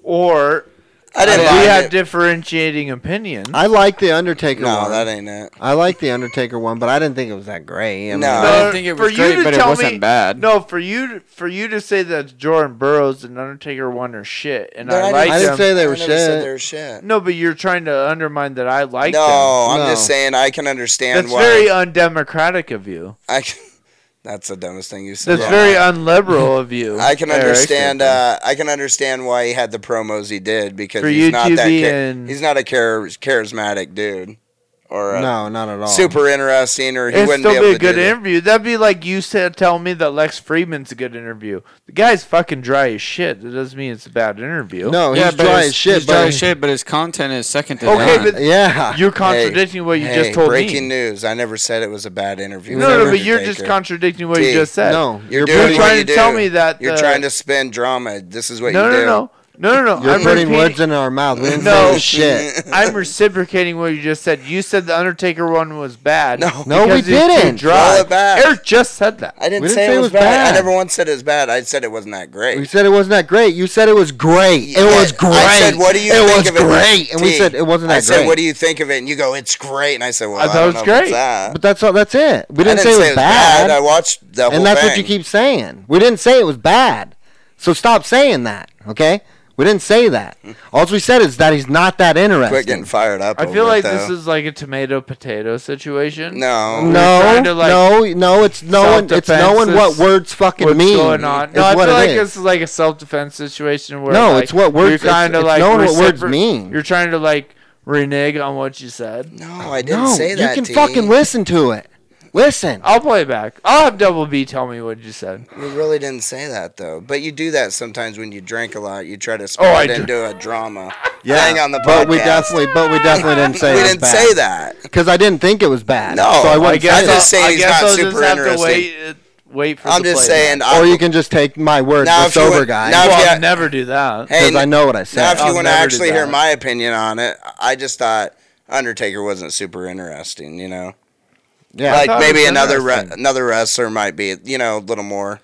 E: Or
D: I
E: we
D: didn't. mind
E: have
D: it.
E: differentiating opinions.
B: I like the Undertaker
D: no,
B: one.
D: that ain't it.
B: I like the Undertaker one, but I didn't think it was that great. I mean,
D: No.
E: But
C: I didn't think it was great, but it wasn't
E: me,
C: bad.
E: No, for you, to- for you to say that Jordan Burroughs and Undertaker one are shit, and
D: But
E: I,
D: I
E: like
D: didn't-
B: I
E: them.
B: didn't say they
D: I
B: were
D: never
B: shit.
D: said they were shit.
E: no, but you're trying to undermine that I like
D: no,
E: them.
D: I'm
B: No.
D: just saying I can understand
E: That's
D: why.
E: very uh, undemocratic of you.
D: I can, that's the dumbest thing you said.
E: That's very unliberal of you.
D: I can
E: Eric.
D: understand. Uh, I can understand why he had the promos he did because
E: For
D: he's
E: you
D: not
E: to
D: that.
E: be
D: cha-
E: in-
D: He's not a char- charismatic dude, or a
B: no, not at all.
D: super interesting, or he
E: It'd
D: wouldn't
E: still
D: be
E: be,
D: able
E: a
D: to
E: good
D: do that.
E: interview. That'd be like you said, telling me that Lex Friedman's a good interview. The guy's fucking dry as shit. That doesn't mean it's a bad interview.
B: No, he's
C: yeah, but
B: dry
C: his-
B: as shit.
C: He's
B: But
C: dry as shit, but his content is second to
E: Okay,
C: none.
E: but-
B: Yeah.
E: You're contradicting what you
D: Hey,
E: just told
D: breaking
E: me.
D: news. I never said it was a bad interview.
E: No,
D: with
E: no, but you're
D: Undertaker.
E: just contradicting what you
D: Dude,
E: just said.
B: no,
D: You're,
B: you're
D: doing
E: You're
D: what
E: trying
D: you
E: to
D: do.
E: tell me that
D: you're
E: the-
D: trying to spin drama. This is what
E: no,
D: you
E: no,
D: do.
E: no, no, no, no.
B: You're
E: I'm
B: putting
E: repeating-
B: words in our mouth. We didn't
E: No.
B: say shit.
E: I'm reciprocating what you just said. You said the Undertaker one was bad.
D: No.
B: No, we
E: because he's too
B: didn't.
E: Dry.
D: Roll it back.
E: Eric just said that.
D: I didn't,
B: We didn't
D: say, it was bad.
B: bad.
D: I never once said it was bad. I said it wasn't that great.
B: We said it wasn't that great. You said it was great. It
D: Yeah,
B: was great.
D: I said, "What do you
B: It
D: think
B: was
D: of it?"
B: great, and we
D: T.
B: said it wasn't
D: I
B: that
D: said,
B: great.
D: "What do you think of it?" And you go, "It's great." And I said, "Well,
E: I
D: I,
E: thought it
D: don't
E: was
D: know if it's
E: great.
D: that."
B: But that's all. That's it. We didn't,
D: I
B: say it was bad,
D: I watched the whole
B: and that's what
D: thing.
B: you keep saying. We didn't say it was bad. So stop saying that. Okay. We didn't say that. All we said is that he's not that
D: Quit getting
B: interesting.
D: fired up.
E: I
D: over
E: feel
D: it,
E: like
D: though.
E: this is like a tomato potato situation.
D: no,
B: No,
E: trying to, like,
B: no, no. It's knowing. It's knowing what
E: self-defense
B: words fucking
E: What's
B: mean.
E: going on?
B: is
E: No, I
B: what
E: feel
B: it
E: like
B: is.
E: this is like a self defense situation where
B: No,
E: like,
B: it's what words-
E: you're trying
B: it's- it's
E: to like
B: knowing what words
E: recipro-
B: mean.
E: You're trying to like renege on what you said.
D: no, I didn't
B: No,
D: say
B: you
D: that. Oh,
B: can
D: T.
B: fucking listen to it. Listen.
E: I'll play back. I'll have Double B tell me what you said.
D: You really didn't say that though. But you do that sometimes when you drink a lot. You try to spin
E: Oh, I
D: it
E: do.
D: into a drama. Hang on the podcast.
B: But we definitely, but we definitely didn't say
D: we
B: it was
D: didn't
B: bad.
D: say that.
B: because I didn't think it was bad.
D: No,
B: so I
E: I
B: wouldn't
D: I'm
B: say
E: guess I'll,
B: it.
D: just saying
E: I
D: he's
E: guess
D: not
E: I'll
D: super
E: just have to
D: interesting.
E: wait, uh, wait for
D: I'm
E: the
D: just
E: play
D: saying.
E: back.
D: I-
B: Or you can just take my word,
D: Now
B: the
D: if you
B: sober
D: would-
B: guy,
D: now if
E: Well,
D: you-
E: I'll never do that.
D: Hey,
B: because I know what I said.
D: Now, if
E: I'll
D: you want to
E: never do
D: actually
E: that.
D: hear my opinion on it, I just thought Undertaker wasn't super interesting. You know,
B: yeah,
E: thought
D: like
E: it
D: maybe
E: was
D: another re-
B: interesting.
D: another wrestler might be, you know, a little more.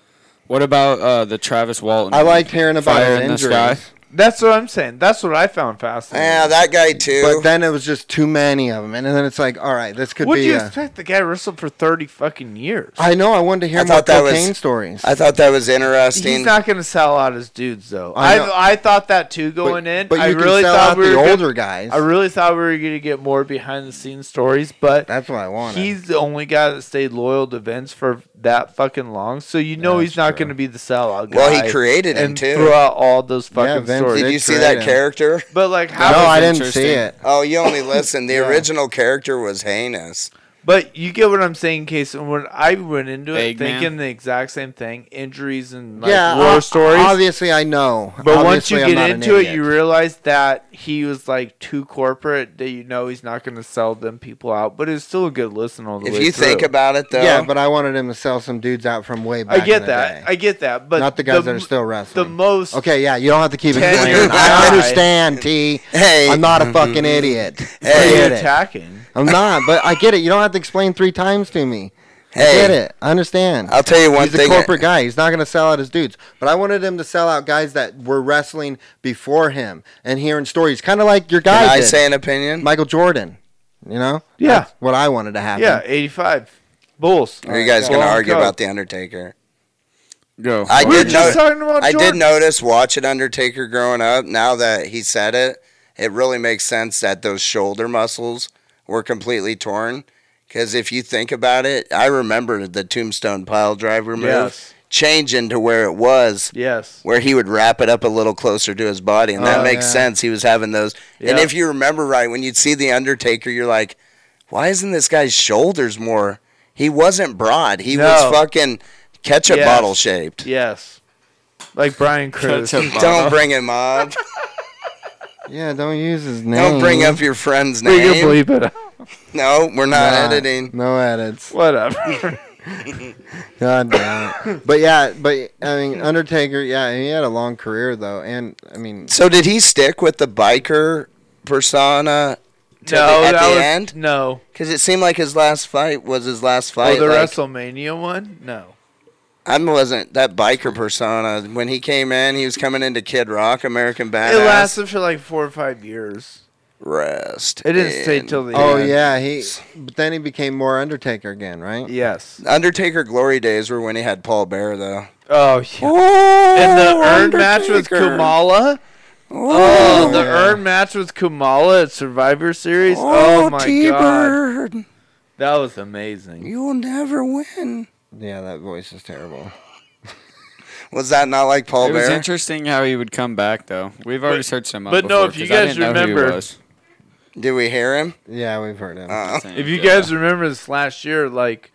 C: what about uh, the Travis Walton?
B: I liked hearing about
C: Fire
B: his
C: in the
B: injuries,
C: sky.
E: That's what I'm saying. That's what I found fascinating.
D: Yeah, that guy too.
B: Hmm. but then it was just too many of them, and then it's like, all right, this could
E: Would
B: be.
E: you
B: a-
E: expect the guy wrestled for thirty fucking years?
B: I know. I wanted to hear
D: I
B: more
D: thought that was-
B: cocaine stories.
D: I thought that was interesting.
E: He's not going to sell out his dudes though.
B: I
E: I
B: know.
E: I, thought that too going
B: but,
E: in.
B: but you
E: I
B: can
E: really
B: sell
E: thought
B: out
E: we
B: the
E: were
B: older
E: gonna,
B: guys.
E: I really thought we were going to get more behind the scenes stories, but
B: That's what I wanted.
E: he's the only guy that stayed loyal to Vince for that fucking long. So you know he's not going to be the sellout guy.
D: Well, he created him,
E: and
D: too.
E: threw out all those fucking
B: Vince
E: stories.
D: Did
B: Dick
D: you see that
B: Trader.
D: character?
E: But like,
B: no,
E: how?
B: I
C: was
B: didn't see
C: interesting.
B: it.
D: Oh, you only listened. The original character was heinous.
E: But you get what I'm saying, Case. And when I went into it
B: Eggman.
E: thinking the exact same thing, injuries and like
B: yeah,
E: war
B: o-
E: stories.
B: Obviously, I know.
E: But once you
B: Obviously, I'm
E: get
B: not an
E: into it,
B: idiot.
E: you realize that he was like too corporate. That you know he's not going to sell them people out. But it's still a good listen all the way through.
B: yeah. But I wanted him to sell some dudes out from way
E: I
B: back. in
E: get
B: the day.
E: that. I get that. But
B: not the guys that
E: m-
B: are still
E: The
B: wrestling.
E: most
B: okay, yeah, you don't have to keep
E: tenured
B: explaining.
E: guy-
B: I understand, T.
E: Hey.
B: I'm not a
D: hmm, Mm-hmm.
B: fucking idiot. I
E: Hey.
B: get
E: You're
B: it.
E: attacking.
B: I'm not, but I get it. You don't have to explain three times to me.
D: Hey.
B: I get it. I understand.
D: I'll tell you one
B: He's
D: thing
B: a
D: that-
B: corporate guy. He's not going to sell out his dudes. But I wanted him to sell out guys that were wrestling before him and hearing stories, kind of like your guy.
D: Can I
B: did.
D: say an opinion?
B: Michael Jordan. You know?
E: Yeah.
B: That's what I wanted to happen.
E: yeah, 85 Bulls.
D: Are you guys gonna
E: Bulls
D: argue
E: go.
D: about the Undertaker?
C: Go.
D: I
E: We were
D: did
E: just
D: no-
E: talking about
D: I did
E: Jordan.
D: notice watching Undertaker growing up. Now that he said it, it really makes sense that those shoulder muscles were completely torn. Because if you think about it, I remember the Tombstone Pile Driver move
E: Yes.
D: changing to where it was.
E: Yes.
D: Where he would wrap it up a little closer to his body, and that
E: Oh,
D: makes
E: yeah.
D: sense. He was having those. And
E: Yeah.
D: if you remember right, when you'd see the Undertaker, you're like, "Why isn't this guy's shoulders more?" He wasn't broad. He
E: No.
D: was fucking ketchup
E: Yes.
D: bottle shaped.
E: Yes. Like Brian Cruz.
D: Don't bring him up.
B: Yeah, don't use his name.
D: Don't bring up your friend's
E: Mm-hmm. We
D: name.
E: can bleep it.
D: No, we're not
B: Nah,
D: editing.
B: No edits.
E: Whatever.
B: God damn it. But yeah, but I mean, Undertaker. Yeah, he had a long career though, and I mean,
D: So did he stick with the biker persona to
E: No,
D: the, at
E: that
D: the
E: was-
D: end?
E: No.
D: Because it seemed like his last fight was his last
E: Oh,
D: fight.
E: the
D: like,
E: WrestleMania one? No.
D: I wasn't that biker persona. When he came in, he was coming into Kid Rock, American Badass.
E: It lasted for like four or five years.
D: Rest.
E: It didn't say
D: in
E: till the
B: oh
E: end.
B: yeah, he. But then he became more Undertaker again, right?
E: Yes.
D: Undertaker glory days were when he had Paul Bear though.
E: Oh yeah. and the urn match with
D: Undertaker.
E: Kamala. Oh, the urn match with Kamala at Survivor Series. Oh, my god, that was amazing.
D: You'll never win.
B: Yeah, that voice is terrible.
D: Was that not like Paul
C: It was
D: Bear?
C: interesting how he would come back, though. We've already searched him up.
E: but no,
C: before,
E: if you
C: 'cause I
E: guys
C: didn't know who he
E: remember-
C: was.
D: Did we hear him? Uh-huh.
B: Yeah, we've heard
D: Uh,
B: him.
E: If you guys remember this last year, like,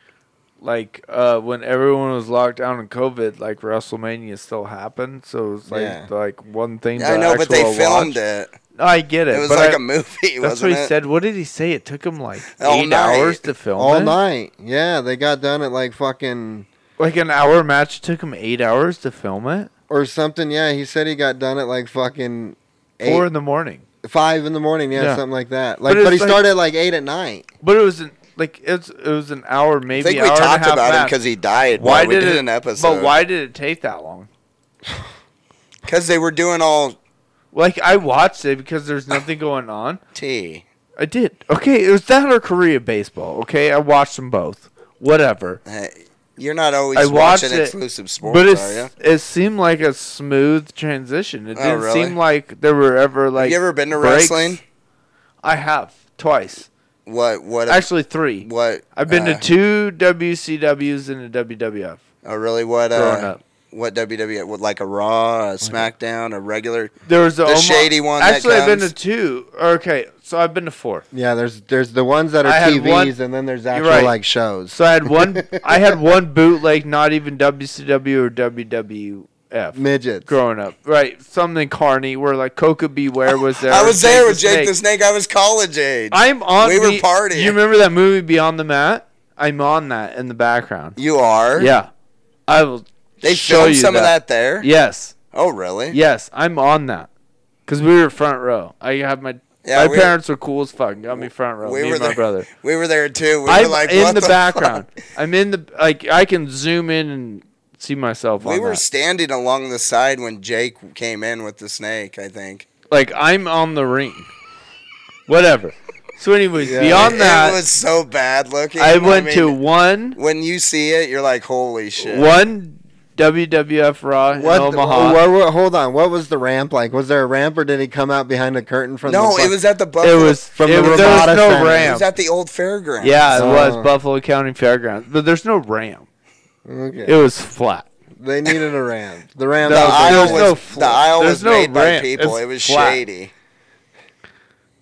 E: like uh, when everyone was locked down in COVID, like WrestleMania still happened. So it was like
B: Yeah.
E: like one thing.
D: I
E: to
D: know, but they
E: actual
D: filmed
E: watch.
D: it.
E: No, I get it.
D: It was
E: but
D: like
E: I-
D: a movie,
E: That's what
D: wasn't
E: he
D: it?
E: said. What did he say? It took him like
D: All
E: eight
D: night.
E: hours to film
B: All
E: it?
B: night. Yeah, they got done at like fucking
E: Like an hour match took him eight hours to film it.
B: or something. Yeah, he said he got done at like fucking eight,
E: Four in the morning.
B: five in the morning. Yeah,
E: Yeah.
B: something like that. Like,
E: it's
B: but, he
E: like-
B: started at like eight at night.
E: But it was an, like it's it was an hour,
D: I
E: maybe
D: think we
E: hour and
D: talked
E: a half
D: about him
E: match.
D: because he died.
E: why
D: when we
E: did
D: did
E: it?
D: an episode?
E: But why did it take that long?
D: Because they were doing all
E: Like I watched it because there's nothing going on.
D: tea.
E: I did. Okay, it was that or Korea baseball. Okay, I watched them both. Whatever.
D: Hey, Uh, You're not always
E: I watched
D: watching
E: it,
D: exclusive sports,
E: but
D: are you?
E: it it seemed like a smooth transition. It
D: Oh,
E: didn't
D: really?
E: seem like there were ever like.
D: you ever been to
E: breaks.
D: wrestling?
E: I have twice,
D: What? What?
E: actually three.
D: what?
E: I've been
D: uh,
E: to two WCWs and a WWF.
D: Oh, really? What?
E: growing
D: Uh,
E: up.
D: what WWE? What, like a Raw, a SmackDown, a regular?
E: There was the,
D: the
E: Omaha-
D: shady one that
E: Actually, I've been
D: comes?
E: to two. Okay, so I've been to four.
B: Yeah, there's there's the ones that are
E: I had
B: TVs,
E: one-
B: and then there's
E: You're
B: actual
E: right.
B: like shows.
E: So I had one. I had one bootleg, not even WCW or WWF.
B: Midgets.
E: growing up, right? Something carny where like Coca Beware was there.
D: I was there with
E: the
D: Jake the
E: Snake.
D: Snake. I was college age.
E: I'm on.
D: We were
E: the-
D: partying.
E: You remember that movie Beyond the Mat? I'm on that in the background.
D: you are.
E: Yeah, I will.
D: They
E: show
D: filmed
E: you
D: some of that
E: that.
D: there.
E: Yes,
D: Oh, really?
E: yes, I'm on that because we were front row. I have my.
D: Yeah,
E: my
D: we-
E: parents were cool as fuck. and Got me front row.
D: we
E: me
D: were
E: and my
D: there.
E: brother.
D: We were there too. We were
E: I'm
D: like
E: in
D: what
E: the,
D: fuck?
E: background. I'm in the like. I can zoom in and see myself.
D: We
E: on
D: were
E: that.
D: standing along the side when Jake came in with the snake, I think.
E: like I'm on the ring. Whatever. So, anyways, beyond
D: it was
E: that,
D: so bad looking.
E: I went
D: mean,
E: to one
D: When you see it, you're like, holy shit.
E: one WWF Raw in
B: What,
E: Omaha.
B: what- what- hold on. What was the ramp like? Was there a ramp, or did he come out behind a curtain from?
D: No,
B: the
D: it was at the
E: it
D: Buffalo.
E: was
B: From
E: it
B: the
E: was- there
B: Ramada
E: was no
B: Center.
D: It
E: ramp.
D: was at the old fairgrounds.
E: Yeah, it
C: Uh.
E: was
B: Oh.
E: Buffalo County Fairgrounds, but there's no ramp.
B: Okay.
E: It was flat.
B: They needed a ramp. The ramp.
D: The
B: was
D: aisle
E: there's
D: was,
E: no
D: the
E: floor.
D: aisle
E: There's
D: was
E: no
D: made by
E: ramp.
D: people.
E: It's
D: it was
E: flat.
D: shady.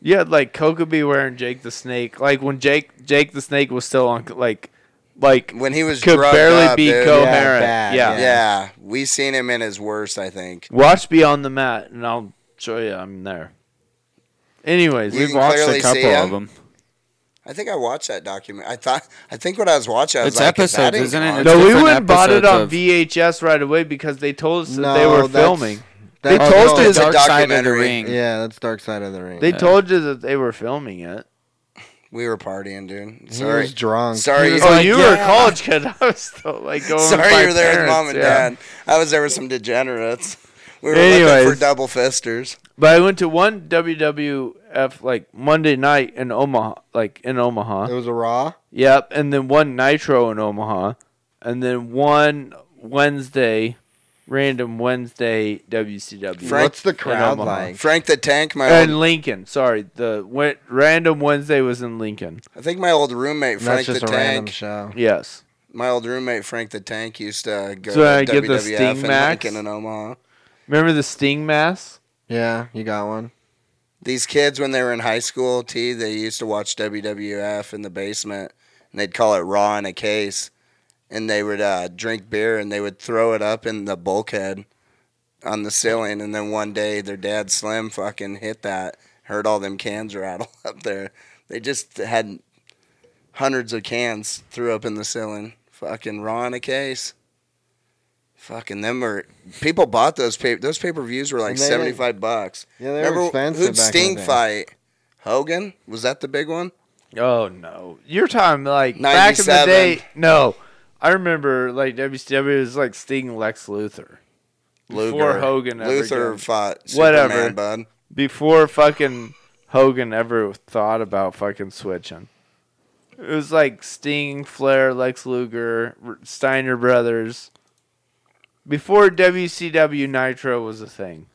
E: You had like Kokobe wearing Jake the Snake, like when Jake Jake the Snake was still on, like, like
D: when he was
E: could
D: drugged
E: barely
D: up,
E: be
D: dude.
E: coherent. Yeah,
D: yeah, We seen him in his worst. I think.
E: Watch Beyond the Mat, and I'll show you I'm there. Anyways,
D: You
E: we've
D: can
E: watched
D: clearly
E: a couple
D: see
E: of
D: him.
E: them.
D: I think I watched that document. I thought. I think when I was watching, I was
C: It's
D: like, is that
C: episodes, isn't
D: in
C: it?
D: con-
C: It's
E: No, we
C: different
E: went and bought it
C: episodes
E: on
C: of-
E: VHS right away because they told us that
B: No,
E: they were
B: that's-
E: filming.
B: that's-
E: they
B: oh,
E: told
B: no,
E: us
B: it's
D: a
C: Dark Side of the
D: documentary.
C: Ring.
B: Yeah, that's Dark Side of the Ring.
E: they told you that they were filming it.
D: We were partying, dude.
B: he
D: Sorry.
B: was drunk.
D: Sorry.
E: oh, you were a college kid. I was still like going. with
D: Sorry,
E: my
D: you were there with
E: parents,
D: mom and
E: yeah.
D: dad. I was there with some degenerates. We were looking
E: Anyways.
D: for double fisters.
E: But I went to one WWF like Monday night in Omaha, like in Omaha.
B: It was a Raw.
E: Yep, and then one Nitro in Omaha, and then one Wednesday, random Wednesday WCW.
D: Frank-
B: What's the
E: in
B: crowd
E: Omaha.
B: like?
D: Frank the Tank, my
E: And
D: old,
E: Lincoln, sorry, the went, random Wednesday was in Lincoln.
D: I think my old roommate Frank
B: that's just
D: the
B: a random
D: Tank.
B: show.
E: Yes,
D: My old roommate Frank the Tank used to go
E: So
D: to
E: I get the
D: WWF in
E: Sting Max?
D: Lincoln and Omaha.
E: remember the Sting mask?
B: Yeah, you got one.
D: These kids, when they were in high school, T, they used to watch WWF in the basement, and they'd call it Raw in a case, and they would uh, drink beer and they would throw it up in the bulkhead on the ceiling, and then one day their dad Slim fucking hit that, heard all them cans rattle up there. They just had hundreds of cans threw up in the ceiling, fucking Raw in a case. Fucking them were people bought those pay those pay per views were like
B: And they-
D: seventy five bucks.
B: Yeah, they
D: Remember
B: were expensive.
D: who'd
B: back in
D: Sting
B: the day.
D: fight? Hogan was that the big one?
E: Oh no, you're talking like back in the
D: 97.
E: day. No, I remember like WCW was like Sting, Lex Luthor, before Hogan ever
D: Luther
E: did-
D: fought
E: Whatever.
D: Superman, bud.
E: before fucking Hogan ever thought about fucking switching. It was like Sting, Flair, Lex Luger, R- Steiner brothers. Before WCW Nitro was a thing,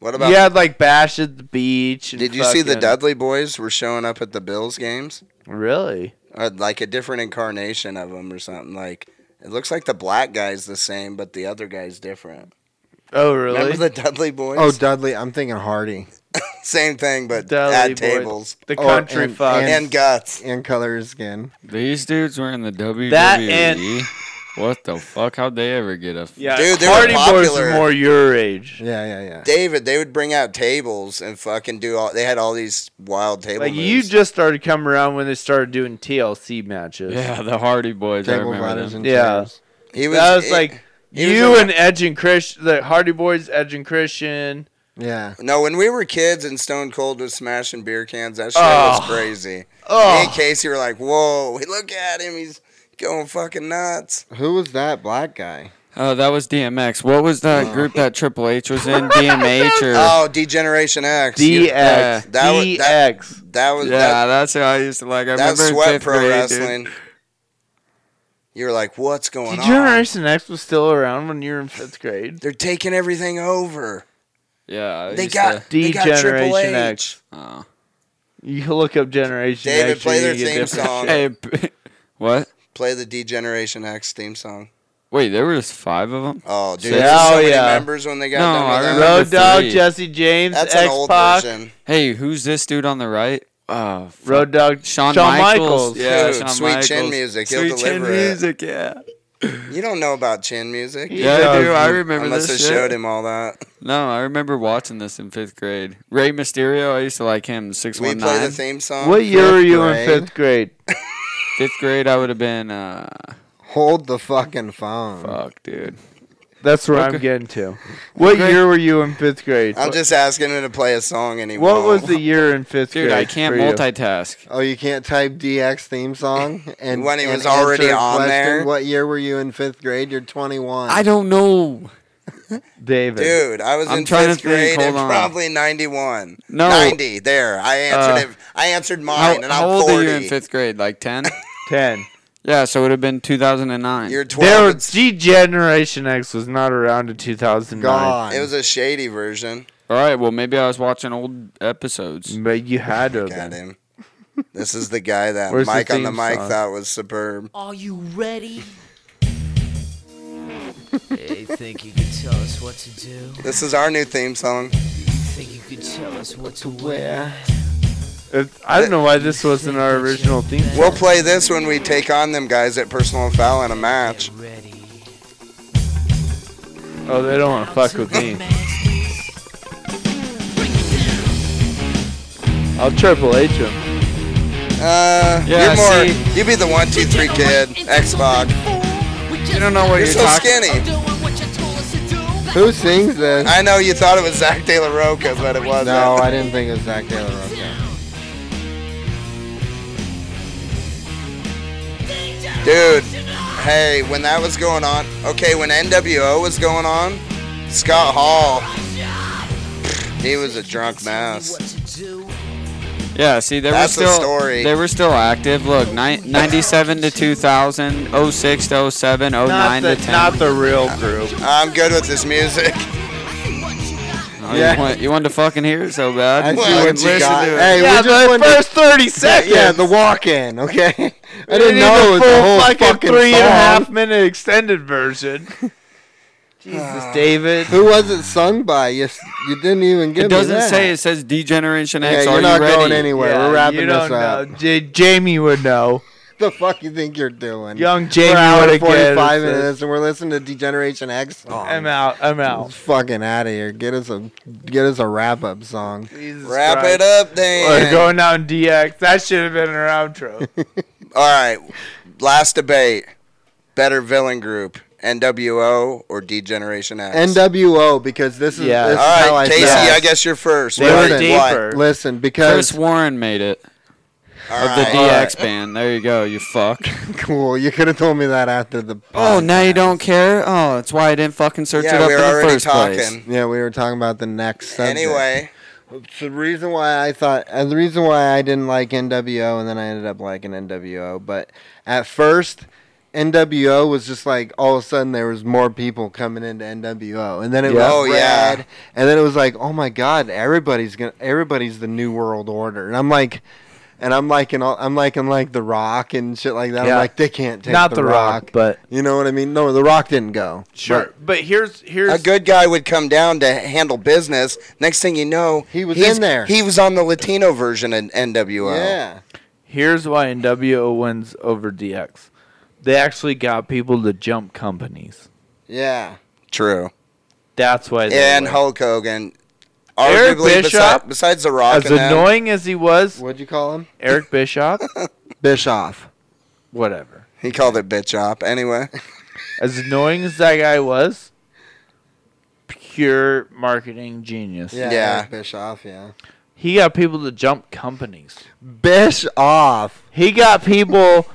D: What about?
E: you had like Bash at the Beach. And
D: did you see the
E: fucking-
D: Dudley Boys were showing up at the Bills games?
E: Really?
D: Or like a different incarnation of them or something. Like it looks like the black guy's the same, but the other guy's different.
E: Oh, really?
D: Remember the Dudley Boys?
B: Oh, Dudley. I'm thinking Hardy
D: same thing, but
E: Dudley
D: at
E: Boy-
D: tables
E: the
B: Oh,
E: Country
B: and-
E: Fox.
D: and guts.
B: and color is skin.
C: These dudes were in the WWE.
E: That and-
C: what the fuck? How'd they ever get a?
E: yeah,
D: Dude, they were
E: Hardy Boys
D: popular.
E: are more your age.
B: Yeah, yeah, yeah.
D: David, they would bring out tables and fucking do all. They had all these wild table.
E: Like
D: moves.
E: you just started coming around when they started doing TLC matches.
C: Yeah, the Hardy Boys. I
B: Table
C: remember
B: ladders
C: them.
B: and
E: Yeah.
B: chairs.
D: he
E: that was
D: it-
E: like
D: he was
E: you
D: in-
E: and Edge and Christian, the Hardy Boys, Edge and Christian.
B: Yeah.
D: No, when we were kids and Stone Cold was smashing beer cans, that shit
C: Oh.
D: was crazy. Me and Casey were like, "Whoa, look at him! He's going fucking nuts."
B: Who was that black guy?
C: Oh, that was DMX. What was that group that Triple H was in? DMH or?
D: Oh, Degeneration X.
E: DX,
D: You- that was- that-
E: DX.
D: that was
C: yeah,
D: that,
C: that's what I used to like. I
D: that
C: remember in
D: sweat
C: fifth
D: pro
C: grade, dude.
D: wrestling. You were like, "What's going on?"
E: Generation X was still around when you were in fifth grade.
D: They're taking everything over.
C: Yeah, I
D: They
C: used
D: got,
C: to-
D: they got Triple
E: Degeneration
D: H.
E: X.
C: oh.
E: You look up Generation
D: David,
E: X.
D: play
E: you're
D: their
E: gonna get
D: theme
E: different-
D: song.
C: Hey, p- what?
D: Play the Degeneration X theme song.
C: Wait, there was five of them.
D: Oh, dude,
C: Yeah,
D: there was so
E: oh,
D: many
E: yeah.
D: members when they got
C: No, I
D: done with that.
C: remember
E: Road Dog,
C: three.
E: Jesse James,
D: That's an
E: X
D: old
E: Pac,
D: version.
C: Hey, who's this dude on the right? Oh, fuck.
E: Road Dog,
C: Shawn,
E: Michaels.
C: Michaels. Yeah,
D: Dude,
C: Shawn
D: Sweet Chin
C: Michaels.
D: Music, he'll
C: Sweet
D: deliver
C: Chin
D: it.
C: Music. Yeah.
D: You don't know about chin music.
C: Yeah, I do. I remember
D: Unless
C: this
D: I
C: shit.
D: showed him all that.
C: No, I remember watching this in fifth grade. Ray Mysterio, I used to like him. Six
D: We
C: one
D: play the
C: nine.
D: theme song.
E: What year were you in
B: grade.
E: fifth grade?
C: Fifth grade, I would have been. Uh,
B: Hold the fucking phone.
C: fuck, dude.
E: That's where I'm getting to. What year were you in fifth grade?
D: I'm just asking him to play a song, and he
E: What
D: won't.
E: was the year in fifth grade?
C: Dude, I can't
E: for you?
C: multitask.
B: Oh, you can't type DX theme song and
D: When he
B: and
D: was already
B: answer a
D: on there?
B: What year were you in fifth grade? You're 21.
C: I don't know.
E: David.
D: Dude, I was
C: I'm
D: in
C: trying to
D: fifth grade
C: think,
D: and
C: hold on.
D: probably 91.
C: No. Uh,
D: 90. There. I answered it. I answered
C: How,
D: mine, and
C: how
D: I'm
C: old
D: 40.
C: are you in fifth grade? Like ten?
E: Ten.
C: yeah, so it would have been two thousand and nine.
D: You're 12.
E: There,
D: It's-
E: G Generation X was not around in 2009.
B: God.
D: it was a shady version.
C: All right. Well, maybe I was watching old
D: Mm.
C: episodes.
E: But you had to. have
D: Got
E: been.
D: him. This is the guy that
E: Where's the
D: Mike on the
E: theme
D: mic
E: song?
D: thought was superb.
M: Are you ready? hey, think you could tell us what to do?
D: This is our new theme song.
M: Think you could tell us what to wear?
E: If, I don't know why this wasn't our original theme. song.
D: We'll play this when we take on them guys at personal foul in a match.
E: Oh, they don't want to fuck with me. I'll triple H him.
D: Uh,
E: Yeah,
D: you're more.
E: see-
D: You be the one, two, three kid. Xbox.
C: You don't know what
D: You're
C: you're
D: so
C: talking-
D: skinny.
B: Who sings this?
D: I know you thought it was Zach De La Roca, but it wasn't.
B: No, I didn't think it was Zach De La Roca.
D: Dude, hey, when that was going on, okay, when NWO was going on, Scott Hall, he was a drunk mess.
C: Yeah, see, they
D: That's
C: were
D: the
C: still
D: story.
C: they were still active. Look, ni- 97 to 2000, 06 to 07, 09 to
D: the-
C: 10.
D: not the
E: real group.
D: I'm good with this music.
C: Oh, You, want, you wanted to fucking hear it so bad.
B: I see
C: You
B: what
C: wouldn't
B: you
C: listen
B: got.
C: to it.
B: Hey,
E: Yeah,
B: we just
E: the
B: wanted to-
E: first 30
B: Yeah,
E: seconds.
B: the walk-in. Okay, I
E: We
B: didn't
E: need
B: know it
E: the
B: was
E: full
B: the whole
E: fucking,
B: fucking
E: three and a
B: song.
E: half minute extended version. Jesus, David.
B: Ah. Who was it sung by? You, s- you didn't even give
C: It doesn't
B: me that.
C: say. It says Degeneration
B: Yeah,
C: X.
B: you're
C: Are you
B: not
C: ready?
B: going anywhere.
E: Yeah,
B: We're wrapping
E: you
B: this
E: don't
B: up.
E: know. J- Jamie would know.
B: The fuck you think you're doing?
E: Young Jamie
B: We're out
E: would
B: at
E: have given
B: 45
E: us this.
B: minutes, and we're listening to Degeneration X song.
E: I'm out. I'm out.
B: fucking out of here. Get us a get us a wrap up song.
D: Wrap it up,
E: We're
D: Dan.
E: going down DX. That should have been our outro.
D: All right, last debate. Better villain group, NWO or Degeneration X?
B: NWO because this is
E: Yeah.
B: this is
D: All
B: how I
D: right, Casey,
B: feel.
D: I guess you're first.
E: They were
D: Why?
E: deeper.
B: Listen, because
C: Chris Warren made it
D: All
C: of the
D: right.
C: DX band. There you go. You fuck.
B: cool, you could have told me that after the.
C: Oh,
B: podcast.
C: now you don't care. Oh, that's why I didn't fucking search it
D: Yeah,
C: up
D: we
C: in
D: were
C: the
D: already
C: first place.
D: talking.
B: Yeah, we were talking about the next. Subject.
D: Anyway,
B: the reason why I thought, and the reason why I didn't like NWO, and then I ended up liking NWO. But at first, NWO was just like all of a sudden there was more people coming into NWO, and then it was
E: Yeah.
D: Oh, yeah.
B: rad, and then it was like, oh my god, everybody's gonna, everybody's the new world order, and I'm like. And I'm liking all, I'm liking like The Rock and shit like that.
E: Yeah.
B: I'm like they can't take
E: Not
B: the,
E: The
B: rock.
E: Rock, but-
B: you know what I mean. No, The Rock didn't go.
E: sure. But, here's here's
D: a good guy would come down to handle business. Next thing you know,
B: He was
D: he's-
B: in there.
D: He was on the Latino version of NWO.
B: Yeah,
E: here's why NWO wins over DX. They actually got people to jump companies.
B: yeah.
D: True.
E: That's why. They
D: and
E: win.
D: Hulk Hogan.
E: Eric
D: Arguably, besi-
E: Bischoff,
D: besides The Rock,
E: as
D: and them,
E: annoying as he was,
B: What'd you call him?
E: Eric Bischoff,
B: Bischoff.
E: whatever.
D: he called it bitch op. Anyway,
E: As annoying as that guy was, pure marketing genius.
B: Yeah,
D: Yeah.
B: Eric Bischoff. Yeah.
E: He got people to jump companies.
B: Bish off.
E: He got people.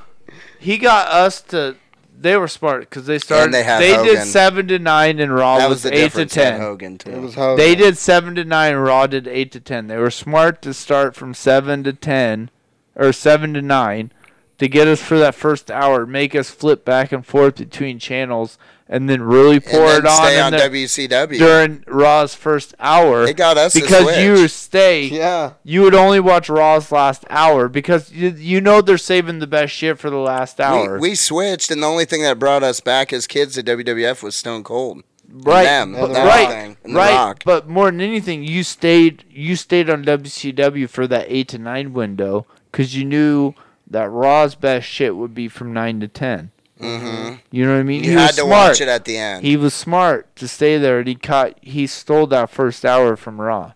E: he got us to. They were smart because they started.
D: they
E: They,
D: had
E: did
D: Hogan.
E: seven to nine, and Raw
D: that was
E: was,
D: the
E: eight to
D: difference. had
E: ten.
D: Hogan too.
B: It was Hogan.
E: They did seven to nine. and Raw did eight to ten. They were smart to start from seven to ten, or seven to nine, to get us for that first hour, make us flip back and forth between channels, and then really
D: and
E: pour
D: then
E: it on.
D: stay
E: in
D: on
E: the-
D: WCW.
E: during Raw's first hour.
D: It got us to
E: because
D: switch.
E: you were stay.
B: Yeah.
E: You would only watch Raw's last hour because you, you know they're saving the best shit for the last hour.
D: we, we switched, and the only thing that brought us back as kids to WWF was Stone Cold. And
E: right,
D: them,
E: but-
D: that
E: right,
D: thing, and The
E: right.
D: Rock.
E: But more than anything, you stayed you stayed on WCW for that eight to nine window because you knew that Raw's best shit would be from nine to 10 Mm-hmm. You know what I mean?
D: You
E: He
D: had
E: was
D: to
E: smart.
D: watch it at the end.
E: he was smart to stay there, and he caught he stole that first hour from Raw.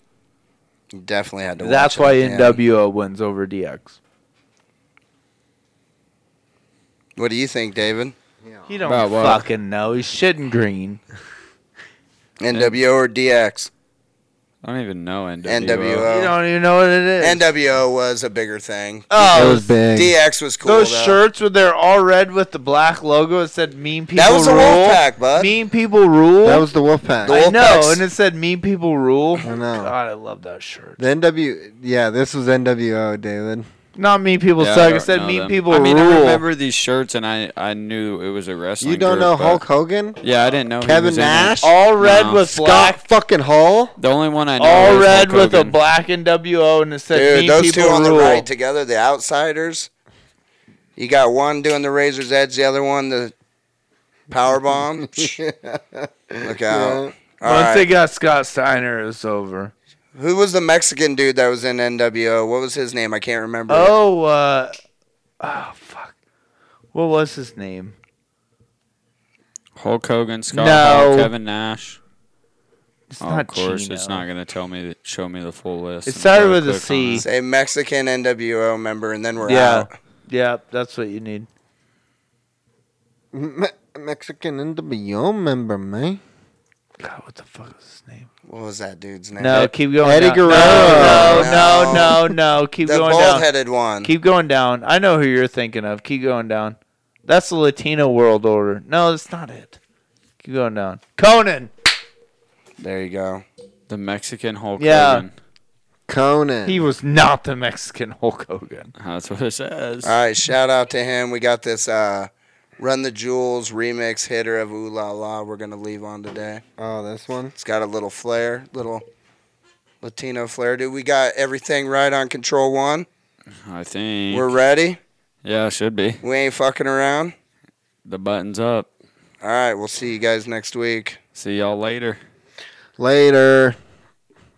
D: You definitely had to.
E: That's
D: watch
E: why
D: it at the end.
E: NWO wins over DX.
D: What do you think, David?
E: He don't
C: Well, well.
E: fucking know. He's shitting green.
D: NWO or DX?
C: I don't even know NWO.
D: NWO.
E: You don't even know what it is.
D: NWO was a bigger thing.
B: That
E: oh,
B: was big.
D: DX was cool.
E: those
D: though.
E: shirts with their all red with the black logo. It said "Mean People
D: That was the
E: Rule."
D: Wolfpack, bud.
E: Mean People Rule.
B: that was the Wolfpack.
D: The-
E: I know,
D: Wolfpacks.
E: and it said "Mean People Rule." I
B: know.
E: God, I love that shirt.
B: The NW. Yeah, this was NWO, David.
E: Not "Mean People
C: Yeah, I
E: Suck." It
C: don't
E: said
C: know
E: "Mean
C: them.
E: People
C: I mean,
E: Rule."
C: I remember these shirts, and I, I knew it was a wrestling.
B: You don't
C: group,
B: know
C: but-
B: Hulk Hogan?
C: Yeah, I didn't know. he
B: Kevin
C: was in it.
B: Nash?
E: all red
C: No.
E: with
B: Scott
E: black.
B: fucking Hall.
C: The only one I know.
E: All
C: is
E: red
C: Hulk
E: with a
C: Hogan.
E: black NWO, and it said
D: Dude,
E: "Mean
D: those two
E: People
D: on
E: Rule."
D: the right together, the outsiders. You got one doing the razor's edge, the other one the power bomb. Look out! All
E: Once
D: right.
E: they got Scott Steiner, it was over.
D: Who was the Mexican dude that was in NWO? What was his name? I can't remember.
E: Oh, uh, oh, fuck. What was his name?
C: Hulk Hogan, Scott
E: No.
C: Hall, Kevin Nash.
E: It's
C: Oh,
E: not
C: of course, it's
E: Chino.
C: not going to tell me, that, show me the full list.
E: It
C: until
E: started
C: I
E: with a
C: click on
E: C.
C: it.
D: Say Mexican NWO member, and then we're
E: yeah.
D: out.
E: Yeah, that's what you need.
B: Me- Mexican NWO member, man.
E: God, what the fuck is his name?
D: What was that dude's name?
E: No, keep going.
B: Eddie
E: down.
B: Guerrero.
E: No, no, no, no, no. Keep
D: The
E: going down.
D: bald-headed one.
E: Keep going down. I know who you're thinking of. Keep going down. That's the Latino world order. No, that's not it. Keep going down. Conan.
D: There you go.
C: The Mexican Hulk
E: Yeah.
C: Hogan.
B: Conan.
E: He was not the Mexican Hulk Hogan.
C: That's what it says.
D: All right, shout out to him. We got this uh, Run the Jewels remix hitter of Ooh La La we're going to leave on today.
B: Oh, this one.
D: It's got a little flair, little Latino flair. Dude, we got everything right on Control One.
C: I think.
D: We're ready.
C: yeah, should be.
D: We ain't fucking around.
C: The button's up.
D: All right, we'll see you guys next week.
C: See y'all later.
B: Later.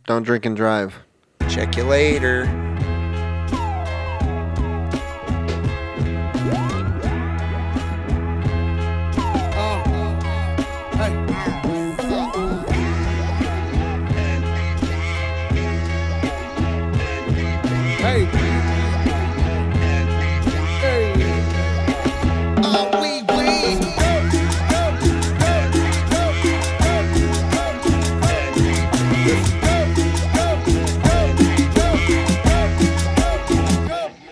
B: Don't drink and drive.
D: Check you later.
N: Hey. Hey. Oh, we bleed.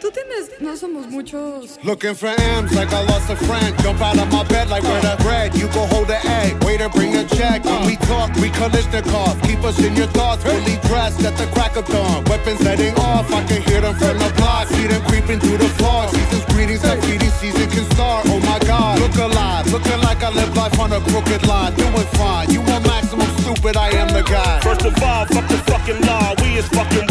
O: Tú tienes, no somos muchos.
N: Looking for M's like I lost a friend. Jump out of my bed like where the bread. You go hold the egg. Waiter, bring a check. When we talk, we Kalishnikov. Keep us in your thoughts. Fully dressed at the crack of dawn. Weapons heading off. I can hear them from the block. See them creeping through the floor. Season's greetings that feeding season can start. Oh my God. Look alive. Looking like I live life on a crooked line. Doing fine. You want maximum stupid. I am the guy.
P: First of all, fuck the fucking law. We is fucking Oh,